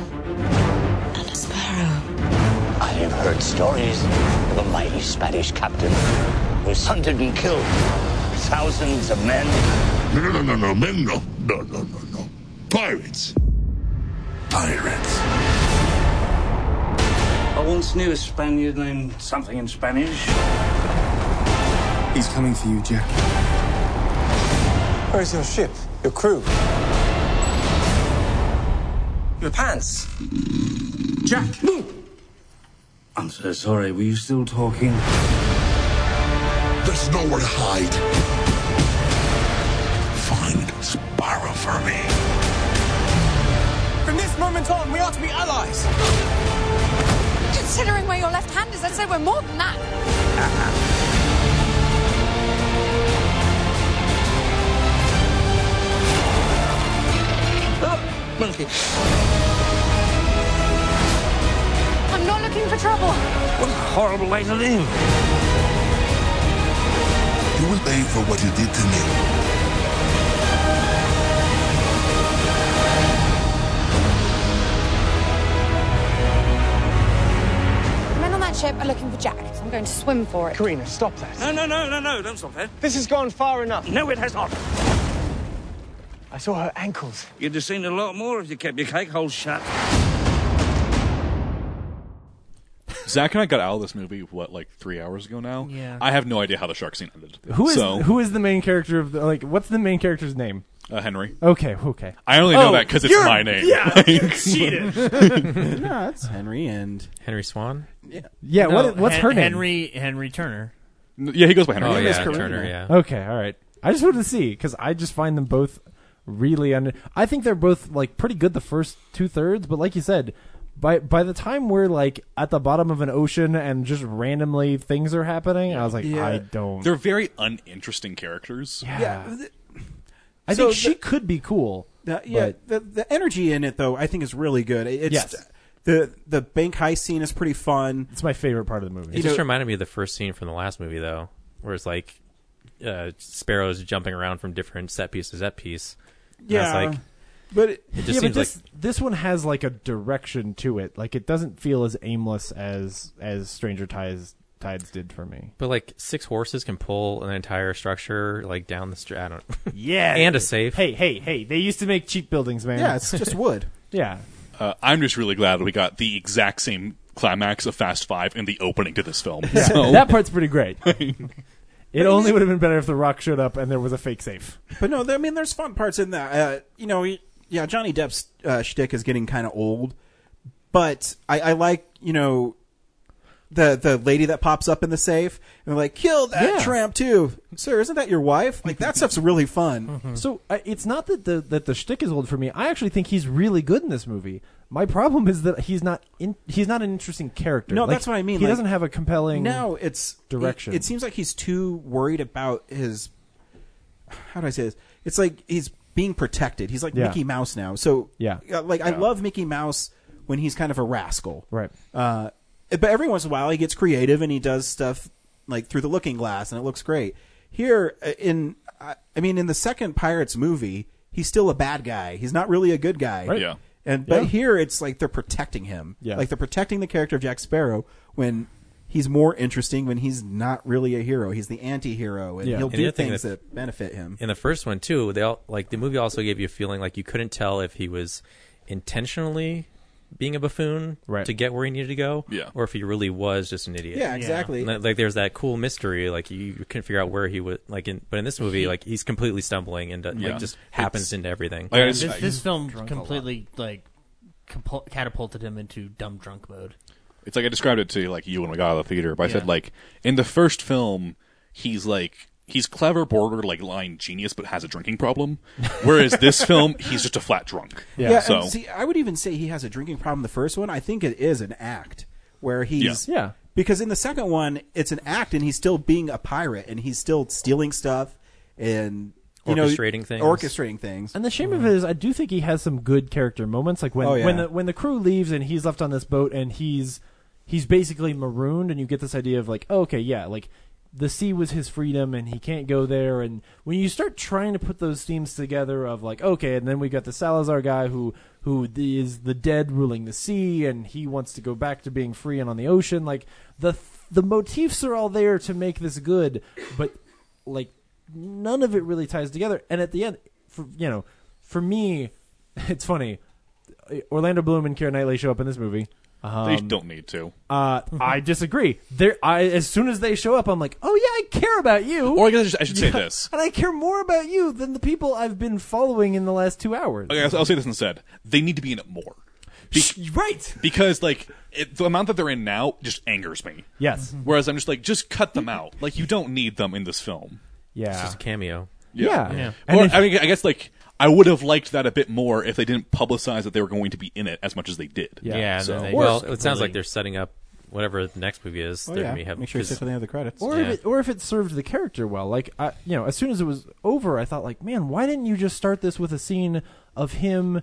[SPEAKER 11] and a sparrow.
[SPEAKER 21] I have heard stories of a mighty Spanish captain whose hunted and killed thousands of men.
[SPEAKER 9] No, no, no, no, no, men, no, no, no, no, no. Pirates. Pirates.
[SPEAKER 23] I once knew a Spaniard named something in Spanish.
[SPEAKER 24] He's coming for you, Jack.
[SPEAKER 23] Where's your ship? Your crew?
[SPEAKER 21] Your pants.
[SPEAKER 23] Jack! I'm so sorry, were you still talking?
[SPEAKER 9] There's nowhere to hide. Find Sparrow for me.
[SPEAKER 18] From this moment on, we are to be allies.
[SPEAKER 25] Considering where your left hand is, I'd say we're more than that.
[SPEAKER 21] Monkey.
[SPEAKER 25] I'm not looking for trouble.
[SPEAKER 23] What a horrible way to live!
[SPEAKER 9] You will pay for what you did to me.
[SPEAKER 25] The men on that ship are looking for Jack, so I'm going to swim for it. Karina, stop that.
[SPEAKER 23] No, no, no, no, no, don't stop that.
[SPEAKER 18] This has gone far enough.
[SPEAKER 23] No, it has not.
[SPEAKER 18] I saw her ankles.
[SPEAKER 23] You'd have seen a lot more if you kept your cake hole shut.
[SPEAKER 7] Zach and I got out of this movie what like three hours ago now.
[SPEAKER 5] Yeah.
[SPEAKER 7] I have no idea how the shark scene ended.
[SPEAKER 5] Who is
[SPEAKER 7] so,
[SPEAKER 5] who is the main character of the like? What's the main character's name?
[SPEAKER 7] Uh, Henry.
[SPEAKER 5] Okay, okay.
[SPEAKER 7] I only know
[SPEAKER 5] Oh,
[SPEAKER 7] that because it's
[SPEAKER 5] you're-
[SPEAKER 7] my name.
[SPEAKER 5] yeah,
[SPEAKER 7] Like- *laughs*
[SPEAKER 5] you *laughs* cheated.
[SPEAKER 1] no, it's Henry and
[SPEAKER 4] Henry Swan.
[SPEAKER 1] Yeah,
[SPEAKER 5] Yeah,
[SPEAKER 6] No,
[SPEAKER 5] what, what's
[SPEAKER 6] Hen-
[SPEAKER 5] her name?
[SPEAKER 6] Henry Henry Turner.
[SPEAKER 7] Yeah, he goes by Henry.
[SPEAKER 4] Oh,
[SPEAKER 7] Yeah,
[SPEAKER 4] yeah,
[SPEAKER 7] that's correct.
[SPEAKER 4] Turner, yeah.
[SPEAKER 5] Okay, all right. I just wanted to see because I just find them both really under. I think they're both like pretty good the first two thirds, but like you said, by by the time we're like at the bottom of an ocean and just randomly things are happening, I was like, I don't.
[SPEAKER 7] They're very uninteresting characters.
[SPEAKER 5] Yeah. I think she could be cool.
[SPEAKER 1] Uh, The, Uh, yeah,
[SPEAKER 5] but-
[SPEAKER 1] the the energy in it though, I think is really good. It- It's
[SPEAKER 5] Yes.
[SPEAKER 1] the the bank heist scene is pretty fun.
[SPEAKER 5] It's my favorite part of the movie.
[SPEAKER 4] It just reminded me of the first scene from the last movie, though, where it's like uh, sparrows jumping around from different set piece to set piece. And I was
[SPEAKER 5] Yeah,
[SPEAKER 4] like,
[SPEAKER 1] but
[SPEAKER 4] it, just
[SPEAKER 5] yeah,
[SPEAKER 4] seems
[SPEAKER 5] but this this one has like a direction to it. Like it doesn't feel as aimless as as Stranger Tides Tides did for me.
[SPEAKER 4] like, but like six horses can pull an entire structure like down the street. I don't. *laughs*
[SPEAKER 5] Yeah,
[SPEAKER 4] and a safe.
[SPEAKER 5] Hey, hey, hey! They used to make cheap buildings, man.
[SPEAKER 1] Yeah, it's just wood.
[SPEAKER 5] yeah,
[SPEAKER 7] Uh, I'm just really glad we got the exact same climax of Fast Five in the opening to this film.
[SPEAKER 5] *laughs* Yeah,
[SPEAKER 7] So-
[SPEAKER 5] that part's pretty *laughs* great. it only would have been better if The Rock showed up and there was a fake safe.
[SPEAKER 1] *laughs* But no, I mean, there's fun parts in that. Uh, you know, he- yeah, Johnny Depp's uh, shtick is getting kind of old, but I, I like you know the the lady that pops up in the safe and they're like, kill that
[SPEAKER 5] Yeah.
[SPEAKER 1] tramp too, sir. Isn't that your wife? Like that stuff's really fun.
[SPEAKER 5] So I it's not that the that the shtick is old for me. I actually think he's really good in this movie. My problem is that he's not in, he's not an interesting character.
[SPEAKER 1] No,
[SPEAKER 5] Like,
[SPEAKER 1] that's what I mean.
[SPEAKER 5] He
[SPEAKER 1] Like,
[SPEAKER 5] doesn't have a compelling.
[SPEAKER 1] No, it's it-
[SPEAKER 5] direction.
[SPEAKER 1] It, seems like he's too worried about his. How do I say this? It's like he's being protected. He's like
[SPEAKER 5] Yeah.
[SPEAKER 1] Mickey Mouse now. So
[SPEAKER 5] Yeah.
[SPEAKER 1] uh, like I
[SPEAKER 5] Yeah.
[SPEAKER 1] love Mickey Mouse when he's kind of a rascal,
[SPEAKER 5] Right.
[SPEAKER 1] Uh, but every once in a while he gets creative and he does stuff like through the Looking Glass, and it looks great. Here uh, in, I I mean, in the second Pirates movie, he's still a bad guy. He's not really a good guy.
[SPEAKER 5] Right. Yeah.
[SPEAKER 1] And but
[SPEAKER 5] Yeah.
[SPEAKER 1] here it's like they're protecting him.
[SPEAKER 5] Yeah.
[SPEAKER 1] Like they're protecting the character of Jack Sparrow when he's more interesting when he's not really a hero. He's the anti-hero and
[SPEAKER 4] Yeah.
[SPEAKER 1] he'll
[SPEAKER 4] And the
[SPEAKER 1] do
[SPEAKER 4] other thing
[SPEAKER 1] things
[SPEAKER 4] that-
[SPEAKER 1] that benefit him.
[SPEAKER 4] in the first one too they all like the movie also gave you a feeling like you couldn't tell if he was intentionally being a buffoon
[SPEAKER 5] Right.
[SPEAKER 4] to get where he needed to go
[SPEAKER 7] Yeah.
[SPEAKER 4] or if he really was just an idiot
[SPEAKER 1] Yeah, Yeah. exactly.
[SPEAKER 4] And that- like there's that cool mystery like you, you couldn't figure out where he was like in but in this movie
[SPEAKER 6] He-
[SPEAKER 4] like he's completely stumbling and uh,
[SPEAKER 6] Yeah.
[SPEAKER 4] like just happens into everything
[SPEAKER 7] Like, I
[SPEAKER 6] this,
[SPEAKER 7] just- I-
[SPEAKER 6] this film
[SPEAKER 7] Drunk a lot.
[SPEAKER 6] completely like compul- catapulted him into dumb drunk mode.
[SPEAKER 7] It's like I described it to like you when we got out of the theater, but I said
[SPEAKER 6] Yeah.
[SPEAKER 7] like in the first film, he's like he's clever, border like lying genius, but has a
[SPEAKER 5] *laughs*
[SPEAKER 7] drinking problem. Whereas this film, he's just a flat drunk. So
[SPEAKER 5] Oh.
[SPEAKER 1] and see, I would even say he has a drinking problem. The first one, I think it is an act where he's
[SPEAKER 5] Yeah. Yeah.
[SPEAKER 1] Because in the second one, it's an act, and he's still being a pirate, and he's still stealing stuff and you know
[SPEAKER 4] Orchestrating things.
[SPEAKER 1] orchestrating things.
[SPEAKER 5] And the shame of it is, I do think he has some good character moments, like when
[SPEAKER 1] Oh, yeah.
[SPEAKER 5] when the when the crew leaves and he's left on this boat and he's he's basically marooned, and you get this idea of like, oh, okay, yeah, like the sea was his freedom and he can't go there. And when you start trying to put those themes together of like, okay, and then we got the Salazar guy who who is the dead ruling the sea and he wants to go back to being free and on the ocean, like the the motifs are all there to make this good, but like none of it really ties together. And at the end, for you know, for me, *laughs* it's funny. Orlando Bloom and Keira Knightley show up in this movie. Um,
[SPEAKER 7] they don't need to.
[SPEAKER 5] Uh, I disagree. There, I as soon as they show up, I'm like, oh yeah, I care about you.
[SPEAKER 7] Or I guess I should- I should
[SPEAKER 5] *laughs*
[SPEAKER 7] say
[SPEAKER 5] Yeah,
[SPEAKER 7] this.
[SPEAKER 5] and I care more about you than the people I've been following in the last two hours.
[SPEAKER 7] Okay, I'll, I'll say this instead. They need to be in it more.
[SPEAKER 5] right.
[SPEAKER 7] Because like it, the amount that they're in now just angers me.
[SPEAKER 5] Yes.
[SPEAKER 7] Whereas I'm just like, just cut them out. Like you don't need them in this film.
[SPEAKER 5] Yeah.
[SPEAKER 4] it's just a cameo
[SPEAKER 5] Yeah. Yeah. And
[SPEAKER 7] Or,
[SPEAKER 5] if-
[SPEAKER 7] I mean, I guess like I would have liked that a bit more if they didn't publicize that they were going to be in it as much as they did.
[SPEAKER 4] yeah, and
[SPEAKER 7] So-
[SPEAKER 4] then they- well it sounds like they're setting up whatever the next movie is
[SPEAKER 1] Oh,
[SPEAKER 4] they're
[SPEAKER 1] yeah.
[SPEAKER 4] gonna be have-
[SPEAKER 1] Make sure you
[SPEAKER 4] 'cause-
[SPEAKER 1] stick to the end of the credits.
[SPEAKER 5] Or
[SPEAKER 4] Yeah.
[SPEAKER 5] if it, or if it served the character well, like I, you know, as soon as it was over, I thought like, man, why didn't you just start this with a scene of him,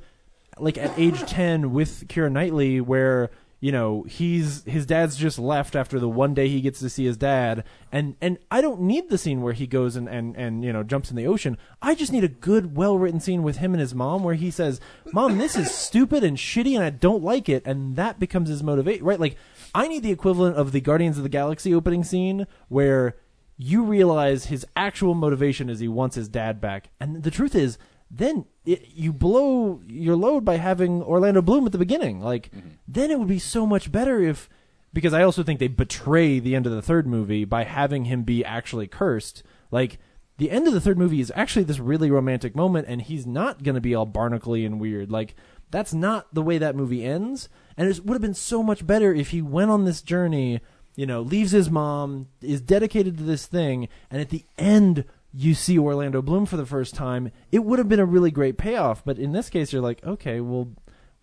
[SPEAKER 5] like at age ten with Kira Knightley, where you know he's his dad's just left after the one day he gets to see his dad, and and I don't need the scene where he goes and and and you know jumps in the ocean. I just need a good, well written scene with him and his mom where he says, "Mom, this is stupid and shitty, and I don't like it," and that becomes his motivation, right? Like. I need the equivalent of the Guardians of the Galaxy opening scene where you realize his actual motivation is he wants his dad back. And the truth is, then it, you blow your load by having Orlando Bloom at the beginning. Like, then it would be so much better if. Because I also think they betray the end of the third movie by having him be actually cursed. Like, the end of the third movie is actually this really romantic moment, and he's not going to be all barnacly and weird. Like that's not the way that movie ends. And it would have been so much better if he went on this journey, you know, leaves his mom, is dedicated to this thing, and at the end you see Orlando Bloom for the first time. It would have been a really great payoff. But in this case, you're like, okay, well.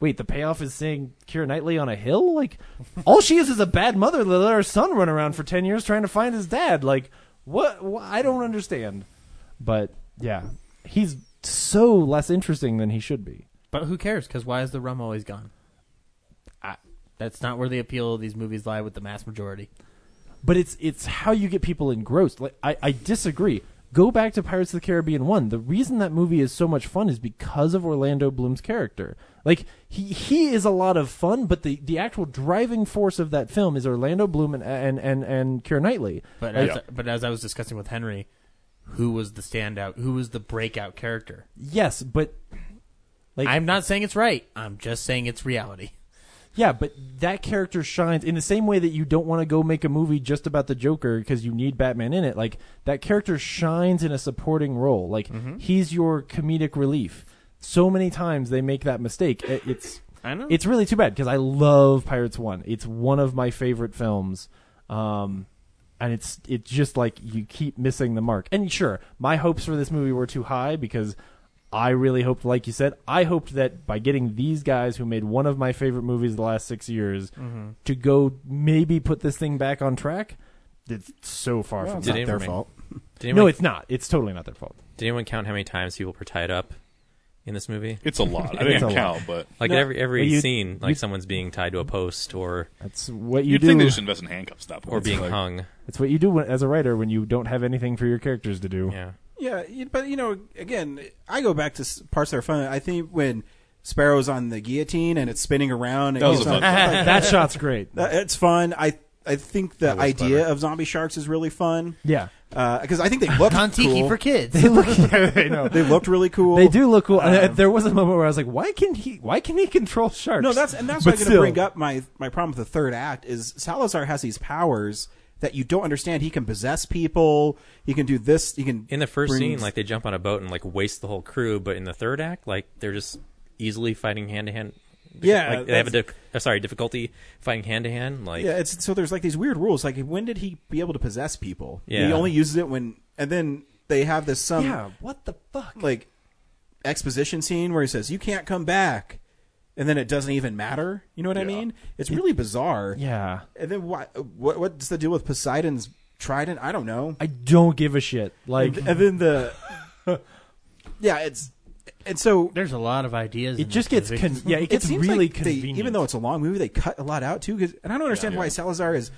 [SPEAKER 5] Wait, the payoff is seeing Kira Knightley on a hill? Like, all she is is a bad mother that let her son run around for 10 years trying to find his dad. Like, what? wh- I don't understand. But yeah, he's so less interesting than he should be.
[SPEAKER 6] But who cares? Because why is the rum always gone? I, that's not where the appeal of these movies lie with the mass majority.
[SPEAKER 5] But it's it's how you get people engrossed. Like I, I disagree. Go back to Pirates of the Caribbean one. The reason that movie is so much fun is because of Orlando Bloom's character. Like he he is a lot of fun, but the, the actual driving force of that film is Orlando Bloom and and and, and Keira Knightley.
[SPEAKER 6] But
[SPEAKER 4] Oh,
[SPEAKER 5] Like,
[SPEAKER 6] as, but as I was discussing with Henry, who was the standout? Who was the breakout character?
[SPEAKER 5] yes, but like
[SPEAKER 6] I'm not saying it's right. I'm just saying it's reality.
[SPEAKER 5] Yeah, but that character shines in the same way that you don't want to go make a movie just about the Joker because you need Batman in it. Like that character shines in a supporting role. Like
[SPEAKER 6] Mm-hmm.
[SPEAKER 5] he's your comedic relief. So many times they make that mistake. It- It's
[SPEAKER 6] I know.
[SPEAKER 5] It's really too bad because I love Pirates One. It's one of my favorite films. Um, and it's it's just like you keep missing the mark. And sure, my hopes for this movie were too high because I really hoped, like you said, I hoped that by getting these guys who made one of my favorite movies the last six years
[SPEAKER 6] Mhm.
[SPEAKER 5] to go maybe put this thing back on track. It's so far
[SPEAKER 1] Well,
[SPEAKER 5] from
[SPEAKER 1] it's
[SPEAKER 5] that.
[SPEAKER 1] not Did their anyone- fault.
[SPEAKER 4] did
[SPEAKER 5] no,
[SPEAKER 4] anyone-
[SPEAKER 5] it's not. It's totally not their fault.
[SPEAKER 4] Did anyone count how many times people were tied up in this movie?
[SPEAKER 7] It's
[SPEAKER 5] *laughs*
[SPEAKER 7] a lot. I
[SPEAKER 5] It's
[SPEAKER 7] didn't
[SPEAKER 5] a
[SPEAKER 7] count,
[SPEAKER 5] lot.
[SPEAKER 7] but
[SPEAKER 4] Like
[SPEAKER 5] No,
[SPEAKER 4] every every
[SPEAKER 5] you-
[SPEAKER 4] scene,
[SPEAKER 5] you-
[SPEAKER 4] like someone's being tied to a post or
[SPEAKER 5] That's what you
[SPEAKER 7] You'd
[SPEAKER 5] do.
[SPEAKER 7] think they just invest in handcuffs at that point.
[SPEAKER 4] or
[SPEAKER 7] It's
[SPEAKER 4] being
[SPEAKER 7] like-
[SPEAKER 4] hung.
[SPEAKER 5] It's what you do when, as a writer when you don't have anything for your characters to do.
[SPEAKER 4] Yeah.
[SPEAKER 1] Yeah, you- but you know, again, I go back to s- parts that are fun. I think when Sparrow's on the guillotine and it's spinning around, and
[SPEAKER 5] That was
[SPEAKER 1] he's
[SPEAKER 5] a
[SPEAKER 1] on-
[SPEAKER 5] fun shot. That shot's great.
[SPEAKER 1] *laughs* That- It's fun. I I think the
[SPEAKER 5] was
[SPEAKER 1] idea of zombie sharks is really fun. *laughs*
[SPEAKER 5] Yeah.
[SPEAKER 1] because I think they looked
[SPEAKER 6] Kon-Tiki
[SPEAKER 1] cool.
[SPEAKER 6] for kids.
[SPEAKER 5] They look. Yeah, *laughs* I know.
[SPEAKER 1] They looked really cool.
[SPEAKER 5] They do look cool. And I-
[SPEAKER 1] Um,
[SPEAKER 5] there was a moment where I was like, "Why can he? Why can he control sharks?"
[SPEAKER 1] No, that's and that's
[SPEAKER 5] But
[SPEAKER 1] what I'm going to
[SPEAKER 5] still.
[SPEAKER 1] bring up my my problem with the third act is Salazar has these powers that you don't understand. He can possess people. He can do this. He can
[SPEAKER 4] In the first
[SPEAKER 1] bring-
[SPEAKER 4] scene, like they jump on a boat and like waste the whole crew, but in the third act, like they're just easily fighting hand to hand.
[SPEAKER 1] Yeah,
[SPEAKER 4] like, they have a
[SPEAKER 1] that's-
[SPEAKER 4] dic- uh, sorry difficulty fighting hand to hand. Like
[SPEAKER 1] yeah, it's so there's like these weird rules. Like when did he be able to possess people?
[SPEAKER 4] Yeah.
[SPEAKER 1] he only uses it when and then they have this some
[SPEAKER 5] Yeah, what the fuck?
[SPEAKER 1] like exposition scene where he says you can't come back, and then it doesn't even matter. You know what I mean? It's really bizarre.
[SPEAKER 5] Yeah.
[SPEAKER 1] And then why, what what's the deal with Poseidon's trident? I don't know.
[SPEAKER 5] I don't give a shit. Like,
[SPEAKER 1] and, and then the *laughs* yeah, it's and so
[SPEAKER 6] *laughs* there's a lot of ideas.
[SPEAKER 5] It just gets
[SPEAKER 6] *laughs*
[SPEAKER 5] con- yeah, it gets
[SPEAKER 1] seems
[SPEAKER 5] really
[SPEAKER 1] like they-
[SPEAKER 5] convenient.
[SPEAKER 1] even though it's a long movie, they cut a lot out too. 'cause- and I don't understand why Salazar is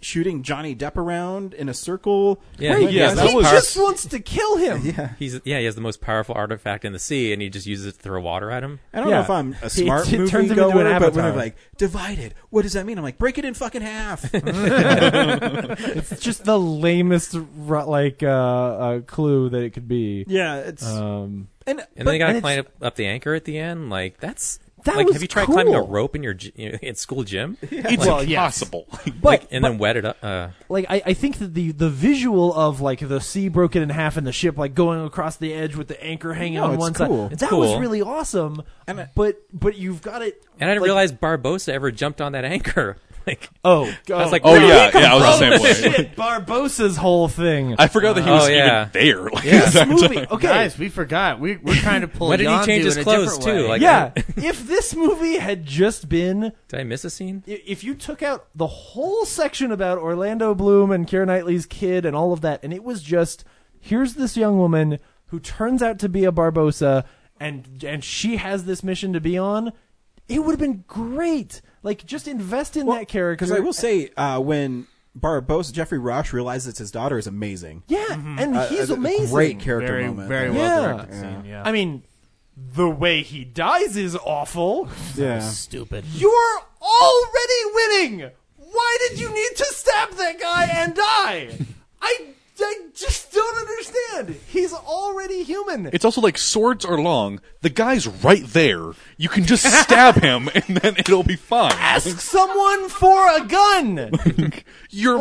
[SPEAKER 1] shooting Johnny Depp around in a circle.
[SPEAKER 4] Yeah, Right, yeah, that
[SPEAKER 5] he
[SPEAKER 4] was-
[SPEAKER 5] just wants to kill him.
[SPEAKER 1] *laughs* Yeah.
[SPEAKER 4] he's yeah he has the most powerful artifact in the sea, and he just uses it to throw water at him.
[SPEAKER 1] I don't know if I'm a smart
[SPEAKER 5] it
[SPEAKER 1] movie
[SPEAKER 5] turns him into
[SPEAKER 1] goer,
[SPEAKER 5] an
[SPEAKER 1] but when
[SPEAKER 5] avatar.
[SPEAKER 1] they're like divided, what does that mean? I'm like, break it in fucking half.
[SPEAKER 5] it's just the lamest ru- like uh, uh, clue that it could be.
[SPEAKER 1] Yeah, it's-
[SPEAKER 5] um,
[SPEAKER 1] and
[SPEAKER 4] And then they got to
[SPEAKER 5] it's-
[SPEAKER 4] climb up, up the anchor at the end. Like that's
[SPEAKER 5] That
[SPEAKER 4] like
[SPEAKER 5] was
[SPEAKER 4] have you tried climbing a
[SPEAKER 5] cool.
[SPEAKER 4] rope in your gy- *laughs* you know, in school
[SPEAKER 5] *laughs*
[SPEAKER 4] gym?
[SPEAKER 5] It's Well, yes.
[SPEAKER 7] impossible.
[SPEAKER 5] But-
[SPEAKER 4] and then wet it up. Uh,
[SPEAKER 5] like I, I think that the the visual of like the sea broken in half and the ship like going across the edge with the anchor hanging
[SPEAKER 1] No,
[SPEAKER 5] on
[SPEAKER 1] it's
[SPEAKER 5] one
[SPEAKER 1] cool.
[SPEAKER 5] side
[SPEAKER 1] It's
[SPEAKER 5] that was
[SPEAKER 4] cool.
[SPEAKER 5] really awesome but but you've got it
[SPEAKER 4] and I didn't
[SPEAKER 5] like-
[SPEAKER 4] realize Barbosa ever jumped on that anchor. *laughs* Like
[SPEAKER 5] oh
[SPEAKER 4] I was like,
[SPEAKER 7] Oh,
[SPEAKER 4] where did
[SPEAKER 7] yeah,
[SPEAKER 4] he come
[SPEAKER 7] yeah, I was the
[SPEAKER 4] from?
[SPEAKER 7] same
[SPEAKER 4] *laughs*
[SPEAKER 7] way.
[SPEAKER 5] shit Barbosa's whole thing
[SPEAKER 7] *laughs* I forgot that he
[SPEAKER 4] Oh,
[SPEAKER 7] was
[SPEAKER 4] yeah.
[SPEAKER 7] even there. *laughs* Like,
[SPEAKER 5] Yeah. This
[SPEAKER 7] exactly.
[SPEAKER 5] movie- okay.
[SPEAKER 6] Guys, we forgot. We, we're trying to pull.
[SPEAKER 4] When did he
[SPEAKER 6] Yondu
[SPEAKER 4] change his
[SPEAKER 6] in a
[SPEAKER 4] clothes,
[SPEAKER 6] different way.
[SPEAKER 4] too? Like-
[SPEAKER 5] yeah
[SPEAKER 4] *laughs*
[SPEAKER 5] if this movie had just been
[SPEAKER 4] Did I miss a scene?
[SPEAKER 5] i- if you took out the whole section about Orlando Bloom and Keira Knightley's kid and all of that, and it was just here's this young woman who turns out to be a Barbosa, and and she has this mission to be on, it would have been great. Like just invest in that character.
[SPEAKER 1] Because I will say, uh, when Barbosa Jeffrey Rush realizes it's his daughter is amazing.
[SPEAKER 5] yeah, and
[SPEAKER 1] Uh,
[SPEAKER 5] he's
[SPEAKER 1] uh,
[SPEAKER 5] amazing.
[SPEAKER 1] Great character
[SPEAKER 6] Very-
[SPEAKER 1] moment.
[SPEAKER 6] very well
[SPEAKER 5] yeah.
[SPEAKER 6] directed scene, yeah.
[SPEAKER 5] I mean, the way he dies is awful.
[SPEAKER 1] Yeah.
[SPEAKER 6] Stupid.
[SPEAKER 5] You're already winning. Why did you need to stab that guy and die? I
[SPEAKER 6] I just don't understand. He's already human.
[SPEAKER 7] It's also like swords are long. The guy's right there. You can just stab him, and then it'll be fine.
[SPEAKER 6] Ask someone for a
[SPEAKER 7] *laughs*
[SPEAKER 6] gun.
[SPEAKER 7] You're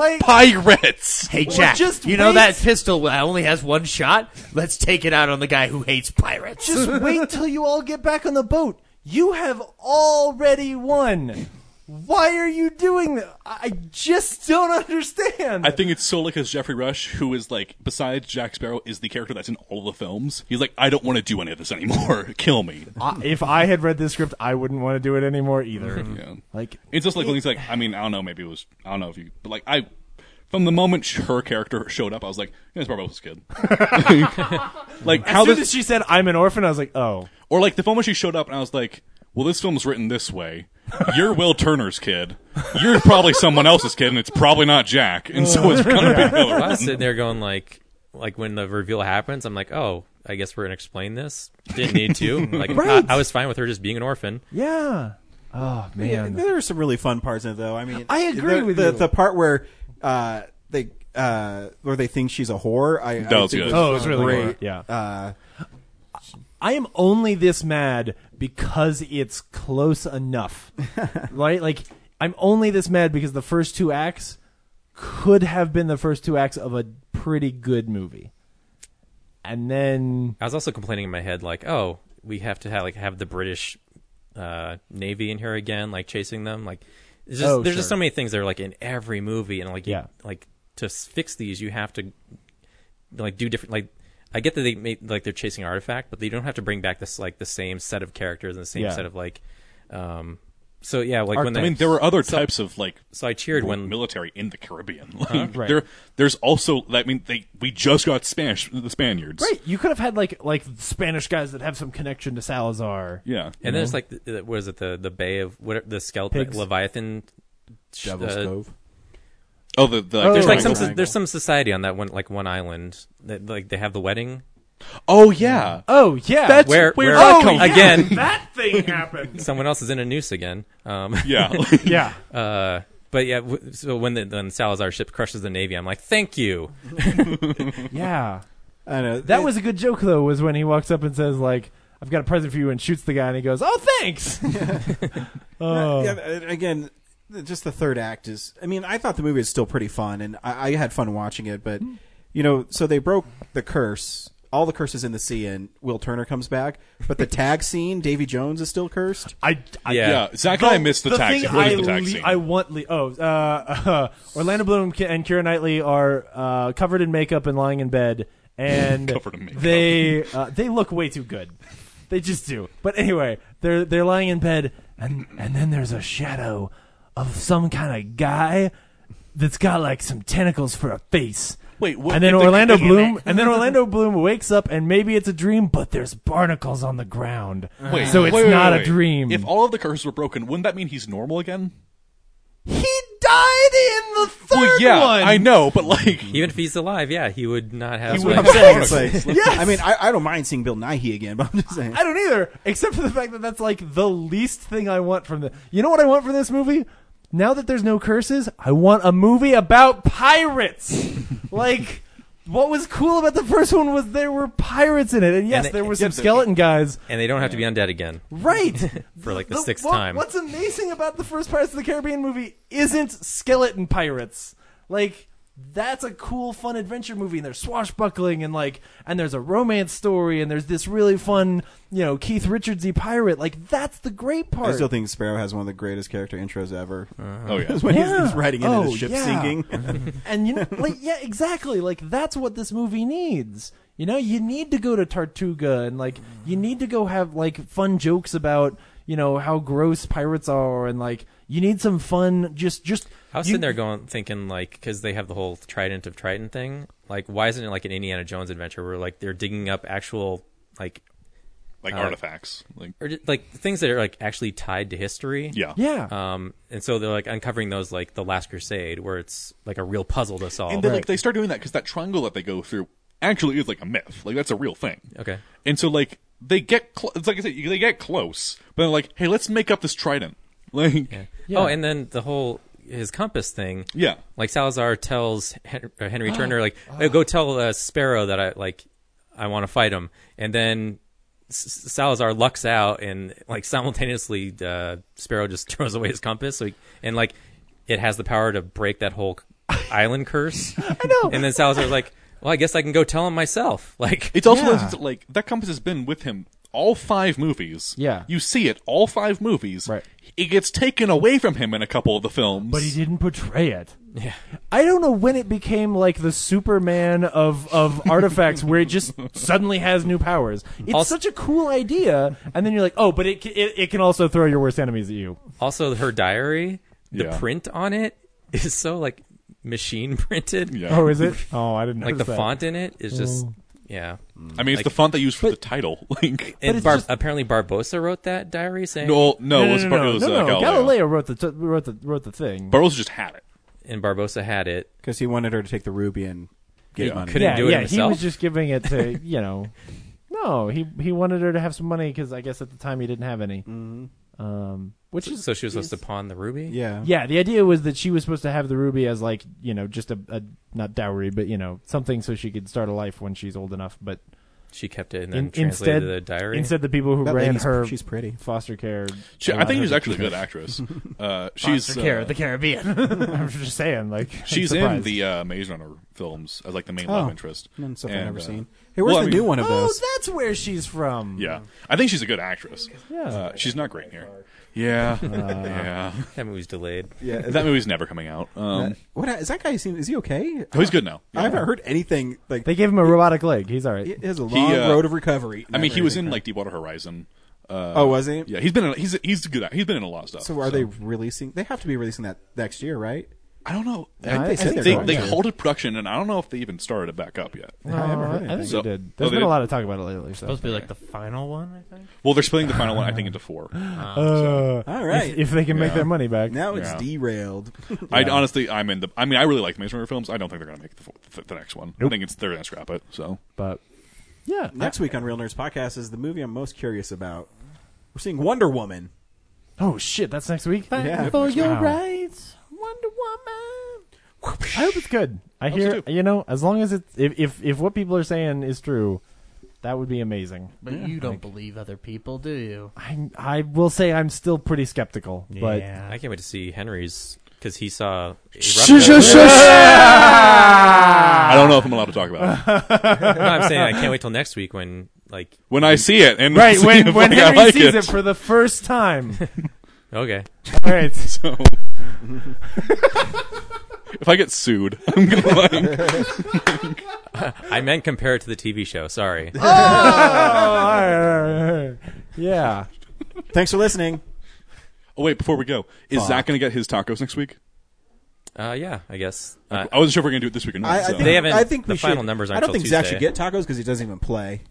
[SPEAKER 7] pirates.
[SPEAKER 6] Hey,
[SPEAKER 7] Well,
[SPEAKER 6] Jack.
[SPEAKER 7] just
[SPEAKER 6] you know
[SPEAKER 7] wait.
[SPEAKER 6] that pistol that only has one shot. Let's take it out on the guy who hates pirates.
[SPEAKER 5] Just wait till you all get back on the boat. You have already won. Why are you doing that? I I just don't understand.
[SPEAKER 7] I think it's so like as Jeffrey Rush, who is like, besides Jack Sparrow, is the character that's in all the films. He's like, I don't want to do any of this anymore. *laughs* Kill me.
[SPEAKER 5] I- if I had read this script, I wouldn't want to do it anymore *laughs* either.
[SPEAKER 7] Yeah.
[SPEAKER 5] Like
[SPEAKER 7] It's just like when he's like, I mean, I don't know, maybe it was, I don't know if you, but like, I, from the moment sh- her character showed up, I was like, yeah, it's Barbarossa's kid. *laughs* like,
[SPEAKER 5] as
[SPEAKER 7] how
[SPEAKER 5] soon
[SPEAKER 7] this,
[SPEAKER 5] as she said "I'm an orphan," I was like, "Oh,
[SPEAKER 7] or like the moment she showed up, and I was like, well, this film's written this way. You're Will Turner's kid. You're probably someone else's kid, and it's probably not Jack. And so it's gonna *laughs* be Hillary.
[SPEAKER 4] I was sitting there going like, like when the reveal happens, I'm like, oh, I guess we're gonna explain this. Didn't need to.
[SPEAKER 5] *laughs*
[SPEAKER 4] Like,
[SPEAKER 1] Right.
[SPEAKER 4] I, I was fine with her just being an orphan.
[SPEAKER 5] Yeah. Oh
[SPEAKER 1] Yeah, there are some really fun parts in it, though. I mean,
[SPEAKER 5] I agree
[SPEAKER 1] the,
[SPEAKER 5] with
[SPEAKER 1] the,
[SPEAKER 5] you.
[SPEAKER 1] The part where uh, they uh, where they think she's a whore. I,
[SPEAKER 5] That
[SPEAKER 1] I
[SPEAKER 5] was
[SPEAKER 1] think
[SPEAKER 5] good. Oh, it was really
[SPEAKER 1] great.
[SPEAKER 5] good. Yeah.
[SPEAKER 1] Uh,
[SPEAKER 5] I am only this mad because it's close *laughs* enough. right? Like I'm only this mad because the first two acts could have been the first two acts of a pretty good movie. And then
[SPEAKER 4] I was also complaining in my head like, oh, we have to have like have the British uh, Navy in here again, like chasing them. Like, it's just,
[SPEAKER 5] Oh,
[SPEAKER 4] there's just
[SPEAKER 5] sure.
[SPEAKER 4] so many things that are like in every movie, and like, you-
[SPEAKER 5] Yeah.
[SPEAKER 4] like to s- fix these, you have to like do different. Like, I get that they made like they're chasing an artifact, but they don't have to bring back this like the same set of characters and the same
[SPEAKER 7] Yeah.
[SPEAKER 4] set of like. um so yeah, like when
[SPEAKER 7] I
[SPEAKER 4] they-
[SPEAKER 7] mean, there were other
[SPEAKER 4] so-
[SPEAKER 7] types of like.
[SPEAKER 4] So I cheered when
[SPEAKER 7] military in the Caribbean. Like,
[SPEAKER 4] Huh? Right.
[SPEAKER 7] There, there's also. I mean, they we just got Spanish the Spaniards.
[SPEAKER 5] Right, you could have had like like Spanish guys that have some connection to Salazar.
[SPEAKER 7] Yeah.
[SPEAKER 4] And then it's like, the, the- what is it, the, the Bay of, what, the skeleton,
[SPEAKER 5] Pigs.
[SPEAKER 4] Leviathan? sh-
[SPEAKER 1] Devil's
[SPEAKER 4] uh,
[SPEAKER 1] Cove.
[SPEAKER 7] Oh, the, the
[SPEAKER 4] there's like
[SPEAKER 7] triangle.
[SPEAKER 4] some
[SPEAKER 7] triangle.
[SPEAKER 4] there's some society on that one like one island that like they have the *laughs* wedding.
[SPEAKER 7] Oh yeah.
[SPEAKER 5] Oh yeah. Oh,
[SPEAKER 7] That's where, that comes
[SPEAKER 5] *laughs*
[SPEAKER 7] from.
[SPEAKER 4] again
[SPEAKER 5] thing happened.
[SPEAKER 4] someone else is in a noose again. Um, *laughs*
[SPEAKER 7] Yeah.
[SPEAKER 5] Yeah.
[SPEAKER 4] Uh, but yeah, w- so when the when Salazar ship crushes the navy, I'm like, thank you.
[SPEAKER 5] Yeah.
[SPEAKER 1] I know.
[SPEAKER 5] That was a good joke though, was when he walks up and says like, "I've got a present for you," and shoots the guy, and he goes, "Oh, thanks." oh.
[SPEAKER 1] Uh, yeah, and again, th- just the third act is. I mean, I thought the movie was still pretty fun, and I, I had fun watching it. But you know, so they broke the curse. All the curses in the sea, and Will Turner comes back. But
[SPEAKER 5] *laughs*
[SPEAKER 1] the tag scene, Davy Jones is still cursed.
[SPEAKER 5] I, I
[SPEAKER 7] Yeah, Zach and I missed the tag
[SPEAKER 5] thing
[SPEAKER 7] scene. What is
[SPEAKER 5] I
[SPEAKER 7] the tag
[SPEAKER 5] le-
[SPEAKER 7] scene?
[SPEAKER 5] I want Lee. Oh, uh, *laughs* Orlando Bloom ki- and Kira Knightley are uh, covered in makeup and lying in bed, and
[SPEAKER 7] *laughs* Covered in makeup.
[SPEAKER 5] they uh, they look way too good. They just do. But anyway, they're they're lying in bed, and and then there's a shadow of some kind of guy that's got like some tentacles for a face.
[SPEAKER 7] Wait, what-
[SPEAKER 5] and then
[SPEAKER 7] the-
[SPEAKER 5] Orlando
[SPEAKER 7] damn
[SPEAKER 5] Bloom,
[SPEAKER 7] it.
[SPEAKER 5] and then Orlando Bloom wakes up, and maybe it's a dream, but there's barnacles on the ground,
[SPEAKER 7] *laughs* Wait,
[SPEAKER 5] so it's
[SPEAKER 7] wait, wait,
[SPEAKER 5] not
[SPEAKER 7] wait,
[SPEAKER 5] a
[SPEAKER 7] wait.
[SPEAKER 5] dream.
[SPEAKER 7] If all of the curses were broken, wouldn't that mean he's normal again?
[SPEAKER 6] died in the third
[SPEAKER 7] Well, yeah,
[SPEAKER 6] one.
[SPEAKER 7] I know, but like, *laughs*
[SPEAKER 4] Even if he's alive, yeah, he would not have.
[SPEAKER 1] That's what I'm
[SPEAKER 4] survived.
[SPEAKER 1] saying. It's
[SPEAKER 5] *laughs*
[SPEAKER 1] like-
[SPEAKER 5] Yes!
[SPEAKER 1] I mean, I, I don't mind seeing Bill Nighy again, but I'm just saying.
[SPEAKER 5] I don't either, except for the fact that that's like the least thing I want from the. You know what I want from this movie? Now that there's no curses, I want a movie about
[SPEAKER 7] *laughs*
[SPEAKER 5] pirates. like, what was cool about the first one was there were pirates in it, and yes,
[SPEAKER 4] And it-
[SPEAKER 5] there were
[SPEAKER 4] yeah,
[SPEAKER 5] some
[SPEAKER 4] but-
[SPEAKER 5] skeleton guys.
[SPEAKER 4] and they don't have to be undead again.
[SPEAKER 5] Right.
[SPEAKER 4] *laughs* For like the, sixth
[SPEAKER 5] what-
[SPEAKER 4] time.
[SPEAKER 5] What's amazing about the first Pirates of the Caribbean movie isn't skeleton pirates. Like that's a cool, fun adventure movie, and there's swashbuckling, and like, and there's a romance story, and there's this really fun, you know, Keith Richardsy pirate. Like that's the great part.
[SPEAKER 1] I *laughs* still think Sparrow has one of the greatest character intros
[SPEAKER 5] *laughs*
[SPEAKER 1] ever. *laughs*
[SPEAKER 7] Oh yeah,
[SPEAKER 1] when he's-
[SPEAKER 5] Yeah.
[SPEAKER 1] he's, riding into
[SPEAKER 5] Oh,
[SPEAKER 1] the ship
[SPEAKER 5] yeah. *laughs*
[SPEAKER 1] sinking.
[SPEAKER 5] and you know, like, yeah, exactly. Like that's what this movie needs. You know, you need to go to Tartuga and like you need to go have like fun jokes about you know how gross pirates are and like you need some fun. Just just
[SPEAKER 4] I was
[SPEAKER 5] you-
[SPEAKER 4] sitting there going, thinking like, because they have the whole Trident of Triton thing. Like, why isn't it like an Indiana Jones adventure where like they're digging up actual like
[SPEAKER 7] Like artifacts, like-
[SPEAKER 4] or ju- like things that are like actually tied to history.
[SPEAKER 7] Yeah.
[SPEAKER 5] Yeah.
[SPEAKER 4] Um, and so they're like uncovering those like the Last Crusade, where it's like a real puzzle to solve.
[SPEAKER 7] and then like they start doing that because that triangle that they go through actually is like a myth. Like that's a real thing.
[SPEAKER 4] Okay.
[SPEAKER 7] And so like they get cl- it's like I said, they get close, but they're *laughs* like, hey, let's make up this trident. Like
[SPEAKER 4] Oh, and then the whole his compass thing.
[SPEAKER 7] Yeah.
[SPEAKER 4] Like Salazar tells Hen- or *gasps* Henry Turner, like, "Hey, go tell uh, Sparrow that I like, I want to fight him. And then S- S- Salazar lucks out, and like *laughs* simultaneously, uh, Sparrow just *laughs* throws away his compass. So he, and like, it has the power to break that whole *laughs* island curse. *laughs* I know. And then Salazar's like, "Well, I guess I can go tell him myself." *laughs* Like,
[SPEAKER 7] It's also like that compass has been with him all five movies.
[SPEAKER 5] Yeah.
[SPEAKER 7] You see it all five movies. Right. It gets taken away from him in a couple of the films.
[SPEAKER 5] But he didn't portray it. Yeah. I don't know when it became like the Superman of of artifacts where it just suddenly has new powers. It's
[SPEAKER 4] Also-
[SPEAKER 5] such a cool idea and then you're like, "Oh, but it ca- it, it can also throw your worst enemies at you."
[SPEAKER 4] Also, her diary, the
[SPEAKER 5] Yeah.
[SPEAKER 4] print on it is so like machine printed. *laughs*
[SPEAKER 5] Oh, is it? Oh, I didn't
[SPEAKER 4] Like the
[SPEAKER 5] notice that.
[SPEAKER 4] font in it is just
[SPEAKER 5] Mm.
[SPEAKER 4] yeah.
[SPEAKER 7] I mean, it's
[SPEAKER 4] Like-
[SPEAKER 7] the font they use for the title. *laughs* Like,
[SPEAKER 4] And Bar- apparently Barbosa wrote that diary saying
[SPEAKER 7] No, no, it was No, no, Bar- it was,
[SPEAKER 5] No,
[SPEAKER 7] uh,
[SPEAKER 5] no,
[SPEAKER 7] Galileo.
[SPEAKER 5] Galileo wrote the t- wrote the wrote the thing.
[SPEAKER 7] Burroughs just had it.
[SPEAKER 4] And Barbosa had it
[SPEAKER 1] because he wanted her to take the ruby and get money.
[SPEAKER 4] Couldn't
[SPEAKER 5] yeah,
[SPEAKER 4] do it
[SPEAKER 5] yeah,
[SPEAKER 4] himself.
[SPEAKER 5] he was just giving it
[SPEAKER 7] *laughs*
[SPEAKER 5] to you know. No, he he wanted her to have some money because I guess at the time he didn't have any.
[SPEAKER 4] Mm-hmm.
[SPEAKER 5] Um, which
[SPEAKER 4] so,
[SPEAKER 5] is
[SPEAKER 4] so she was supposed to pawn the ruby.
[SPEAKER 5] yeah. The idea was that she was supposed to have the ruby as like you know just a, a not dowry but you know something so she could start a life when she's old enough. But
[SPEAKER 4] She kept it and then translated the diary.
[SPEAKER 5] Instead, the people who
[SPEAKER 4] That
[SPEAKER 5] ran
[SPEAKER 4] lady's-
[SPEAKER 5] her
[SPEAKER 4] she's
[SPEAKER 1] pretty
[SPEAKER 5] foster care.
[SPEAKER 7] She, I
[SPEAKER 5] allowed
[SPEAKER 7] think
[SPEAKER 5] her
[SPEAKER 7] she's
[SPEAKER 5] to
[SPEAKER 7] actually a
[SPEAKER 5] keep
[SPEAKER 7] good
[SPEAKER 5] her.
[SPEAKER 7] actress. Uh, she's
[SPEAKER 5] Foster care
[SPEAKER 7] uh,
[SPEAKER 5] of the Caribbean. *laughs* I'm just saying, like I'm
[SPEAKER 7] she's in
[SPEAKER 5] surprised.
[SPEAKER 7] the uh, Maze Runner films as like the main
[SPEAKER 5] Oh.
[SPEAKER 7] love interest.
[SPEAKER 1] And stuff I've never seen.
[SPEAKER 5] Hey, where's
[SPEAKER 7] uh, well, I
[SPEAKER 5] the
[SPEAKER 7] mean-
[SPEAKER 5] new one of those? Oh, that's where she's from.
[SPEAKER 7] Yeah, I think she's a good actress.
[SPEAKER 5] Yeah.
[SPEAKER 7] Uh, she's not great here.
[SPEAKER 1] *laughs*
[SPEAKER 7] Yeah, yeah.
[SPEAKER 4] That movie's delayed.
[SPEAKER 7] Yeah, that movie's never coming out. Um,
[SPEAKER 1] Uh, That- what is that guy? Seem is he okay?
[SPEAKER 7] Oh, he's good now.
[SPEAKER 1] I haven't heard anything. Like
[SPEAKER 5] they gave him a robotic leg. He's all right.
[SPEAKER 1] He has a long
[SPEAKER 7] uh,
[SPEAKER 1] road of recovery.
[SPEAKER 7] I mean, he was in
[SPEAKER 1] Everything.
[SPEAKER 7] like Deepwater Horizon. Uh,
[SPEAKER 1] Oh, was he?
[SPEAKER 7] Yeah, he's been in, he's he's good. At, he's been in a lot of stuff.
[SPEAKER 1] So are they releasing? They have to be releasing that next year, right?
[SPEAKER 7] I don't know.
[SPEAKER 1] I, think they said
[SPEAKER 7] they,
[SPEAKER 1] they're
[SPEAKER 7] they
[SPEAKER 1] going to.
[SPEAKER 7] halted production, and I don't know if they even started it back up yet.
[SPEAKER 5] No, I haven't heard
[SPEAKER 1] I
[SPEAKER 5] anything.
[SPEAKER 1] think So-
[SPEAKER 5] they did.
[SPEAKER 7] oh,
[SPEAKER 5] There's
[SPEAKER 7] they
[SPEAKER 5] been a
[SPEAKER 7] did?
[SPEAKER 5] lot of talk about it lately. So.
[SPEAKER 6] supposed to be like the final one, I think.
[SPEAKER 7] Well, they're splitting the final one, I think,
[SPEAKER 1] *sighs*
[SPEAKER 7] into four.
[SPEAKER 5] Uh,
[SPEAKER 1] All right.
[SPEAKER 5] If, if they can make
[SPEAKER 7] Yeah.
[SPEAKER 5] their money back.
[SPEAKER 1] Now it's
[SPEAKER 7] Yeah.
[SPEAKER 1] derailed.
[SPEAKER 7] I
[SPEAKER 1] Yeah.
[SPEAKER 7] honestly, I'm in the. I mean, I really like the Maze Runner films. I don't think they're going to make the, fourth- the, the next one. I think it's they're going to scrap it. So,
[SPEAKER 5] but yeah.
[SPEAKER 1] Next week on Real Nerds Podcast is the movie I'm most curious about. We're seeing Wonder Woman.
[SPEAKER 5] Oh shit, that's next week.
[SPEAKER 1] Yeah.
[SPEAKER 5] For your
[SPEAKER 1] Wow.
[SPEAKER 5] rights, Wonder Woman. I hope it's good. I hear you know, as long as it's if, if if what people are saying is true, that would be amazing.
[SPEAKER 6] But you don't believe other people, do you?
[SPEAKER 5] I I will say I'm still pretty skeptical, but *laughs*
[SPEAKER 4] I can't wait to see Henry's because he saw.
[SPEAKER 7] I don't know if I'm allowed to talk about it.
[SPEAKER 4] no, I'm saying I can't wait till next week when like
[SPEAKER 7] When I see it and *laughs*
[SPEAKER 5] right
[SPEAKER 7] see
[SPEAKER 5] when
[SPEAKER 7] if,
[SPEAKER 5] when
[SPEAKER 7] like, I
[SPEAKER 5] Henry
[SPEAKER 7] like
[SPEAKER 5] sees it.
[SPEAKER 7] it.
[SPEAKER 5] for the first time.
[SPEAKER 7] *laughs*
[SPEAKER 4] okay.
[SPEAKER 5] All right. *laughs*
[SPEAKER 7] So if I get sued, *laughs* I'm
[SPEAKER 1] *laughs*
[SPEAKER 7] going to like.
[SPEAKER 4] I meant compare it to the TV show. Sorry.
[SPEAKER 5] Oh, all right, all right, all right. Yeah.
[SPEAKER 1] Thanks for listening.
[SPEAKER 7] Oh wait, before we go, is
[SPEAKER 4] Fuck.
[SPEAKER 7] Zach going to get his tacos next week?
[SPEAKER 4] Uh, yeah, I guess. Uh,
[SPEAKER 7] I wasn't sure if we are going to do it this week or not.
[SPEAKER 1] I, I
[SPEAKER 7] so.
[SPEAKER 1] think, I think
[SPEAKER 4] the
[SPEAKER 1] we
[SPEAKER 4] final
[SPEAKER 1] should,
[SPEAKER 4] numbers aren't
[SPEAKER 1] I don't
[SPEAKER 4] till
[SPEAKER 1] think Zach
[SPEAKER 4] Tuesday.
[SPEAKER 1] should get tacos because he doesn't even play.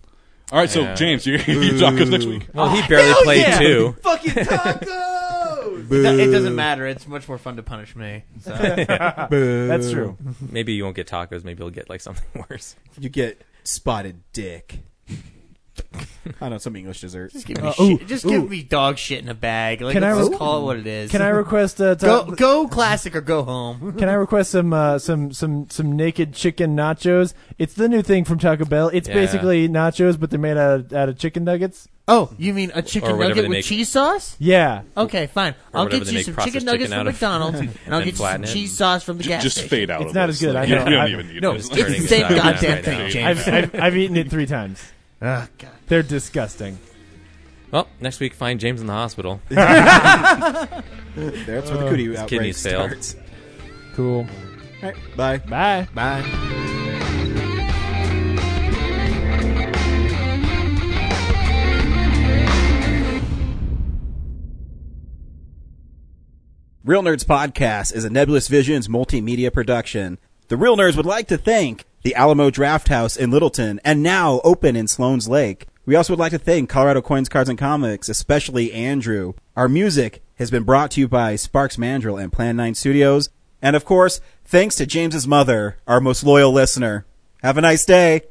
[SPEAKER 7] All right, so
[SPEAKER 4] Yeah.
[SPEAKER 7] James, you *laughs* you tacos next week.
[SPEAKER 4] Well, he barely
[SPEAKER 6] hell
[SPEAKER 4] played
[SPEAKER 6] yeah!
[SPEAKER 4] two.
[SPEAKER 1] *laughs*
[SPEAKER 6] Fucking tacos! It do- it doesn't matter. It's much more fun to punish me. So.
[SPEAKER 5] That's *laughs* true.
[SPEAKER 4] Maybe you won't get tacos. Maybe you'll get like something *laughs* worse.
[SPEAKER 1] You get spotted dick. I know some English dessert.
[SPEAKER 6] *laughs* Just give me, shit. Just give me dog shit in a bag. Like,
[SPEAKER 5] Can I
[SPEAKER 6] let's just
[SPEAKER 5] re-
[SPEAKER 6] call it what it is.
[SPEAKER 5] Can I request, uh,
[SPEAKER 6] go,
[SPEAKER 5] Tom-
[SPEAKER 6] go classic or go home?
[SPEAKER 5] Can I request some uh, some some some naked chicken nachos? It's the new thing from Taco Bell. It's
[SPEAKER 6] Yeah.
[SPEAKER 5] basically nachos, but they're made out of, out of chicken nuggets.
[SPEAKER 6] Oh, *laughs* you mean a chicken
[SPEAKER 5] whatever
[SPEAKER 6] nugget
[SPEAKER 5] they
[SPEAKER 6] with
[SPEAKER 5] make-
[SPEAKER 6] cheese sauce?
[SPEAKER 5] Yeah.
[SPEAKER 6] Okay, fine.
[SPEAKER 5] Or
[SPEAKER 6] I'll
[SPEAKER 5] whatever
[SPEAKER 6] get
[SPEAKER 5] they
[SPEAKER 6] you
[SPEAKER 5] make
[SPEAKER 6] some
[SPEAKER 5] processed
[SPEAKER 6] chicken nuggets
[SPEAKER 4] chicken out
[SPEAKER 6] from
[SPEAKER 4] of-
[SPEAKER 6] McDonald's, *laughs* and, I'll
[SPEAKER 4] and
[SPEAKER 6] get you some
[SPEAKER 4] flatten it.
[SPEAKER 6] cheese sauce from the
[SPEAKER 4] Ju-
[SPEAKER 6] gas
[SPEAKER 4] just
[SPEAKER 6] station.
[SPEAKER 4] fade out
[SPEAKER 5] It's not as good. I know. I've-
[SPEAKER 6] No, it's the same goddamn thing, James.
[SPEAKER 5] I've, I've, I've eaten it three times.
[SPEAKER 6] Ah, God.
[SPEAKER 5] They're disgusting.
[SPEAKER 4] Well, next week, find James in the hospital.
[SPEAKER 1] That's where the cootie
[SPEAKER 4] His
[SPEAKER 1] outbreak
[SPEAKER 4] kidneys failed.
[SPEAKER 1] starts.
[SPEAKER 5] Cool.
[SPEAKER 1] All right, bye.
[SPEAKER 5] Bye.
[SPEAKER 1] Bye. Real Nerds Podcast is a Nebulous Visions multimedia production. The Real Nerds would like to thank the Alamo Draft House in Littleton and now open in Sloan's Lake. We also would like to thank Colorado Coins, Cards, and Comics, especially Andrew. Our music has been brought to you by Sparks Mandrill and Plan 9 Studios. And of course, thanks to James's mother, our most loyal listener. Have a nice day.